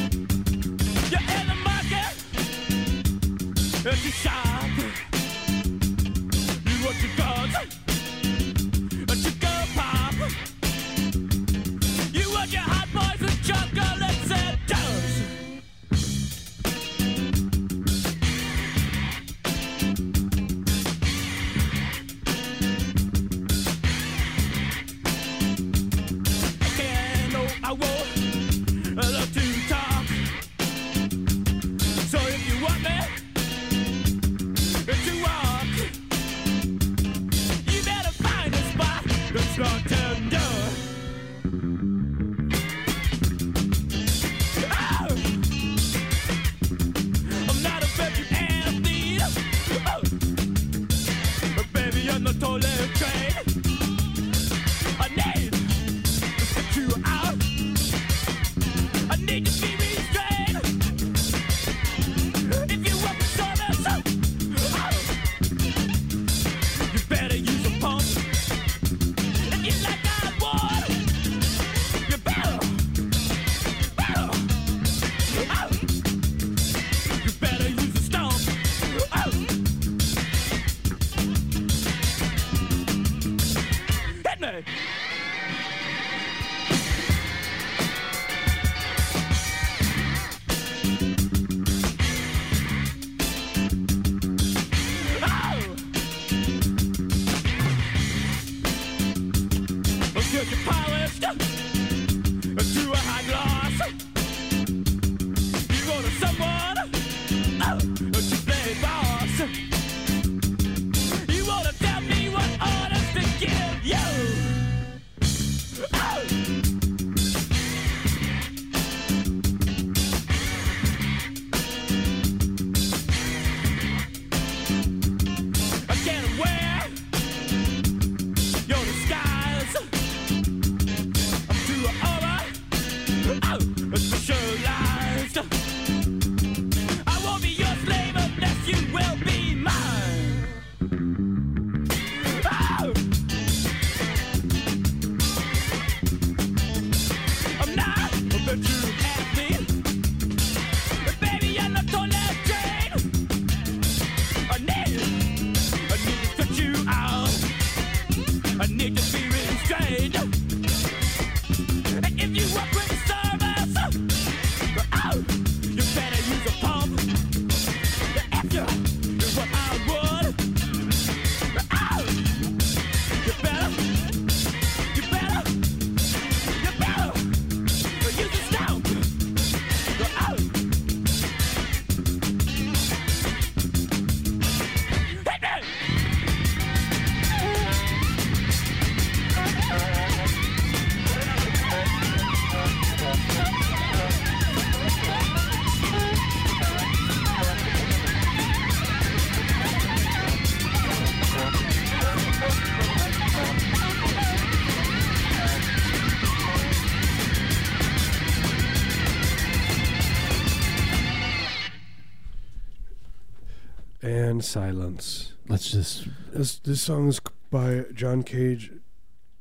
F: You're in the market to shop. You want your guns, but you go pop. You want your hot boys and chocolates and doves. I can, oh, I won't love to talk. So if you want me to walk, you better find a spot that's not tender. Oh! I'm not a virgin and a thief. Oh! But baby, I'm the toilet train. I need to get you out. I need to be restrained. If you want service, oh, you better use a pump. If you like I would, you better, better, oh, you better use a stump. Oh. Hit me. Oh! Until you're polished to a high gloss. You go to someone oh, to play boss. You wanna tell me what orders to give you? Oh! I can't wear your disguise. I'm too over, oh, socialized. I won't be your slave unless you will be mine. Oh! I'm not the true athlete. But baby, I'm not on that train. I need it. I need to cut you out. I need to be restrained. And if you want quick service, oh, you better use a pump. If you do what I would, oh, you better, you better, you better use a stump. Oh, hit me!
B: And silence.
A: Let's just
B: This this song is by John Cage.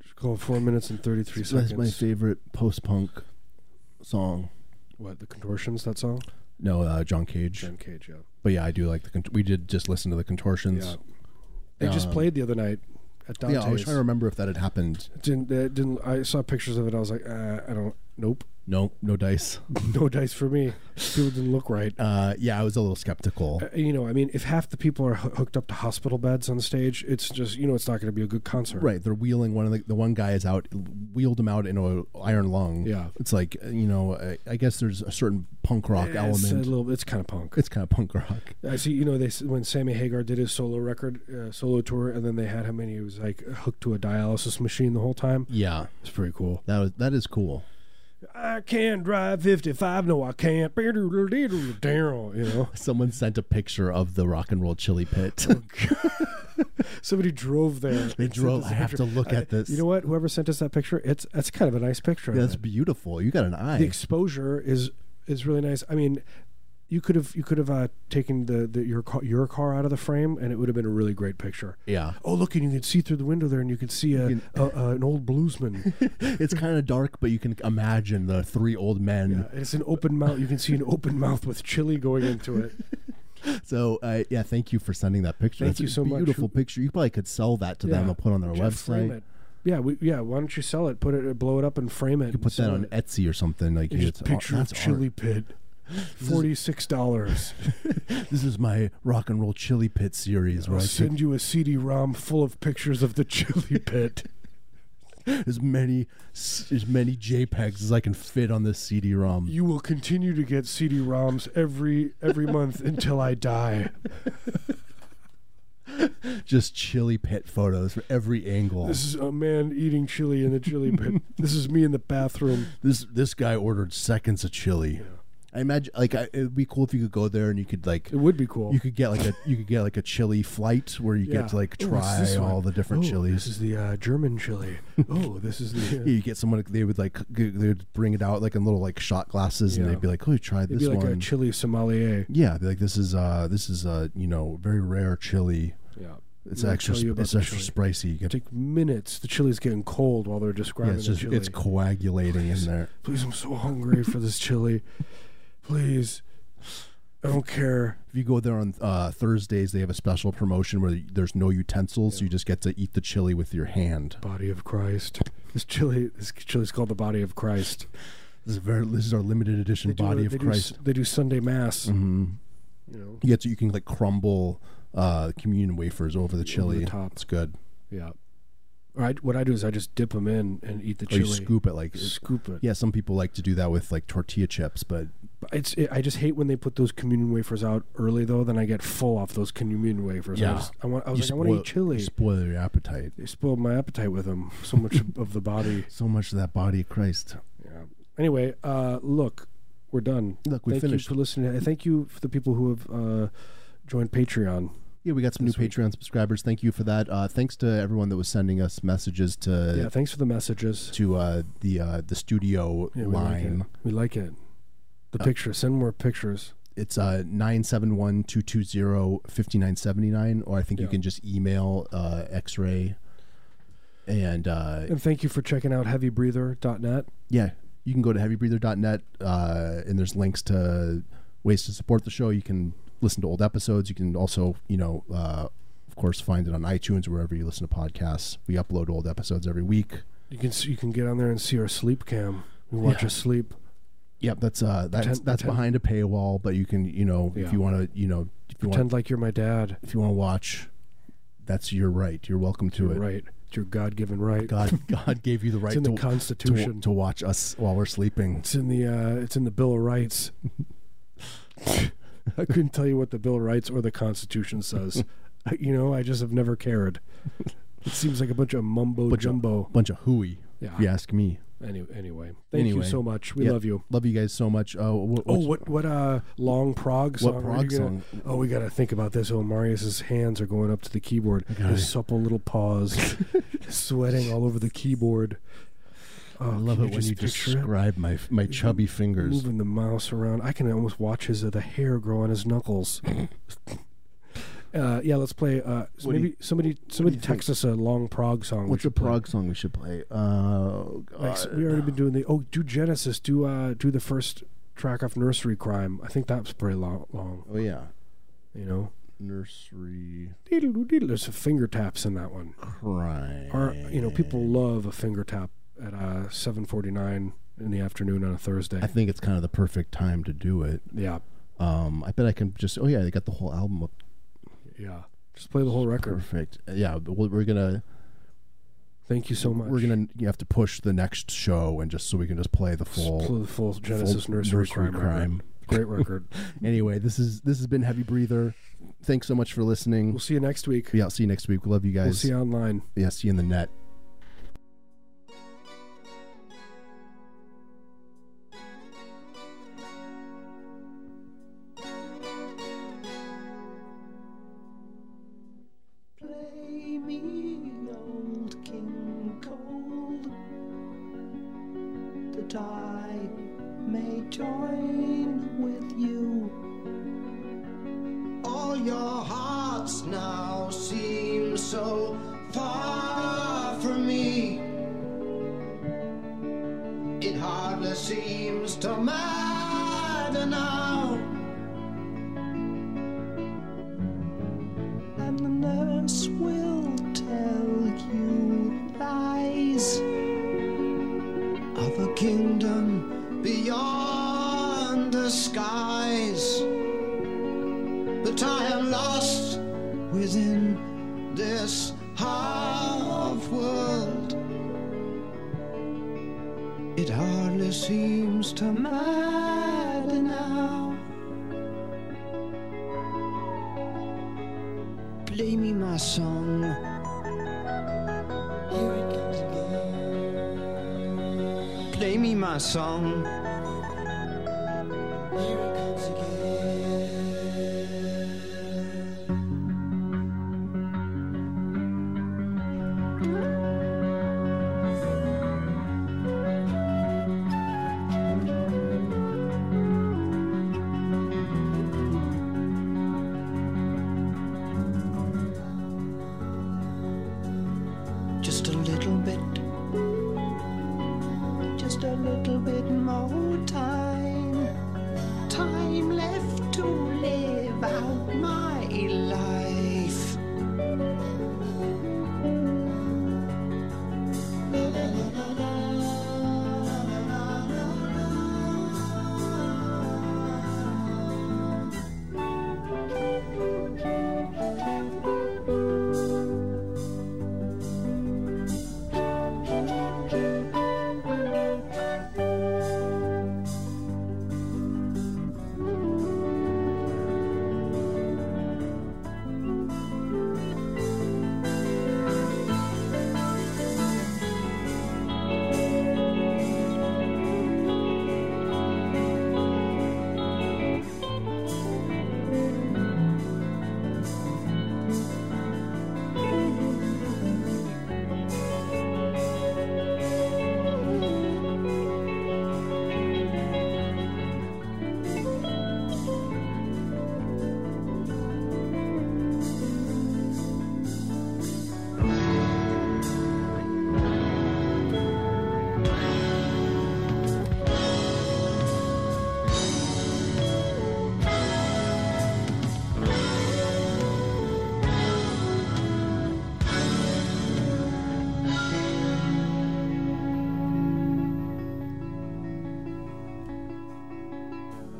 B: It's called Four Minutes and Thirty Three Seconds.
A: that's my favorite post punk song.
B: What the contortions? That song.
A: No, uh, John Cage.
B: John Cage. Yeah.
A: But yeah, I do like the. Cont- we did just listen to the contortions.
B: Yeah. They just
A: Um,
B: played the other night at Dante's.
A: Yeah, I was trying to remember if that had happened.
B: didn't uh, didn't I saw pictures of it? I was like, uh, I don't. Nope.
A: No, no dice.
B: No dice for me. People didn't look right.
A: Uh, yeah, I was a little skeptical.
B: Uh, You know, I mean, if half the people are hoo- hooked up to hospital beds on stage, it's just you know, it's not going to be a good concert.
A: Right, they're wheeling one of the, the one guy is out, wheeled him out in a iron lung.
B: Yeah.
A: it's like uh, you know, I, I guess there's a certain punk rock
B: Yeah,
A: element.
B: It's
A: It's,
B: a little. It's kind of punk.
A: kind of punk rock.
B: I see. You know, they s- when Sammy Hagar did his solo record, uh, solo tour, and then they had him and he was like hooked to a dialysis machine the whole time.
A: Yeah,
B: It's pretty cool.
A: that was that is cool.
B: I can drive 55. No, I can't. You know,
A: Someone sent a picture of the rock and roll chili pit.
B: Oh, somebody drove there.
A: they drove. I have to look at this.
B: You know what? Whoever sent us that picture, it's that's kind of a nice picture. of
A: Yeah, that's
B: it.
A: beautiful. You got an eye.
B: the exposure is is really nice. I mean, you could have you could have uh, taken the, the your car, your car out of the frame, and it would have been a really great picture.
A: yeah.
B: Oh, look, and you can see through the window there, and you can see a,
A: You
B: a, a an old bluesman.
A: It's kind of dark, but you can imagine the three old men.
B: it's an open mouth. You can see an open mouth with chili going into it.
A: So, uh, yeah, thank you for sending that picture.
B: Thank
A: That's
B: you
A: a
B: so much.
A: Beautiful picture. You probably could sell that to them
B: Yeah.
A: and put on their
B: Just frame
A: website.
B: it. Yeah, we, yeah. Why don't you sell it? Put it, blow it up, and frame it. You
A: You put that on Etsy or something. Like
B: Just
A: it's art-
B: picture of
A: that's
B: chili pit. Forty six dollars.
A: art. This is my rock and roll chili pit series.
B: I'll
A: where I
B: send you a CD ROM full of pictures of the chili pit.
A: take as many as many JPEGs as I can fit on this CD-ROM.
B: You will continue to get CD ROMs every every month until I die.
A: Just chili pit photos for every angle.
B: This is a man eating chili in the chili pit. this is me in the bathroom.
A: this this guy ordered seconds of chili. I imagine like I, it'd be cool if you could go there and you could like
B: It would be cool.
A: you could get like a you could get like a chili flight where you
B: Yeah.
A: get to like
B: Oh, what's
A: try
B: this one?
A: all the different
B: Oh, This
A: chilies.
B: is the uh, German chili. oh, this is the. Uh,
A: Yeah, you get someone they would like g- they would bring it out like in little like shot glasses and
B: Yeah.
A: they'd be like, "Oh, try
B: it'd
A: this
B: be like a
A: one."
B: chili sommelier.
A: yeah, they're like this is uh this is uh you know very rare chili.
B: Yeah.
A: It's
B: They'll
A: extra
B: tell you
A: sp-
B: about
A: it's
B: the
A: extra
B: chili.
A: spicy. You get,
B: Take minutes. The chili's getting cold while they're
A: yeah,
B: describing
A: it's just
B: the chili.
A: it's coagulating in there.
B: Please, I'm so hungry for this chili. Please. I don't care.
A: If you go there on uh, Thursdays, they have a special promotion where there's no utensils, so you just get to eat the chili with your hand.
B: Body of Christ. This chili, this chili's called the Body of Christ.
A: This is very this is our limited edition
B: They do- uh,
A: body
B: they
A: of
B: do s-
A: Christ.
B: they do Sunday Mass.
A: hmm
B: You know,
A: You get to, you can like crumble uh, communion wafers over the chili.
B: top.
A: It's good.
B: yeah. Or I, what I do is I just dip them in and eat the
A: Or
B: chili.
A: you scoop it like it's-
B: Scoop it.
A: yeah. Some people like to do that with like tortilla chips, but
B: But It's. It, I just hate when they put those communion wafers out early though. Then I get full off those communion wafers. I,
A: Yeah.
B: just, I want. I
A: you
B: was like, I want to eat
A: spoil-
B: chili.
A: you spoil your appetite.
B: they spoiled my appetite with them. So much of- of the body.
A: So much of that body of Christ.
B: Yeah. Anyway, uh, look, we're done.
A: Look, we
B: thank
A: finished.
B: you for listening. And Thank you for the people who have uh, joined Patreon.
A: Yeah, we got some new
B: This week.
A: Patreon subscribers. Thank you for that. Uh, thanks to everyone that was sending us messages to
B: yeah, thanks for the messages.
A: to uh, the uh, the studio
B: Yeah, we like
A: line.
B: it. We like it. The
A: Uh,
B: pictures. Send more pictures.
A: It's uh, 971-220-5979, or I think you
B: Yeah.
A: can just email uh, X-Ray. And uh,
B: And thank you for checking out heavybreather.net.
A: yeah, you can go to heavybreather.net, uh, and there's links to ways to support the show. You can listen to old episodes. You can also, you know, uh, of course, find it on iTunes, wherever you listen to podcasts. We upload old episodes every week.
B: You can s- you can get on there and see our sleep cam. We watch
A: Yeah.
B: us sleep.
A: Yep, that's uh, that's
B: Pretend-
A: that's
B: pretend-
A: behind a paywall, but you can, you know,
B: Yeah.
A: if you want to, you know, if you want
B: Pretend like you're my dad.
A: if you want to watch, that's your right. You're welcome to
B: You're
A: it.
B: right. It's your God given right.
A: God, God gave you the right
B: it's in
A: to,
B: the
A: to,
B: Constitution.
A: to watch us while we're sleeping.
B: It's in the uh, it's in the Bill of Rights. I couldn't tell you what the Bill of Rights or the Constitution says. I- you know, I just have never cared. It seems like a bunch of mumbo
A: Bunch of-
B: jumbo.
A: Bunch of hooey,
B: Yeah.
A: if you ask me.
B: Any, anyway, thank you
A: Anyway.
B: so much. We
A: Yeah.
B: love you.
A: Love you guys so much. Uh, what,
B: Oh, what what uh long prog song?
A: what
B: are
A: prog
B: you gonna-
A: song?
B: Oh, we gotta think about this. Oh, Marius's hands are going up to the keyboard.
A: gotta-
B: His supple little paws, sweating all over the keyboard. Oh,
A: I love
B: can
A: it when you
B: picture it?
A: describe my my chubby fingers.
B: moving the mouse around. I can almost watch his uh, the hair grow on his knuckles. uh, yeah, let's play. Uh, so
A: What do
B: maybe
A: you-
B: somebody somebody text us a long prog song. we
A: What's a
B: should play.
A: prog song we should play? Uh,
B: Like, s-
A: God.
B: we already been doing the oh do Genesis do uh do the first track off Nursery Crime. I think that's pretty long. long
A: oh yeah,
B: you know,
A: nursery
B: Diddle-oo-diddle. there's some finger taps in that
A: Oh,
B: one.
A: cry.
B: Or you know, people love a finger tap at uh 7:49 in the afternoon on a Thursday.
A: I think it's kind of the perfect time to do it.
B: yeah,
A: Um, I bet I can just. Oh yeah, they got the whole album up.
B: yeah. Just play the whole record.
A: Perfect. Yeah, but we'll- we're gonna
B: Thank you so much.
A: we're gonna you have to push the next show and just so we can just play the full.
B: Full, the full Genesis
A: full
B: Nursery,
A: Nursery
B: Crime. record. Great record.
A: Anyway, this is this has been Heavy Breather. Thanks so much for listening.
B: we'll see you next week.
A: yeah, I'll see you next week. We love you guys.
B: We'll see you online.
A: yeah, see you in the net.
G: that I may join with you.
D: All your hearts now seem so far from me. It hardly seems to matter now.
G: And the nurse will tell you lies.
D: Of a kingdom beyond the skies that I am lost within this half world. It hardly seems to matter now. Play me my song. Here it comes again. Play me my song. Here it comes again.
G: Just a little bit. Just a little bit more time. Time left to live out my life.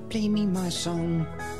G: Play me my song.